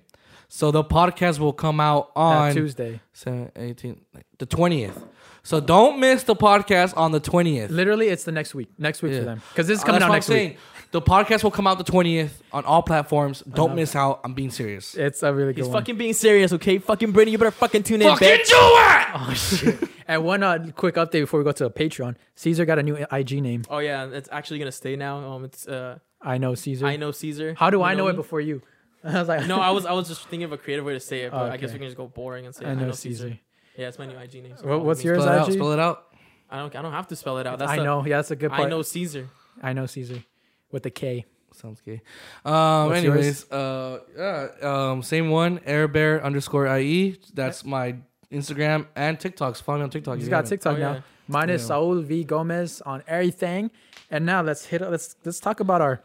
Speaker 2: So the podcast will come out
Speaker 1: That
Speaker 2: on
Speaker 1: Tuesday.
Speaker 2: 7, 18, the 20th. So don't miss the podcast on the 20th.
Speaker 1: Literally, it's the next week. Next week for
Speaker 2: Yeah.
Speaker 1: them because this is
Speaker 2: Uh,
Speaker 1: coming
Speaker 2: that's
Speaker 1: out
Speaker 2: what
Speaker 1: next
Speaker 2: I'm
Speaker 1: week.
Speaker 2: saying. The podcast will come out the 20th on all platforms. Don't miss out. I'm being serious.
Speaker 1: It's a really good
Speaker 3: He's
Speaker 1: one.
Speaker 3: fucking being serious, okay? Fucking Brittany, you better fucking tune in,
Speaker 2: Fucking do
Speaker 3: bitch.
Speaker 2: it!
Speaker 1: and one uh, quick update before we go to Patreon. Caesar got a new IG name.
Speaker 3: Oh yeah, it's actually gonna stay now. Um, it's uh,
Speaker 1: I know Caesar.
Speaker 3: I know Caesar.
Speaker 1: How do I
Speaker 3: You
Speaker 1: know it
Speaker 3: me?
Speaker 1: before you? I was like,
Speaker 3: No, I was I was just thinking of a creative way to say it, but I guess
Speaker 1: Okay.
Speaker 3: we can just go boring and say
Speaker 1: I know Caesar.
Speaker 3: Yeah, it's my new IG name. so
Speaker 1: What-
Speaker 3: follow
Speaker 1: what's
Speaker 3: me.
Speaker 1: yours?
Speaker 2: Spell it out.
Speaker 1: IG?
Speaker 2: Spell it out.
Speaker 3: I don't I don't have to spell it out. That's
Speaker 1: I
Speaker 3: the-
Speaker 1: know. Yeah, that's a good part.
Speaker 3: I know Caesar.
Speaker 1: I know Caesar with the K.
Speaker 2: Sounds gay. Um,
Speaker 1: What's
Speaker 2: anyways, uh, yeah, um, same one, airbear underscore IE. That's my Instagram and TikToks. Follow me on TikTok.
Speaker 1: He's
Speaker 2: if you
Speaker 1: got
Speaker 2: haven't.
Speaker 1: TikTok
Speaker 3: Oh,
Speaker 1: now.
Speaker 3: yeah.
Speaker 1: Mine is
Speaker 2: Yeah.
Speaker 1: Saul V Gomez on everything. And now let's hit. Let's let's talk about our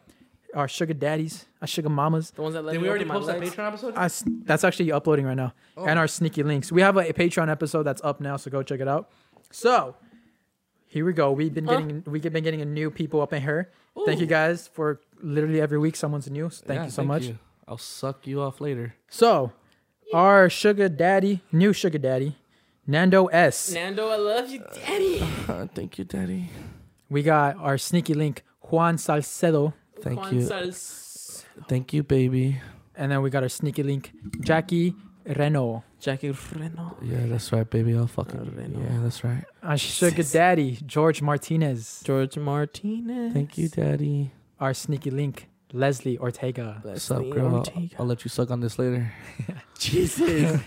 Speaker 1: our sugar daddies, our sugar mamas.
Speaker 3: The ones that let
Speaker 2: Did
Speaker 3: me
Speaker 2: we already
Speaker 3: open my
Speaker 2: post that
Speaker 3: legs.
Speaker 2: Patreon episode?
Speaker 1: I s- that's actually uploading right now. And our sneaky links. We have a, Patreon episode that's up now, so go check it out. So here we go. We've been
Speaker 3: Huh?
Speaker 1: getting we've been getting a new people up in here. Thank you
Speaker 3: Ooh.
Speaker 1: guys for literally every week someone's new. So Thank
Speaker 2: Yeah,
Speaker 1: you so much.
Speaker 2: I'll suck you off later.
Speaker 1: So our sugar daddy, new sugar daddy, Nando S.
Speaker 3: Nando, I love you, Daddy.
Speaker 2: Uh, thank you, Daddy.
Speaker 1: we got our sneaky link, Juan Salcedo.
Speaker 2: Thank
Speaker 3: Juan
Speaker 2: you.
Speaker 3: Sals-
Speaker 2: Thank you, baby.
Speaker 1: And then we got our sneaky link, Jackie Reno.
Speaker 3: Jackie Reno.
Speaker 2: Yeah, that's right, baby. I'll fucking.
Speaker 3: Reno.
Speaker 2: yeah, that's right.
Speaker 1: Our sugar daddy, George Martinez.
Speaker 3: George Martinez.
Speaker 2: Thank you, Daddy.
Speaker 1: Our sneaky link, Leslie Ortega.
Speaker 2: What's
Speaker 3: Leslie
Speaker 2: up, girl? I'll-
Speaker 3: Ortega.
Speaker 2: I'll let you suck on this later.
Speaker 1: Jesus.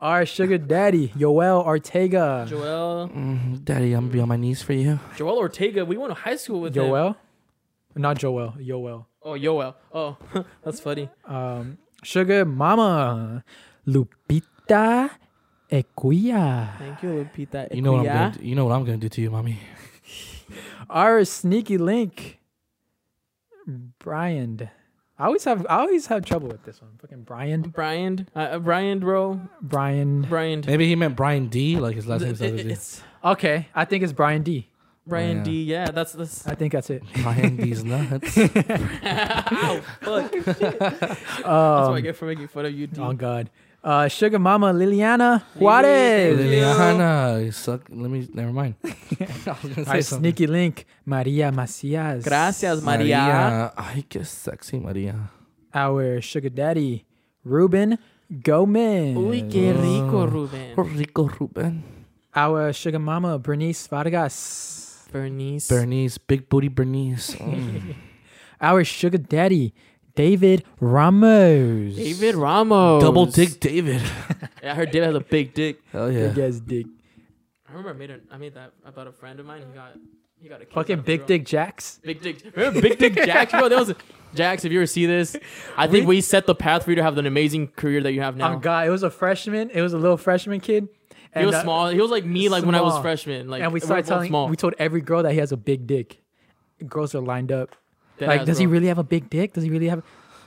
Speaker 1: Our sugar daddy, Yoel Ortega.
Speaker 3: Joel.
Speaker 2: Mm, Daddy, I'm gonna be on my knees for you.
Speaker 3: Joel Ortega. We went to high school with him.
Speaker 1: Yoel? Not Joel, Yoel.
Speaker 3: Oh, Yoel. Oh, that's funny.
Speaker 1: Um, sugar mama, Lupita Equia.
Speaker 3: Thank you, Lupita.
Speaker 2: You know what
Speaker 3: Equia.
Speaker 2: I'm gonna. Do, you know what I'm gonna do to you, mommy.
Speaker 1: Our sneaky link, Brian. I always have I always have trouble with this one. Fucking Brian,
Speaker 3: Brian, uh, uh, Brian, bro,
Speaker 1: Brian.
Speaker 3: Brian.
Speaker 2: Maybe he meant Brian D, like his last name
Speaker 3: It-
Speaker 2: starts with
Speaker 3: it-
Speaker 2: D.
Speaker 3: it's
Speaker 1: Okay, I think it's Brian D.
Speaker 3: Brian
Speaker 2: yeah.
Speaker 3: D. Yeah, that's that's.
Speaker 1: I think that's it.
Speaker 2: Brian D's nuts.
Speaker 3: Ow, fuck. That's what I get for making fun of you, D.
Speaker 1: Oh God, uh, Sugar Mama
Speaker 3: Liliana.
Speaker 1: Liliana Juarez,
Speaker 2: Liliana, you suck. Let me. Never mind. I was gonna say
Speaker 1: our
Speaker 2: something.
Speaker 1: sneaky link Maria Macias,
Speaker 3: Gracias, Maria.
Speaker 2: Ay, qué sexy, Maria.
Speaker 1: our Sugar Daddy Ruben Gomez,
Speaker 3: Uy, qué
Speaker 2: Oh.
Speaker 3: rico, Ruben.
Speaker 2: Rico Ruben.
Speaker 1: our Sugar Mama Bernice Vargas,
Speaker 3: Bernice.
Speaker 2: Bernice, big booty Bernice. Mm.
Speaker 1: our Sugar Daddy David Ramos,
Speaker 3: David Ramos.
Speaker 2: Double dick David.
Speaker 3: Yeah, I heard David has a big dick.
Speaker 2: Hell
Speaker 1: big
Speaker 2: yeah.
Speaker 1: ass dick,
Speaker 3: I remember I made an, I made that about a friend of mine. He got he got a kick out
Speaker 1: fucking
Speaker 3: of a
Speaker 1: big
Speaker 3: girl.
Speaker 1: dick Jacks.
Speaker 3: Big Dick. Remember Big Dick Jax, bro? That was Jax. If you ever see this, I think we, set the path for you to have an amazing career that you have now.
Speaker 1: Oh God, it was a freshman. It was a little freshman kid.
Speaker 3: he was
Speaker 1: uh,
Speaker 3: small. He was like me, like when I was
Speaker 1: small.
Speaker 3: freshman. Like
Speaker 1: and we
Speaker 3: were
Speaker 1: started
Speaker 3: both
Speaker 1: telling
Speaker 3: small.
Speaker 1: we told every girl that he has a big dick. Girls are lined up.
Speaker 3: Dead
Speaker 1: like,
Speaker 3: ass,
Speaker 1: does he
Speaker 3: bro.
Speaker 1: really have a big dick? Does he really have?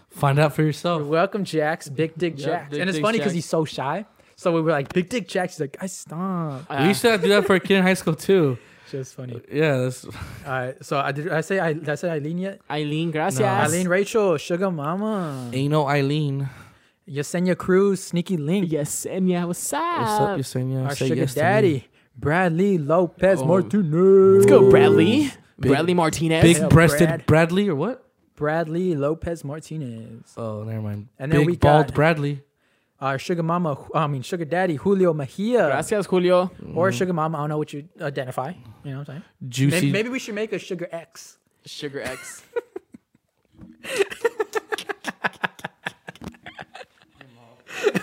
Speaker 2: Find out for yourself.
Speaker 1: Welcome, Jax, big dick
Speaker 3: Yeah,
Speaker 1: Jax.
Speaker 3: big
Speaker 1: and it's
Speaker 3: dick
Speaker 1: funny because
Speaker 3: Jax.
Speaker 1: he's so shy. So we were like, big dick Jax. He's like, I stop.
Speaker 3: Ah,
Speaker 2: We used to do that for a kid in high school too.
Speaker 1: Just funny.
Speaker 2: Yeah, that's
Speaker 1: All right. So I did. I say I. Did I say Eileen yet?
Speaker 3: Eileen, gracias.
Speaker 1: Eileen, Rachel, Sugar Mama,
Speaker 2: ain't no Eileen.
Speaker 1: Yesenia Cruz, Sneaky Link,
Speaker 3: Yes, and yeah, what's up?
Speaker 2: What's up, Yesenia?
Speaker 1: Uh, our
Speaker 2: Say
Speaker 1: Sugar
Speaker 2: yes to me.
Speaker 1: Daddy, Bradley Lopez
Speaker 3: Oh.
Speaker 1: Martinez.
Speaker 3: Let's go, Bradley.
Speaker 2: Big-
Speaker 3: Bradley Martinez.
Speaker 2: Big breasted
Speaker 1: Brad.
Speaker 2: Bradley or what?
Speaker 1: Bradley Lopez Martinez.
Speaker 2: Oh, never mind.
Speaker 1: And then
Speaker 2: Big
Speaker 1: we
Speaker 2: bald
Speaker 1: got-
Speaker 2: Bradley.
Speaker 1: Our Sugar Mama, I mean Sugar Daddy, Julio Mejia.
Speaker 3: Gracias, Julio.
Speaker 1: or sugar mama. I don't know what you identify. You know what I'm saying?
Speaker 2: Juicy.
Speaker 1: Maybe, maybe we should make a sugar X.
Speaker 3: Sugar X.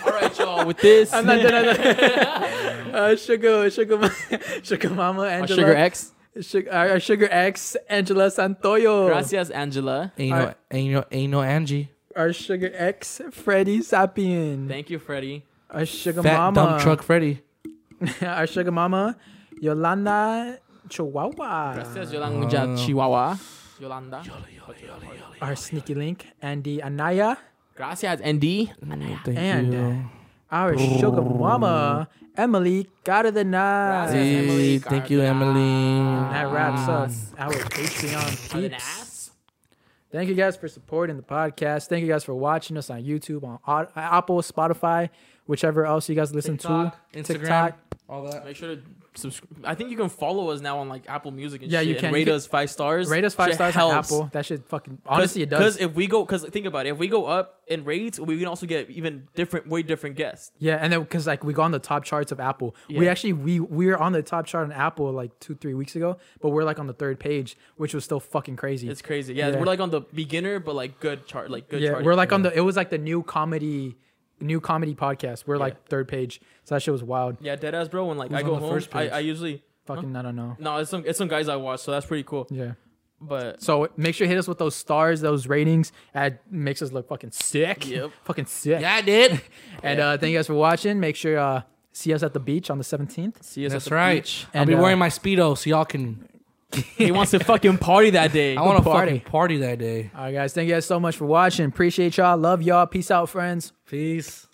Speaker 3: All right, y'all. With this,
Speaker 1: I'm not done. I'm not- uh, sugar, sugar, Ma- sugar mama,
Speaker 3: Our
Speaker 1: Angela.
Speaker 3: Sugar X.
Speaker 1: Sugar, our sugar X, Angela Santoyo.
Speaker 3: Gracias, Angela.
Speaker 2: Ain't
Speaker 1: Alright.
Speaker 2: no, ain't no, ain't no Angie.
Speaker 1: Our sugar X, Freddie Sapien.
Speaker 3: Thank you, Freddie.
Speaker 1: our sugar
Speaker 2: Fat
Speaker 1: mama.
Speaker 2: dump truck Freddy.
Speaker 1: our sugar mama, Yolanda Chihuahua.
Speaker 3: Gracias, Yolanda Chihuahua. Yolanda.
Speaker 1: Our sneaky link, Andy Anaya.
Speaker 3: Gracias, ND.
Speaker 2: Thank
Speaker 1: And
Speaker 2: you.
Speaker 1: our sugar mama, Emily Cardena.
Speaker 3: Gracias, Emily
Speaker 2: Hey, thank you, Emily.
Speaker 1: That wraps up our Patreon peeps. Thank you guys for supporting the podcast. Thank you guys for watching us on YouTube, on Au- Apple, Spotify, whichever else you guys listen to.
Speaker 2: Instagram, all that.
Speaker 3: Make sure to subscribe. I think you can follow us now on like Apple Music and
Speaker 1: Yeah,
Speaker 3: shit,
Speaker 1: you
Speaker 3: And
Speaker 1: can.
Speaker 3: rate
Speaker 1: You can-
Speaker 3: us five stars.
Speaker 1: Rate us five
Speaker 3: Shit
Speaker 1: stars on
Speaker 3: helps.
Speaker 1: Apple. That should fucking honestly it
Speaker 3: Because
Speaker 1: does.
Speaker 3: if we go, because think about it, if we go up in rates, we can also get even different, way different guests.
Speaker 1: yeah, and then because like we go on the top charts of Apple. We
Speaker 3: Yeah.
Speaker 1: actually we we were on the top chart on Apple like two three weeks ago, but we're like on the third page, which was still fucking crazy.
Speaker 3: It's crazy. Yeah,
Speaker 1: Yeah.
Speaker 3: we're like on the beginner, but like good chart, like good
Speaker 1: yeah,
Speaker 3: chart.
Speaker 1: we're like on the it was like the new comedy, new comedy podcast. We're like third page, so that shit was wild.
Speaker 3: yeah, deadass bro. When like I
Speaker 2: on
Speaker 3: go
Speaker 2: the
Speaker 3: home,
Speaker 2: first
Speaker 3: I,
Speaker 2: page?
Speaker 3: I usually
Speaker 1: Fucking I don't know.
Speaker 3: no, it's some it's some guys I watch, so that's pretty cool.
Speaker 1: Yeah.
Speaker 3: But
Speaker 1: So make sure you hit us with those stars, those ratings. That makes us look fucking sick.
Speaker 3: Yep.
Speaker 1: fucking sick.
Speaker 2: I did.
Speaker 1: And uh, thank you guys for watching. Make sure uh see us at the beach on the 17th.
Speaker 3: see us
Speaker 2: That's
Speaker 3: at the
Speaker 2: right.
Speaker 3: beach.
Speaker 2: I'll
Speaker 1: And,
Speaker 2: be
Speaker 1: uh,
Speaker 2: wearing my speedo so y'all can.
Speaker 3: He wants to fucking party that day.
Speaker 2: I want to
Speaker 1: party.
Speaker 2: fucking party that day.
Speaker 1: All right, guys. Thank you guys so much for watching. Appreciate y'all. Love y'all. Peace out, friends.
Speaker 2: Peace.